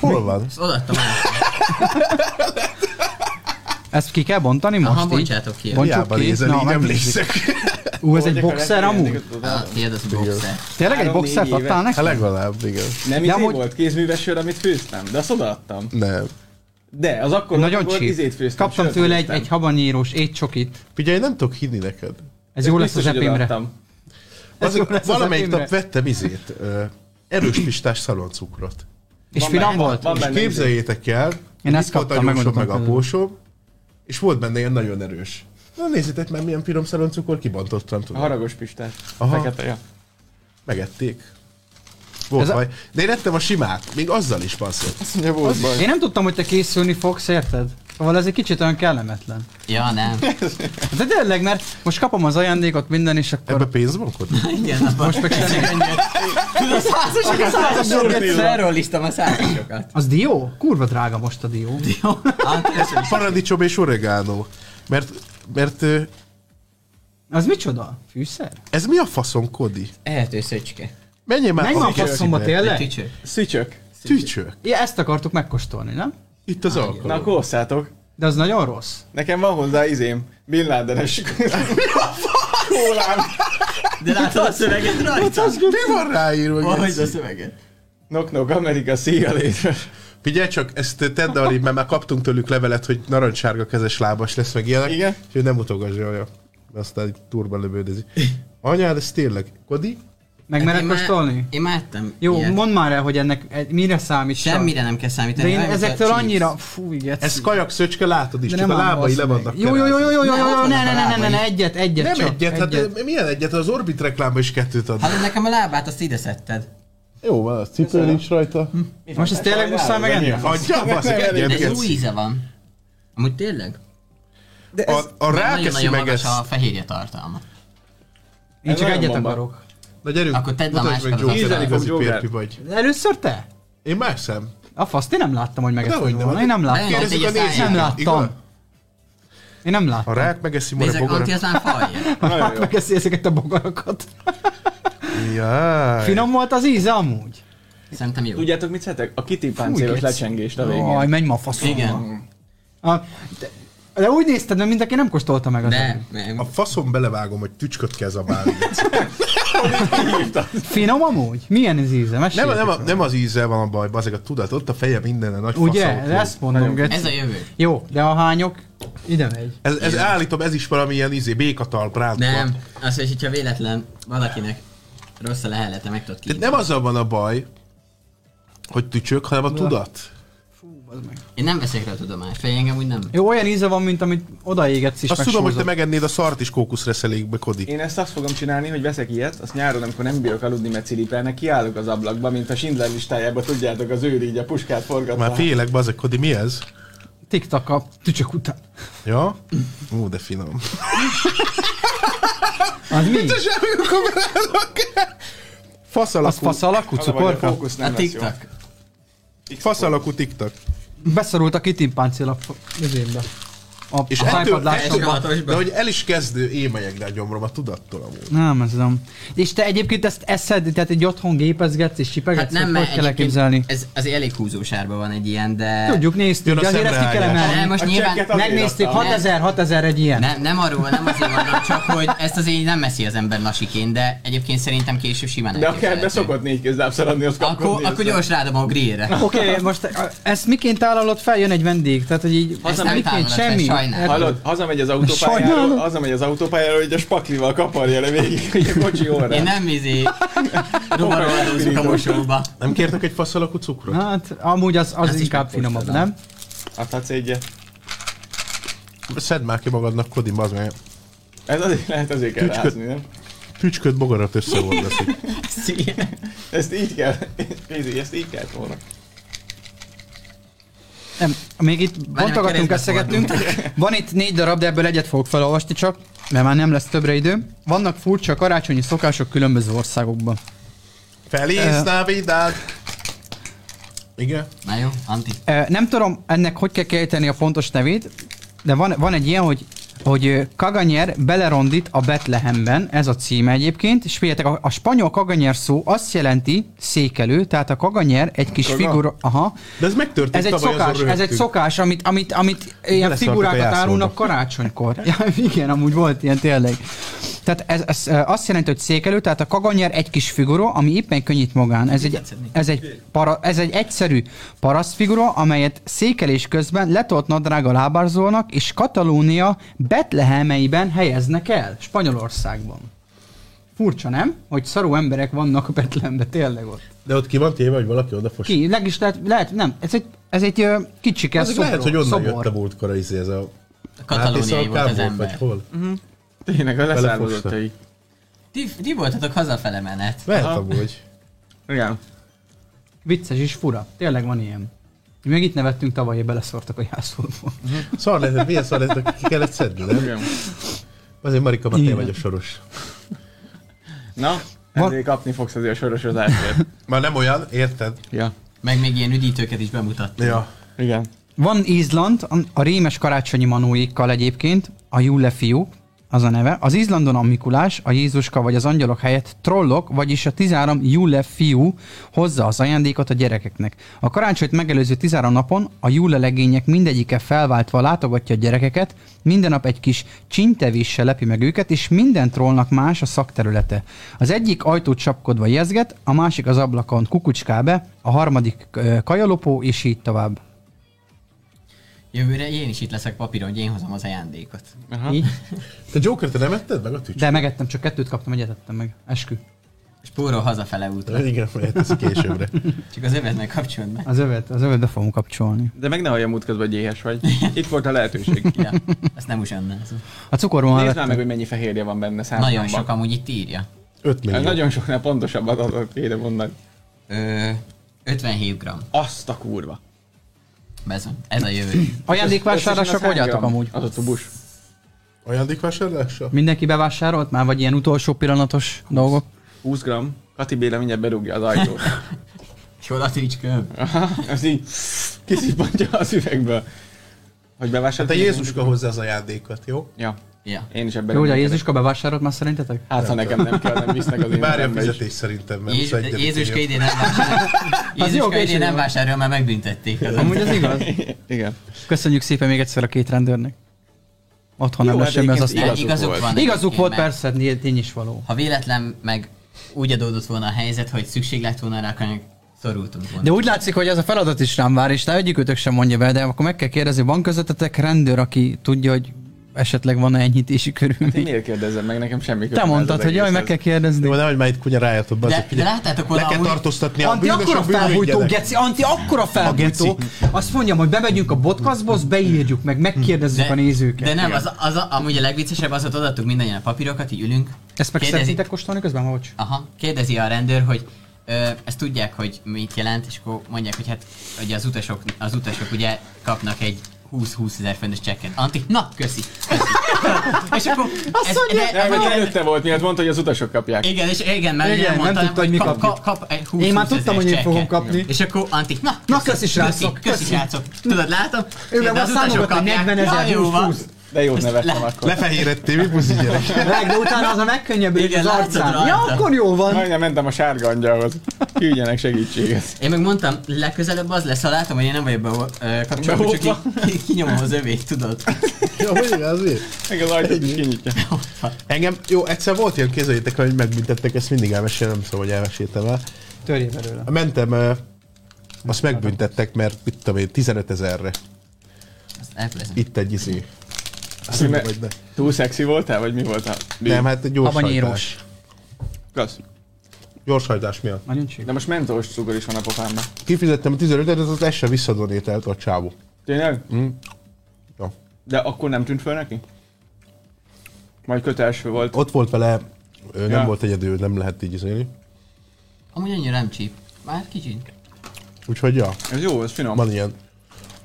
Speaker 1: Hol van?
Speaker 2: Ezt odaadtam el.
Speaker 4: Ezt ki kell bontani most
Speaker 2: Aha,
Speaker 4: így?
Speaker 2: bontsátok ki.
Speaker 4: Bontsuk
Speaker 1: Hiába
Speaker 4: ki.
Speaker 1: nézel,
Speaker 4: Na, hát
Speaker 1: így
Speaker 4: meg-
Speaker 1: emlékszek.
Speaker 4: Ú, ez
Speaker 3: Hogy
Speaker 4: egy
Speaker 3: akarják
Speaker 4: boxer
Speaker 3: ilyen
Speaker 4: amúgy?
Speaker 3: ajándékot
Speaker 2: Ah,
Speaker 3: odaadni?
Speaker 2: Tiéd az boxer.
Speaker 4: Tényleg egy
Speaker 3: Három-négy
Speaker 4: boxert
Speaker 3: éve.
Speaker 4: adtál
Speaker 1: Hát
Speaker 4: neki?
Speaker 1: legalább, igen.
Speaker 3: Nem
Speaker 4: De
Speaker 3: izé
Speaker 4: amúgy-
Speaker 3: volt kézműves sör, amit főztem, de azt odaadtam.
Speaker 1: Nem.
Speaker 3: De, az akkor
Speaker 4: Nagyon
Speaker 3: akkor
Speaker 4: csíp.
Speaker 3: izét főztem,
Speaker 4: Kaptam
Speaker 3: sört
Speaker 4: tőle egy,
Speaker 3: főztem.
Speaker 4: egy habanérós étcsokit.
Speaker 1: Figyelj, nem tudok hinni neked.
Speaker 4: Ez jó lesz
Speaker 3: biztos,
Speaker 4: az
Speaker 3: hogy
Speaker 4: epémre.
Speaker 3: odaadtam.
Speaker 4: Ez jó
Speaker 1: Az,
Speaker 4: lesz az
Speaker 1: valamelyik
Speaker 4: epémre.
Speaker 1: nap vettem izét, ö, erős pistás szaloncukrot.
Speaker 4: És
Speaker 3: Van
Speaker 4: finom
Speaker 3: benne-
Speaker 4: volt?
Speaker 3: van
Speaker 1: És
Speaker 3: benne izé.
Speaker 1: képzeljétek el,
Speaker 4: Én
Speaker 1: Én
Speaker 4: ezt
Speaker 1: itt volt a nyúsom
Speaker 4: kaptam,
Speaker 1: meg
Speaker 4: megmondhatom
Speaker 1: a
Speaker 4: tőled.
Speaker 1: pósom, és volt benne ilyen nagyon erős. Na nézzétek már, milyen pirom szaloncukor, kibontottam,
Speaker 3: A
Speaker 1: tudom.
Speaker 3: haragos pistás.
Speaker 1: Aha.
Speaker 3: Fekete, ja.
Speaker 1: Megették. Volt
Speaker 4: Ez a-
Speaker 1: baj. De én ettem a simát, még azzal is passzott.
Speaker 3: Azt mondja, volt baj.
Speaker 4: Én nem tudtam, hogy te készülni fogsz, érted? Szóval ez egy kicsit olyan kellemetlen.
Speaker 2: Ja, nem.
Speaker 4: De tényleg, mert most kapom az ajándékot, minden, és akkor...
Speaker 1: Ebbe pénz van? akkor?
Speaker 2: Igen, abban
Speaker 4: Most meg
Speaker 2: Tudod, a százasok, a százasok,
Speaker 3: Durva.
Speaker 2: felrollistam a százasokat.
Speaker 4: Az dió? Kurva drága most a dió.
Speaker 2: Jó, hát köszönöm.
Speaker 1: Paradicsom és oregano. Mert, mert ö,
Speaker 4: Az micsoda? Fűszer?
Speaker 1: ez mi a faszom, Kodi?
Speaker 2: Ehető szöcske.
Speaker 1: Menjél már
Speaker 4: Menj már a
Speaker 1: haza,
Speaker 4: faszomba
Speaker 1: Kicsibe.
Speaker 4: tényleg?
Speaker 2: Tücsök.
Speaker 3: Szücsök.
Speaker 1: Tücsök.
Speaker 4: Ja, ezt akartuk megkóstolni, nem?
Speaker 1: Itt az
Speaker 3: Na,
Speaker 1: alkalom.
Speaker 3: akkor osszátok.
Speaker 4: De az nagyon rossz.
Speaker 3: Nekem van hozzá izém. Bin Ladenes. Kólám.
Speaker 2: De látod a szöveget rajta?
Speaker 1: Mi van ráírva?
Speaker 2: Hogy
Speaker 1: Geci?
Speaker 2: a szöveget?
Speaker 3: Knock knock, Amerika, szia létre.
Speaker 1: Figyelj csak, ezt tedd alé, mert már kaptunk tőlük levelet, hogy narancssárga kezes lábas lesz, meg ilyenek.
Speaker 3: Igen.
Speaker 1: És ő nem utogasja, olyan. Aztán így turban lövődezi. Anyád, ez tényleg. Kodi?
Speaker 4: Meg mered
Speaker 2: Hát Én már-
Speaker 4: kóstolni?
Speaker 2: Én már ettem
Speaker 4: Jó,
Speaker 2: ilyet.
Speaker 4: mondd már el, hogy ennek egy- mire számít.
Speaker 2: Semmire nem kell
Speaker 4: De
Speaker 2: számítani.
Speaker 4: én
Speaker 2: Olyan, mint a
Speaker 4: ezektől
Speaker 2: chips.
Speaker 4: annyira... Fú, igen.
Speaker 1: Ez kajak szöcske, látod is, csak a lábai le vannak
Speaker 4: Jó, jó, jó, jó, jó, jó,
Speaker 2: Ne, ott
Speaker 4: jó,
Speaker 2: vannak
Speaker 4: ne,
Speaker 2: a
Speaker 4: ne, ne, ne, ne,
Speaker 2: lábai.
Speaker 4: ne, egyet, egyet
Speaker 1: Nem
Speaker 4: csak.
Speaker 1: egyet, hát milyen egyet? Az Orbit reklámban is kettőt ad.
Speaker 2: Hallod, Hát, nekem a lábát azt ide szedted.
Speaker 1: Hm. Jó, van, a cipő nincs rajta.
Speaker 4: Most ezt tényleg muszáj megenni?
Speaker 1: Adja, baszik, egyet,
Speaker 2: De ez új
Speaker 1: Geci.
Speaker 2: íze van. Amúgy tényleg?
Speaker 3: De ez,
Speaker 1: A, a rákeszi
Speaker 2: Nagyon-nagyon
Speaker 1: meg
Speaker 2: magas
Speaker 1: ezt.
Speaker 2: a fehérje tartalma.
Speaker 4: Én
Speaker 3: Ez
Speaker 4: csak
Speaker 3: olyan
Speaker 4: egyet
Speaker 3: bomba.
Speaker 4: akarok.
Speaker 1: Na gyerünk,
Speaker 2: Akkor tedd le a
Speaker 1: mutasd meg
Speaker 2: másikat az
Speaker 1: Joker,
Speaker 3: asztalra.
Speaker 1: igazi
Speaker 3: Joker.
Speaker 1: férfi vagy.
Speaker 4: Először te?
Speaker 1: Én más szem.
Speaker 4: A fasz, én nem láttam, hogy
Speaker 1: Dehogy
Speaker 4: megettem
Speaker 1: nem.
Speaker 3: hát
Speaker 4: volna. Én nem láttam.
Speaker 2: Kérdezzük
Speaker 1: Kérdezzük a
Speaker 2: a
Speaker 1: nézőket.
Speaker 4: Nem láttam.
Speaker 1: Igen?
Speaker 4: Én nem láttam.
Speaker 1: A rák megeszi More
Speaker 2: Nézzek,
Speaker 1: Bogor.
Speaker 2: Antti, az már falja.
Speaker 3: nagyon jó.
Speaker 4: Megeszi ezeket a bogarakat.
Speaker 1: Jaj.
Speaker 4: Finom volt az íze amúgy.
Speaker 2: Szerintem jó.
Speaker 3: Tudjátok mit szeretek? A kitty
Speaker 4: Fúj,
Speaker 3: páncélos
Speaker 4: Geci.
Speaker 3: lecsengést a végén.
Speaker 4: Aj, menj ma a faszomba.
Speaker 2: Igen.
Speaker 4: A, de, de, úgy nézted, mert mindenki nem kóstolta meg az.
Speaker 2: De,
Speaker 1: A faszom belevágom, hogy tücsköt kell zabálni.
Speaker 4: Finom amúgy? Milyen az íze?
Speaker 1: nem,
Speaker 4: Mesélj.
Speaker 1: nem, a- nem, az ízzel van a baj, bazeg a tudat, ott a feje minden a nagy
Speaker 4: Ugye?
Speaker 1: faszom.
Speaker 4: Ezt mondom, Geci.
Speaker 2: ez a jövő.
Speaker 4: Jó, de a hányok ide megy.
Speaker 1: Ez, ez állítom, ez is valamilyen izé, békatalp rántva.
Speaker 2: Nem, az, hogy hogyha véletlen valakinek rossz a lehellete, meg tudod
Speaker 1: De
Speaker 2: ki.
Speaker 1: nem azzal van a baj, hogy tücsök, hanem a tudat.
Speaker 2: Én nem veszek rá tudomást, vagy engem úgy nem.
Speaker 4: Jó, olyan íze van, mint amit odaégetsz is,
Speaker 1: Azt
Speaker 4: meg
Speaker 1: tudom, hogy te
Speaker 4: sózod.
Speaker 1: megennéd a szart is kókuszreszelékbe, Kodi.
Speaker 3: Én ezt azt fogom csinálni, hogy veszek ilyet, azt nyáron, amikor nem bírok aludni, mert ciripelnek, kiállok az ablakba, mint a Schindler listájába, tudjátok, az őr így a puskát forgatva.
Speaker 1: Már félek, bazeg, Kodi, mi ez?
Speaker 4: Tiktak a tücsök után.
Speaker 1: Ja? Ú, de finom.
Speaker 4: Az mi?
Speaker 1: Fasz
Speaker 4: Az
Speaker 1: alakú,
Speaker 4: fasz alakú
Speaker 3: Az a baj, hogy a
Speaker 4: cukorka?
Speaker 3: fókusz nem
Speaker 2: A
Speaker 3: lesz jó.
Speaker 2: Hát TikTok.
Speaker 1: fasz alakú tiktak.
Speaker 4: Beszorult a kitimpáncél a üzémbe. A,
Speaker 1: És
Speaker 4: a
Speaker 1: ettől,
Speaker 4: szájpadlásomba.
Speaker 1: ettől,
Speaker 2: Szájpadlásba.
Speaker 1: de hogy el is kezdő émejegne a gyomrom a tudattól amúgy.
Speaker 4: Nem, ez nem. És te egyébként ezt eszed, tehát egy otthon gépezgetsz és csipegetsz,
Speaker 2: Hát nem,
Speaker 4: hogy
Speaker 2: mert
Speaker 4: hogy kell
Speaker 2: egyébként
Speaker 4: elképzelni?
Speaker 2: ez azért elég húzósárban van egy ilyen, de...
Speaker 4: Tudjuk,
Speaker 1: Jön
Speaker 4: néztük,
Speaker 1: a
Speaker 4: de azért ezt ki kell
Speaker 1: szemreállás.
Speaker 2: Nem,
Speaker 4: emelni.
Speaker 2: most
Speaker 3: A
Speaker 2: nyilván
Speaker 3: csekket azért
Speaker 4: Megnéztük,
Speaker 3: adtam.
Speaker 4: 6000, 6000 egy ilyen.
Speaker 2: Nem, nem arról, nem azért mondom, csak hogy ezt azért nem eszi az ember lasiként, de egyébként szerintem később simán
Speaker 3: De akár
Speaker 2: elképzelhető.
Speaker 3: be szokott négy kézláb szaladni, azt
Speaker 2: Akkor, akkor gyors rádom a grillre.
Speaker 4: Oké, most e- ezt miként tálalod fel, jön egy vendég, tehát hogy így
Speaker 2: Ezt nem
Speaker 4: miként
Speaker 2: tálalod fel,
Speaker 4: semmi.
Speaker 2: sajnálom.
Speaker 3: Hallod, hazamegy az autópályáról,
Speaker 4: Sajnálom.
Speaker 3: hazamegy az autópályáról, hogy a spaklival kaparja le végig, hogy a kocsi orra.
Speaker 2: Én nem izé rovarolózunk a mosóba.
Speaker 1: Nem kértek egy fasz alakú cukrot?
Speaker 4: Hát, amúgy az, az
Speaker 2: Ezt is
Speaker 4: inkább
Speaker 2: megkóstolom.
Speaker 4: finomabb, nem?
Speaker 3: Adhatsz egyet.
Speaker 1: Szedd már ki magadnak, Kodi, bazd meg.
Speaker 3: Ez azért lehet, azért kell
Speaker 1: Tücsköd.
Speaker 3: rázni, nem?
Speaker 1: Tücsköd bogarat összeolvaszik.
Speaker 2: Szia.
Speaker 3: Ezt így kell, Gézi, ezt így kell volna.
Speaker 4: Nem, még itt bontogatunk,
Speaker 2: keresztbe
Speaker 4: eszegettünk. Van itt négy darab, de ebből egyet fogok felolvasni csak, mert már nem lesz többre idő. Vannak furcsa karácsonyi szokások különböző országokban.
Speaker 1: Feliz Navidad! Igen.
Speaker 2: Na jó, Anti.
Speaker 4: Ö, Nem tudom ennek hogy kell kiejteni a pontos nevét, de van, van egy ilyen, hogy hogy ö, Kaganyer belerondít a Betlehemben, ez a címe egyébként, és figyeljetek, a, a spanyol Kaganyer szó azt jelenti székelő, tehát a Kaganyer egy kis
Speaker 1: Kaga?
Speaker 4: figura, aha,
Speaker 1: De ez megtörtént
Speaker 4: ez egy
Speaker 1: tavaly, azon
Speaker 4: szokás, ez egy
Speaker 1: röhögtünk.
Speaker 4: szokás, amit, amit, amit ilyen
Speaker 1: Beleszartak a
Speaker 4: figurákat
Speaker 1: jászolba.
Speaker 4: árulnak karácsonykor. Ja, igen, amúgy volt ilyen tényleg. Tehát ez, ez ö, azt jelenti, hogy székelő, tehát a kaganyer egy kis figura, ami éppen könnyít magán. Ez egy, ez egy, para, ez egy egyszerű paraszt figura, amelyet székelés közben letolt nadrág a lábárzónak, és Katalónia Betlehemeiben helyeznek el, Spanyolországban. Furcsa, nem? Hogy szarú emberek vannak Betlehemben, tényleg ott.
Speaker 1: De ott ki van téve, hogy valaki odafos.
Speaker 4: Ki? Leg is lehet, lehet, nem, ez egy, ez egy ö, kicsike
Speaker 1: Ez
Speaker 4: szobor.
Speaker 1: lehet, hogy onnan jött
Speaker 4: szobor.
Speaker 1: a múltkora izé ez a...
Speaker 2: A katalóniai volt az
Speaker 1: Kábor, vagy
Speaker 2: ember.
Speaker 1: hol?
Speaker 3: Tényleg a leszármazottai.
Speaker 1: Belefosta.
Speaker 2: Ti, ti voltatok hazafele menet.
Speaker 1: Lehet
Speaker 3: Aha.
Speaker 1: amúgy.
Speaker 3: Igen.
Speaker 4: Vicces és fura. Tényleg van ilyen. Mi Meg itt nevettünk tavaly, hogy beleszortak a jászolból.
Speaker 1: Szar lehet, milyen szar lehet, ki kellett szedni, nem?
Speaker 3: Igen.
Speaker 1: Azért Marika, mert te
Speaker 4: Igen.
Speaker 1: vagy a soros.
Speaker 3: Na,
Speaker 4: Van-
Speaker 3: ezért kapni fogsz azért a sorosozásért.
Speaker 1: Már nem olyan, érted?
Speaker 3: ja.
Speaker 2: Meg még ilyen üdítőket is bemutattak.
Speaker 1: Ja.
Speaker 3: Igen.
Speaker 4: Van Izland, a- a rémes karácsonyi manóikkal egyébként, a Jule fiú, az a neve. Az Izlandon a Mikulás, a Jézuska vagy az angyalok helyett trollok, vagyis a 13 Jule fiú hozza az ajándékot a gyerekeknek. A karácsonyt megelőző 13 napon a Jule legények mindegyike felváltva látogatja a gyerekeket, minden nap egy kis csintevéssel lepi meg őket, és minden trollnak más a szakterülete. Az egyik ajtót csapkodva jezget, a másik az ablakon kukucská be, a harmadik ö, kajalopó, és így tovább.
Speaker 2: Jövőre én is itt leszek papíron, hogy én hozom az ajándékot.
Speaker 3: Aha.
Speaker 4: Így.
Speaker 1: Te Joker, te nem etted meg a tücs?
Speaker 4: De megettem, csak kettőt kaptam, egyet ettem meg. Eskü.
Speaker 2: Spórol hazafele útra.
Speaker 1: Igen, mert ez későbbre.
Speaker 2: Csak az övednek kapcsolatban. be.
Speaker 4: Az övet, az övet be fogom kapcsolni.
Speaker 3: De meg ne halljam útközben, hogy éhes vagy. Itt volt a lehetőség.
Speaker 2: Ja, ezt nem uzsannázom.
Speaker 4: A Hát cukorban
Speaker 3: Nézd már meg,
Speaker 4: vettem.
Speaker 3: hogy mennyi fehérje van benne számban.
Speaker 2: Nagyon sok amúgy itt írja.
Speaker 1: 5 millió.
Speaker 3: Hát Nagyon soknál pontosabb adatot kéne mondani.
Speaker 2: Ö, 57 gram.
Speaker 3: Azt a kurva.
Speaker 2: Bezon. Ez a jövő.
Speaker 4: Ajándékvásárlások
Speaker 3: Összesen az
Speaker 4: hogy
Speaker 3: hány
Speaker 4: álltok
Speaker 3: gram?
Speaker 4: amúgy?
Speaker 3: Az a tubus.
Speaker 1: Ajándékvásárlása?
Speaker 4: Mindenki bevásárolt már, vagy ilyen utolsó pillanatos dolgok?
Speaker 3: 20 gram. Kati Béla mindjárt berúgja az ajtót.
Speaker 2: És hol a tücsköm?
Speaker 3: Aha, az így kiszippantja az üvegből. Hogy
Speaker 1: Hát a
Speaker 3: bevásároltad?
Speaker 1: Jézuska hozzá az ajándékot, jó?
Speaker 3: Ja,
Speaker 2: Ja.
Speaker 3: én is ebben
Speaker 4: Jó, hogy a
Speaker 3: reménykedek.
Speaker 4: Jézuska bevásárolt már szerintetek?
Speaker 3: Hát, ha nekem nem kell, nem visznek az én
Speaker 1: Várja a
Speaker 3: zsebembe is.
Speaker 1: fizetés szerintem, mert
Speaker 2: Jézus,
Speaker 1: muszáj egyedül
Speaker 2: Jézuska
Speaker 1: kérjem.
Speaker 2: idén nem vásárol.
Speaker 4: jó,
Speaker 2: Jézuska idén
Speaker 4: később
Speaker 2: nem
Speaker 4: van.
Speaker 2: vásárol, mert megbüntették.
Speaker 4: Amúgy az igaz.
Speaker 3: Igen.
Speaker 4: Köszönjük szépen még egyszer a két rendőrnek. Otthon nem
Speaker 3: Jó,
Speaker 4: lesz
Speaker 3: hát
Speaker 4: semmi az
Speaker 3: egyébként
Speaker 4: asztal.
Speaker 3: igazuk volt.
Speaker 4: Igazuk
Speaker 2: egyébként,
Speaker 4: volt
Speaker 2: mert
Speaker 4: persze, né- tény is való.
Speaker 2: Ha véletlen meg úgy adódott volna a helyzet, hogy szükség lett volna rá, akkor szorultunk volna.
Speaker 4: De úgy látszik, hogy ez a feladat is rám vár, és ne egyikőtök sem mondja be, de akkor meg kell kérdezni, van közöttetek rendőr, aki tudja, hogy esetleg van-e enyhítési
Speaker 3: Én
Speaker 4: körülmény?
Speaker 3: miért kérdezem meg, nekem semmi közöm
Speaker 4: Te
Speaker 3: hát ez
Speaker 4: mondtad,
Speaker 3: az
Speaker 4: hogy jaj, meg
Speaker 3: egészhez.
Speaker 4: kell kérdezni.
Speaker 1: Jó, nehogy már itt kunya rájátok,
Speaker 2: De-
Speaker 1: bazzak,
Speaker 2: de
Speaker 1: figyelj.
Speaker 2: láttátok volna
Speaker 1: Le kell
Speaker 2: amúgy-
Speaker 1: tartóztatni a
Speaker 4: Anti
Speaker 1: bűnös,
Speaker 4: akkora
Speaker 1: a
Speaker 4: felhújtó,
Speaker 1: bűnügyenek.
Speaker 4: geci, Anti akkora felhújtó. Azt mondjam, hogy bemegyünk a podcastba, azt beírjuk meg, megkérdezzük a nézőket.
Speaker 2: De nem, az, az, a, amúgy a legviccesebb az, hogy odaadtuk mindannyian a papírokat, így ülünk.
Speaker 4: Ezt meg szeretnétek kóstolni közben, hogy?
Speaker 2: Aha, kérdezi a rendőr, hogy ö, ezt tudják, hogy mit jelent, és akkor mondják, hogy hát ugye az utasok, az utasok ugye kapnak egy 20-20 ezer fontos csekket. Anti, na, köszi, köszi. és akkor... ez-
Speaker 4: mondja,
Speaker 2: de-
Speaker 3: Nem, mert
Speaker 2: de-
Speaker 3: előtte volt, miért mondta, hogy az utasok kapják.
Speaker 2: igen, és igen, mert
Speaker 4: Igen,
Speaker 2: ugye
Speaker 4: nem
Speaker 2: mondta,
Speaker 4: tudta, hogy mi
Speaker 2: kap,
Speaker 4: kapjuk.
Speaker 2: kap, kap egy 20
Speaker 4: Én már tudtam, hogy én
Speaker 2: csekket.
Speaker 4: fogom kapni.
Speaker 2: És akkor Antik, na,
Speaker 4: Na, köszi, srácok,
Speaker 2: köszi, köszi,
Speaker 4: köszi.
Speaker 2: srácok. Tudod, látom,
Speaker 4: Ő
Speaker 2: de
Speaker 4: meg
Speaker 2: az
Speaker 4: azt
Speaker 2: utasok
Speaker 4: számogatni,
Speaker 2: kapják.
Speaker 4: 40 ezer,
Speaker 2: Ja, jó
Speaker 4: 20,
Speaker 2: van.
Speaker 4: 20.
Speaker 3: De jót
Speaker 2: Ezt
Speaker 3: nevettem
Speaker 2: le-
Speaker 3: akkor.
Speaker 1: Lefehérettél, mi puszi gyerek?
Speaker 4: Meg, de utána az a megkönnyebbülés
Speaker 2: Igen,
Speaker 4: az
Speaker 2: látszod
Speaker 4: arcán.
Speaker 2: rajta.
Speaker 4: Ja, akkor jó van.
Speaker 3: Majdnem mentem a sárga angyalhoz. Küldjenek segítséget.
Speaker 2: Én meg mondtam, legközelebb az lesz, ha látom, hogy én nem vagyok be, ö, kapcsolatban, csak
Speaker 3: Beoltva.
Speaker 2: így ki- kinyomom az övét, tudod.
Speaker 1: Jó, hogy azért.
Speaker 3: Meg az ajtót is kinyitja.
Speaker 1: Engem, jó, egyszer volt ilyen, képzeljétek, el, hogy megbüntettek, ezt mindig elmesélem, nem szóval, hogy elmeséltem el.
Speaker 4: Törjé belőle.
Speaker 1: Mentem, ö, azt megbüntettek, mert mit tudom én, 15 ezerre.
Speaker 2: Azt elfelejtem.
Speaker 1: Itt egy izé. Azt
Speaker 3: Mert-
Speaker 1: mondom, hogy ne.
Speaker 3: Túl szexi voltál, vagy mi voltál?
Speaker 1: Nem, hát egy gyors hajtás.
Speaker 4: Habanyéros.
Speaker 3: Kösz.
Speaker 1: Gyors hajtás miatt.
Speaker 4: Nagyon csík.
Speaker 3: De most mentós cukor is van a pofámban.
Speaker 1: Kifizettem a 15 ezeret, az ezt sem visszadonételt a csávó.
Speaker 3: Tényleg?
Speaker 1: Mm. Ja.
Speaker 3: De akkor nem tűnt föl neki? Majd köteleső volt.
Speaker 1: Ott volt vele, ö, nem
Speaker 3: Ja.
Speaker 1: volt egyedül, nem lehet így izélni.
Speaker 2: Amúgy annyira nem csíp. Már kicsit.
Speaker 1: Úgyhogy ja,
Speaker 3: Ez jó, ez finom.
Speaker 1: van ilyen.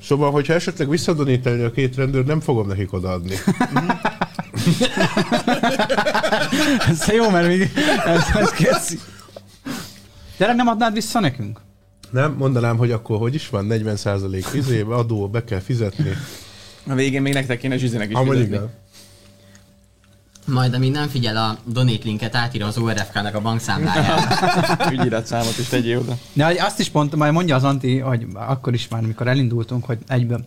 Speaker 1: Szóval, hogyha esetleg visszadonítelni a két rendőr, nem fogom nekik odaadni.
Speaker 4: Ez jó, mert még ez, ez köszi. De nem adnád vissza nekünk?
Speaker 1: Nem, mondanám, hogy akkor hogy is van, 40% izé, adó, be kell fizetni.
Speaker 3: A végén még nektek kéne zsizinek is
Speaker 1: Amúgy
Speaker 3: fizetni.
Speaker 1: igen.
Speaker 2: Majd amíg nem figyel a donate linket, átírom az ORFK-nak a bankszámlájára.
Speaker 3: Ügyiratszámot is tegyél oda.
Speaker 4: De hogy azt is pont, majd mondja az Anti, hogy akkor is már, amikor elindultunk, hogy egyben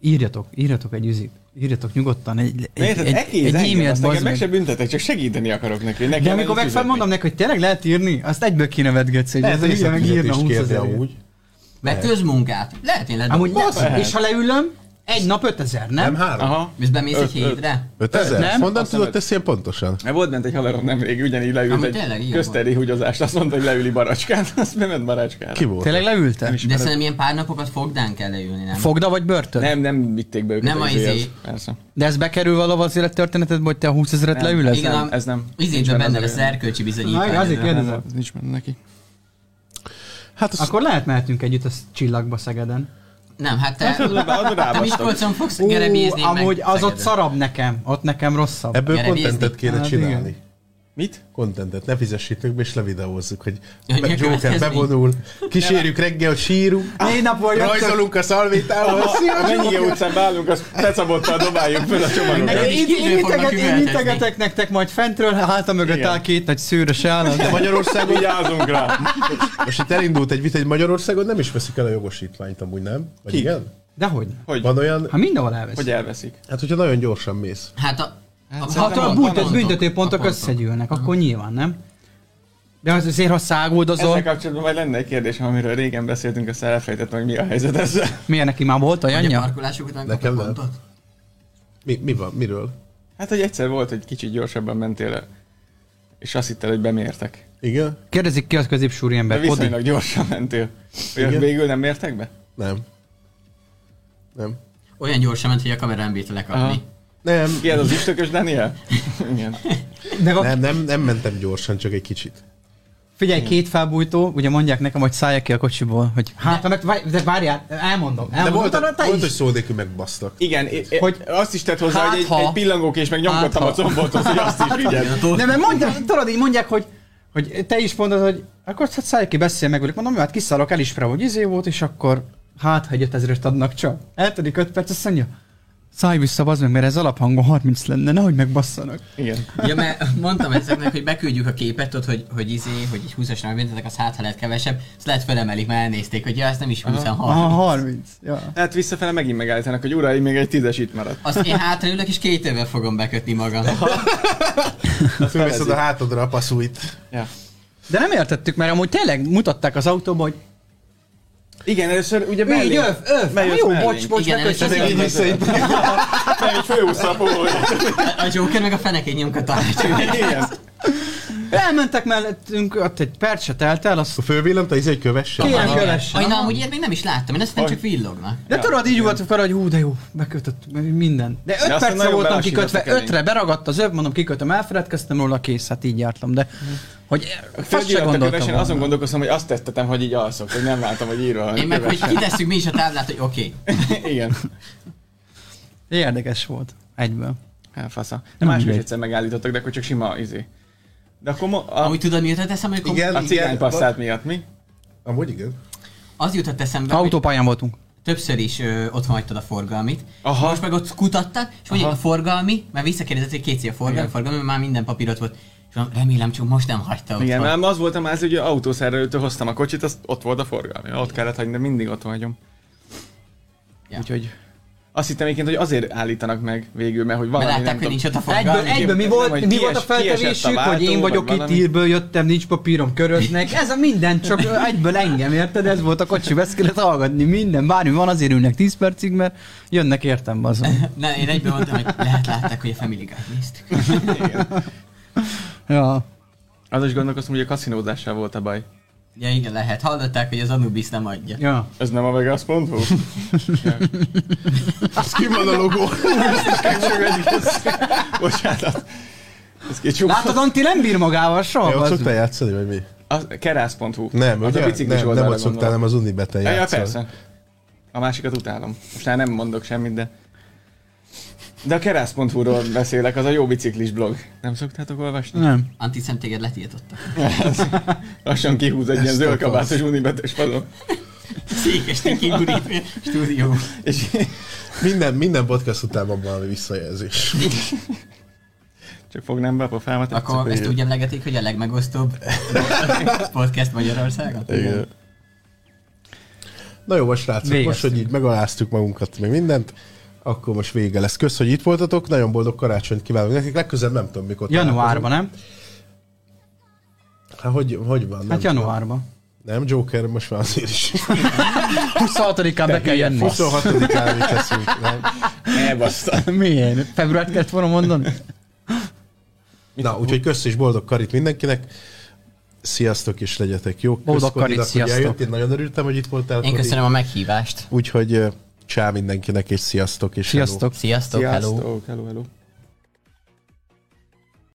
Speaker 4: írjatok, írjatok egy üzit. írjatok nyugodtan egy,
Speaker 3: Na
Speaker 4: egy,
Speaker 3: érted,
Speaker 4: egy,
Speaker 3: egész
Speaker 4: egy
Speaker 3: engem,
Speaker 4: e-mailt,
Speaker 3: azt engem
Speaker 4: bazd
Speaker 3: meg
Speaker 4: meg.
Speaker 3: se büntetek, csak segíteni akarok neki. hogy ne
Speaker 4: De
Speaker 3: kelljen
Speaker 4: amikor megfelel,
Speaker 3: fizetni.
Speaker 4: mondom neki, hogy tényleg lehet írni, azt egyből kinevetgetsz, hogy
Speaker 1: Lehet,
Speaker 4: ez a
Speaker 1: hogy
Speaker 4: hülye meg írna
Speaker 1: is
Speaker 4: 20
Speaker 1: kérni
Speaker 4: ezerért.
Speaker 1: amúgy.
Speaker 2: Meg közmunkát. Lehet én
Speaker 4: Amúgy
Speaker 2: ledobom.
Speaker 4: nem.
Speaker 3: lehet.
Speaker 4: És ha leülöm, egy nap 5000,
Speaker 1: Nem
Speaker 4: nem?
Speaker 1: három?
Speaker 3: Aha.
Speaker 2: És bemész egy
Speaker 3: Öt- öt-
Speaker 2: hétre?
Speaker 1: 5000?
Speaker 4: Nem,
Speaker 1: Nem? Honnan
Speaker 3: azt
Speaker 1: tudod
Speaker 3: hiszem,
Speaker 1: ezt ilyen pontosan?
Speaker 3: Mert Volt bent egy haverom nemrég, ugyanígy leült
Speaker 2: Amúgy
Speaker 3: egy
Speaker 2: tényleg ilyen
Speaker 3: közteri húgyozást, azt mondta, hogy leüli baracskán, azt bement baracskára.
Speaker 1: Ki volt?
Speaker 4: Tényleg leülte?
Speaker 2: De szerintem ilyen pár napokat fogdán kell leülni, nem?
Speaker 4: Fogda vagy börtön?
Speaker 3: Nem, nem vitték be őket.
Speaker 2: Nem a
Speaker 3: izéhez.
Speaker 2: izé.
Speaker 3: Persze.
Speaker 4: De ez bekerül valahol az élettörténetedbe, hogy te 20 ezeret
Speaker 3: Nem.
Speaker 4: leülesz?
Speaker 2: Igen,
Speaker 3: nem-
Speaker 2: ám-
Speaker 3: ez nem. Nincs
Speaker 2: Izétben
Speaker 3: benne
Speaker 2: benne
Speaker 3: az
Speaker 2: lesz
Speaker 3: elő.
Speaker 2: erkölcsi
Speaker 4: Na,
Speaker 2: bizonyítvány.
Speaker 4: azért
Speaker 2: de-
Speaker 4: kérdezem.
Speaker 3: Nincs benne neki.
Speaker 1: Hát az
Speaker 4: Akkor lehet mehetünk együtt a csillagba Szegeden.
Speaker 2: Nem, hát te...
Speaker 3: Oda
Speaker 2: Te
Speaker 3: rábasztam.
Speaker 2: Miskolcon fogsz gerebézni, én meg
Speaker 4: amúgy az ott
Speaker 2: Szegeden.
Speaker 4: szarabb nekem, ott nekem rosszabb.
Speaker 1: ebből
Speaker 2: Gyere,
Speaker 1: kontentet
Speaker 2: nézni.
Speaker 1: kéne
Speaker 4: Hát
Speaker 1: csinálni.
Speaker 3: Mit?
Speaker 1: Kontentet, ne fizessítünk be, és levideózzuk, hogy
Speaker 2: Ja, hogy mi a
Speaker 1: meg Joker
Speaker 2: következmény?
Speaker 1: bevonul, kísérjük reggel, hogy sírunk,
Speaker 4: Négy napon jöttök.
Speaker 1: rajzolunk a szalvétával,
Speaker 3: Ha Mennyi utcán állunk, azt tecabottal dobáljuk fel a
Speaker 2: Neked
Speaker 3: csomagokat.
Speaker 2: is
Speaker 4: Én,
Speaker 2: kívül
Speaker 4: én,
Speaker 2: fognak
Speaker 4: integet, én
Speaker 2: üvöltezni.
Speaker 4: integetek nektek majd fentről, hátam mögött
Speaker 3: Igen.
Speaker 4: áll két nagy szőrös állat.
Speaker 1: De Magyarországon,
Speaker 3: Vigyázunk rá.
Speaker 1: most itt elindult egy vita, hogy Magyarországon nem is veszik el a jogosítványt amúgy, nem? Vagy
Speaker 3: Ki?
Speaker 1: igen?
Speaker 4: Dehogy.
Speaker 3: Hogy?
Speaker 1: Van olyan,
Speaker 4: Ha mindenhol elvesz.
Speaker 3: Hogy elveszik.
Speaker 1: hát hogyha nagyon gyorsan mész.
Speaker 2: Hát a... a-
Speaker 4: Hát a
Speaker 2: pont-
Speaker 4: büntet,
Speaker 2: pontok, a
Speaker 4: büntetőpontok
Speaker 2: pontok.
Speaker 4: összegyűlnek, akkor nyilván, nem? De az- azért, ha száguldozol,
Speaker 3: Ezzel kapcsolatban majd lenne egy kérdés, amiről régen beszéltünk, aztán elfelejtettem, hogy mi a helyzet ezzel.
Speaker 4: miért neki már volt
Speaker 2: Vagy a
Speaker 4: olyanja?
Speaker 2: parkolások után
Speaker 1: Nekem
Speaker 2: kapok
Speaker 1: nem.
Speaker 2: pontot?
Speaker 1: Mi, mi van? Miről?
Speaker 3: Hát, hogy egyszer volt, hogy kicsit gyorsabban mentél el, és azt hitted, hogy bemértek.
Speaker 1: Igen?
Speaker 4: Kérdezik ki az középsúri
Speaker 3: De
Speaker 4: ember, Kodi.
Speaker 3: viszonylag gyorsan mentél. Olyan
Speaker 1: Igen.
Speaker 3: végül nem mértek be?
Speaker 1: Nem. Nem.
Speaker 2: Olyan gyorsan ment, hogy a kamera nem bírta lekapni.
Speaker 3: Aha.
Speaker 1: Nem,
Speaker 3: Ki ez az üstökös Daniel? Igen.
Speaker 4: Meg a,
Speaker 1: nem, nem, nem mentem gyorsan, csak egy kicsit.
Speaker 4: figyelj, két felbújtó, ugye mondják nekem, hogy szálljak ki a kocsiból, hogy hát, de, de várjál, elmondom.
Speaker 1: De
Speaker 4: elmondom
Speaker 1: volt,
Speaker 4: utána te
Speaker 1: volt hogy
Speaker 4: is.
Speaker 1: szó nélkül megbasztak.
Speaker 3: Igen,
Speaker 4: Hogy
Speaker 3: hogy azt is tett hozzá,
Speaker 4: hát
Speaker 3: hogy egy,
Speaker 4: ha-
Speaker 3: egy pillangók és meg nyomkodtam
Speaker 4: hát
Speaker 3: a combot, hogy azt is
Speaker 2: Igen,
Speaker 3: figyeld.
Speaker 2: attól-
Speaker 4: Nem, mert mondják, tudod, így mondják, hogy, hogy te is mondod, hogy akkor hát szállj ki, beszélj meg velük. Mondom, jó, hát kiszállok, elismerem, hogy izé volt, és akkor hát, ha egy 5000 adnak csak. Eltelik 5 perc, azt mondja, szállj vissza, bazd meg, mert ez alaphangon 30 lenne, nehogy megbasszanak.
Speaker 3: Igen.
Speaker 2: Ja, mert mondtam ezeknek, hogy beküldjük a képet, ott, hogy, hogy izé, hogy egy 20-asra megbüntetek, az hát, ha lehet kevesebb, ezt lehet felemelik, mert elnézték, hogy ja, ez nem is 20 hanem
Speaker 4: Aha,
Speaker 2: 30.
Speaker 4: 30. Ja.
Speaker 3: Hát visszafele megint megállítanak, hogy uraim, még egy tízes itt maradt.
Speaker 2: Azt én hátraülök, és két évvel fogom bekötni magam.
Speaker 1: Fölveszed
Speaker 3: felezi.
Speaker 1: a hátadra a passzúit.
Speaker 3: Ja.
Speaker 4: De nem értettük, mert amúgy tényleg mutatták az autóban, hogy
Speaker 3: Igen, először ugye
Speaker 4: így,
Speaker 3: mellé.
Speaker 4: öv, öv,
Speaker 3: Bejött
Speaker 4: jó,
Speaker 3: mellénk.
Speaker 4: bocs, bocs,
Speaker 2: Igen,
Speaker 4: megköszönöm.
Speaker 2: először
Speaker 1: Így visszaint.
Speaker 3: Nem, így fölúszta a pohólyát.
Speaker 2: A Joker meg a fenekén nyomkodta a hátsó.
Speaker 3: Igen.
Speaker 4: Elmentek mellettünk, ott egy perc se telt el, azt
Speaker 1: A fölvillant, a izé kövessen.
Speaker 4: Kérem,
Speaker 2: Igen.
Speaker 4: kövessen.
Speaker 2: Aj, na, amúgy ilyet még nem is láttam, én ezt nem csak villognak.
Speaker 4: De
Speaker 3: Ja,
Speaker 4: tudod, így
Speaker 3: igen.
Speaker 4: voltunk arra, hogy hú, de jó, bekötött minden. De öt
Speaker 3: aztán
Speaker 4: percre
Speaker 3: nagyon
Speaker 4: voltam
Speaker 3: belasítottak
Speaker 4: kikötve,
Speaker 3: elég.
Speaker 4: ötre beragadt az öv, mondom, kikötöm, elfeledkeztem róla, kész, hát így jártam, de hogy eh, azt se
Speaker 3: Fölgyűjtött a
Speaker 4: gondoltam
Speaker 3: kövesen, Mhm. azon
Speaker 4: volna.
Speaker 3: gondolkoztam, hogy azt tettetem, hogy így alszok, hogy nem láttam, hogy írva van.
Speaker 2: Én meg, hogy
Speaker 3: kövesen.
Speaker 2: kitesszük mi is a táblát, hogy oké.
Speaker 3: Igen.
Speaker 4: Érdekes volt, egyből.
Speaker 3: Hát fasza. De
Speaker 4: Nem
Speaker 3: máshogy
Speaker 4: mindegy.
Speaker 3: egyszer megállítottak, de akkor csak sima izé. De akkor mo- a,
Speaker 2: Amúgy tudod, mi jutott eszembe, hogy
Speaker 1: Igen.
Speaker 3: a cigány passzát miatt mi?
Speaker 1: Amúgy igen.
Speaker 2: az jutott eszembe, hogy
Speaker 4: Autópályán voltunk.
Speaker 2: többször is ö, otthon hagytad a forgalmit.
Speaker 3: Aha.
Speaker 2: Most meg ott kutattak, és mondják a forgalmi, mert visszakérdezett, hogy kétszer a forgalmi,
Speaker 3: Igen.
Speaker 2: forgalmi, mert már minden papírot volt. És mondom, remélem, csak most nem hagyta otthon.
Speaker 3: Igen, mert az voltam az, hogy autószerelőtől hoztam a kocsit, azt ott volt a forgalmi. Ott kellett hagyni, de mindig ott hagyom.
Speaker 2: Ja.
Speaker 3: Úgyhogy azt hittem egyébként, hogy azért állítanak meg végül, mert hogy
Speaker 2: Mert
Speaker 3: valami
Speaker 2: látták,
Speaker 3: nem
Speaker 2: hogy
Speaker 3: tudom.
Speaker 2: nincs ott a
Speaker 4: Egyből,
Speaker 2: forgalmi.
Speaker 4: egyből mi
Speaker 3: nem,
Speaker 4: volt,
Speaker 3: hogy
Speaker 4: mi volt a
Speaker 3: kiesett- kiesett a
Speaker 4: feltevésük,
Speaker 3: váltó,
Speaker 4: hogy én
Speaker 3: vagy
Speaker 4: vagyok itt,
Speaker 3: valami?
Speaker 4: írből jöttem, nincs papírom, köröznek. Ez a minden, csak egyből engem, érted? Ez volt a kocsi, ezt kellett hallgatni, minden. Bármi van, azért ülnek 10 percig, mert jönnek értem, bazon.
Speaker 2: Na, én egyből mondtam, hogy lehet látták, hogy a Family Guy néztük.
Speaker 4: Ja.
Speaker 3: Az is gondolkoztam, hogy a kaszinózással volt a baj.
Speaker 2: Ja, igen, lehet. Hallották, hogy az Anubis nem adja.
Speaker 4: Ja.
Speaker 3: Ez nem a Vegas.hu?
Speaker 1: Az ki van a logó.
Speaker 3: Bocsánat. Ez kicsuk.
Speaker 4: Látod, Anti nem bír magával soha.
Speaker 1: Te ott
Speaker 4: bazd
Speaker 1: szoktál
Speaker 4: meg.
Speaker 1: játszani, vagy mi?
Speaker 3: Az, kerász.hu.
Speaker 1: Nem,
Speaker 3: az
Speaker 1: ugye?
Speaker 3: a biciklis
Speaker 1: nem, nem
Speaker 3: oldalra
Speaker 1: ott szoktál,
Speaker 3: gondolok.
Speaker 1: nem az Unibeten
Speaker 3: Ja, ja,
Speaker 1: játszol.
Speaker 3: persze. A másikat utálom. Most már nem mondok semmit, de... De a kerász.hu-ról beszélek, az a jó biciklis blog. Nem szoktátok olvasni?
Speaker 4: Nem.
Speaker 2: Antiszem téged letiltotta.
Speaker 3: Lassan kihúz egy ilyen
Speaker 1: Ezt
Speaker 3: zöld
Speaker 1: akarsz.
Speaker 3: kabátos unibetes falon.
Speaker 2: Szék este kigurítva stúdió.
Speaker 3: És
Speaker 1: Minden, minden podcast után van valami visszajelzés.
Speaker 3: csak fognám be a pofámat.
Speaker 2: Akkor ezt úgy emlegetik, hogy a legmegosztóbb podcast Magyarországon.
Speaker 1: Igen. Na jó, most srácok,
Speaker 4: Végeztünk.
Speaker 1: most, hogy így megaláztuk magunkat, meg mindent, Akkor most vége lesz. Kösz, hogy itt voltatok, nagyon boldog karácsonyt kívánok nekik. Legközelebb nem tudom, mikor
Speaker 4: Januárban, nem?
Speaker 1: Hát hogy, hogy van?
Speaker 4: Hát
Speaker 1: Nem,
Speaker 4: januárban.
Speaker 1: nem, Joker, most már azért is.
Speaker 5: 26-án be kell jönni.
Speaker 1: 26-án is leszünk. Nem?
Speaker 5: Elbasztam. Milyen? Februárt kellett volna mondani?
Speaker 1: Na, úgyhogy kösz és boldog karit mindenkinek. Sziasztok és legyetek jók. Kösz,
Speaker 4: Boldog
Speaker 1: Kodinak,
Speaker 4: karit,
Speaker 1: hogy
Speaker 4: sziasztok.
Speaker 1: eljött. Én nagyon örültem, hogy itt voltál.
Speaker 2: Én
Speaker 1: Kodi.
Speaker 2: köszönöm a meghívást.
Speaker 1: Úgyhogy ö, csá mindenkinek, és sziasztok, és hello.
Speaker 4: Sziasztok.
Speaker 2: Sziasztok, hello.
Speaker 3: hello, hello.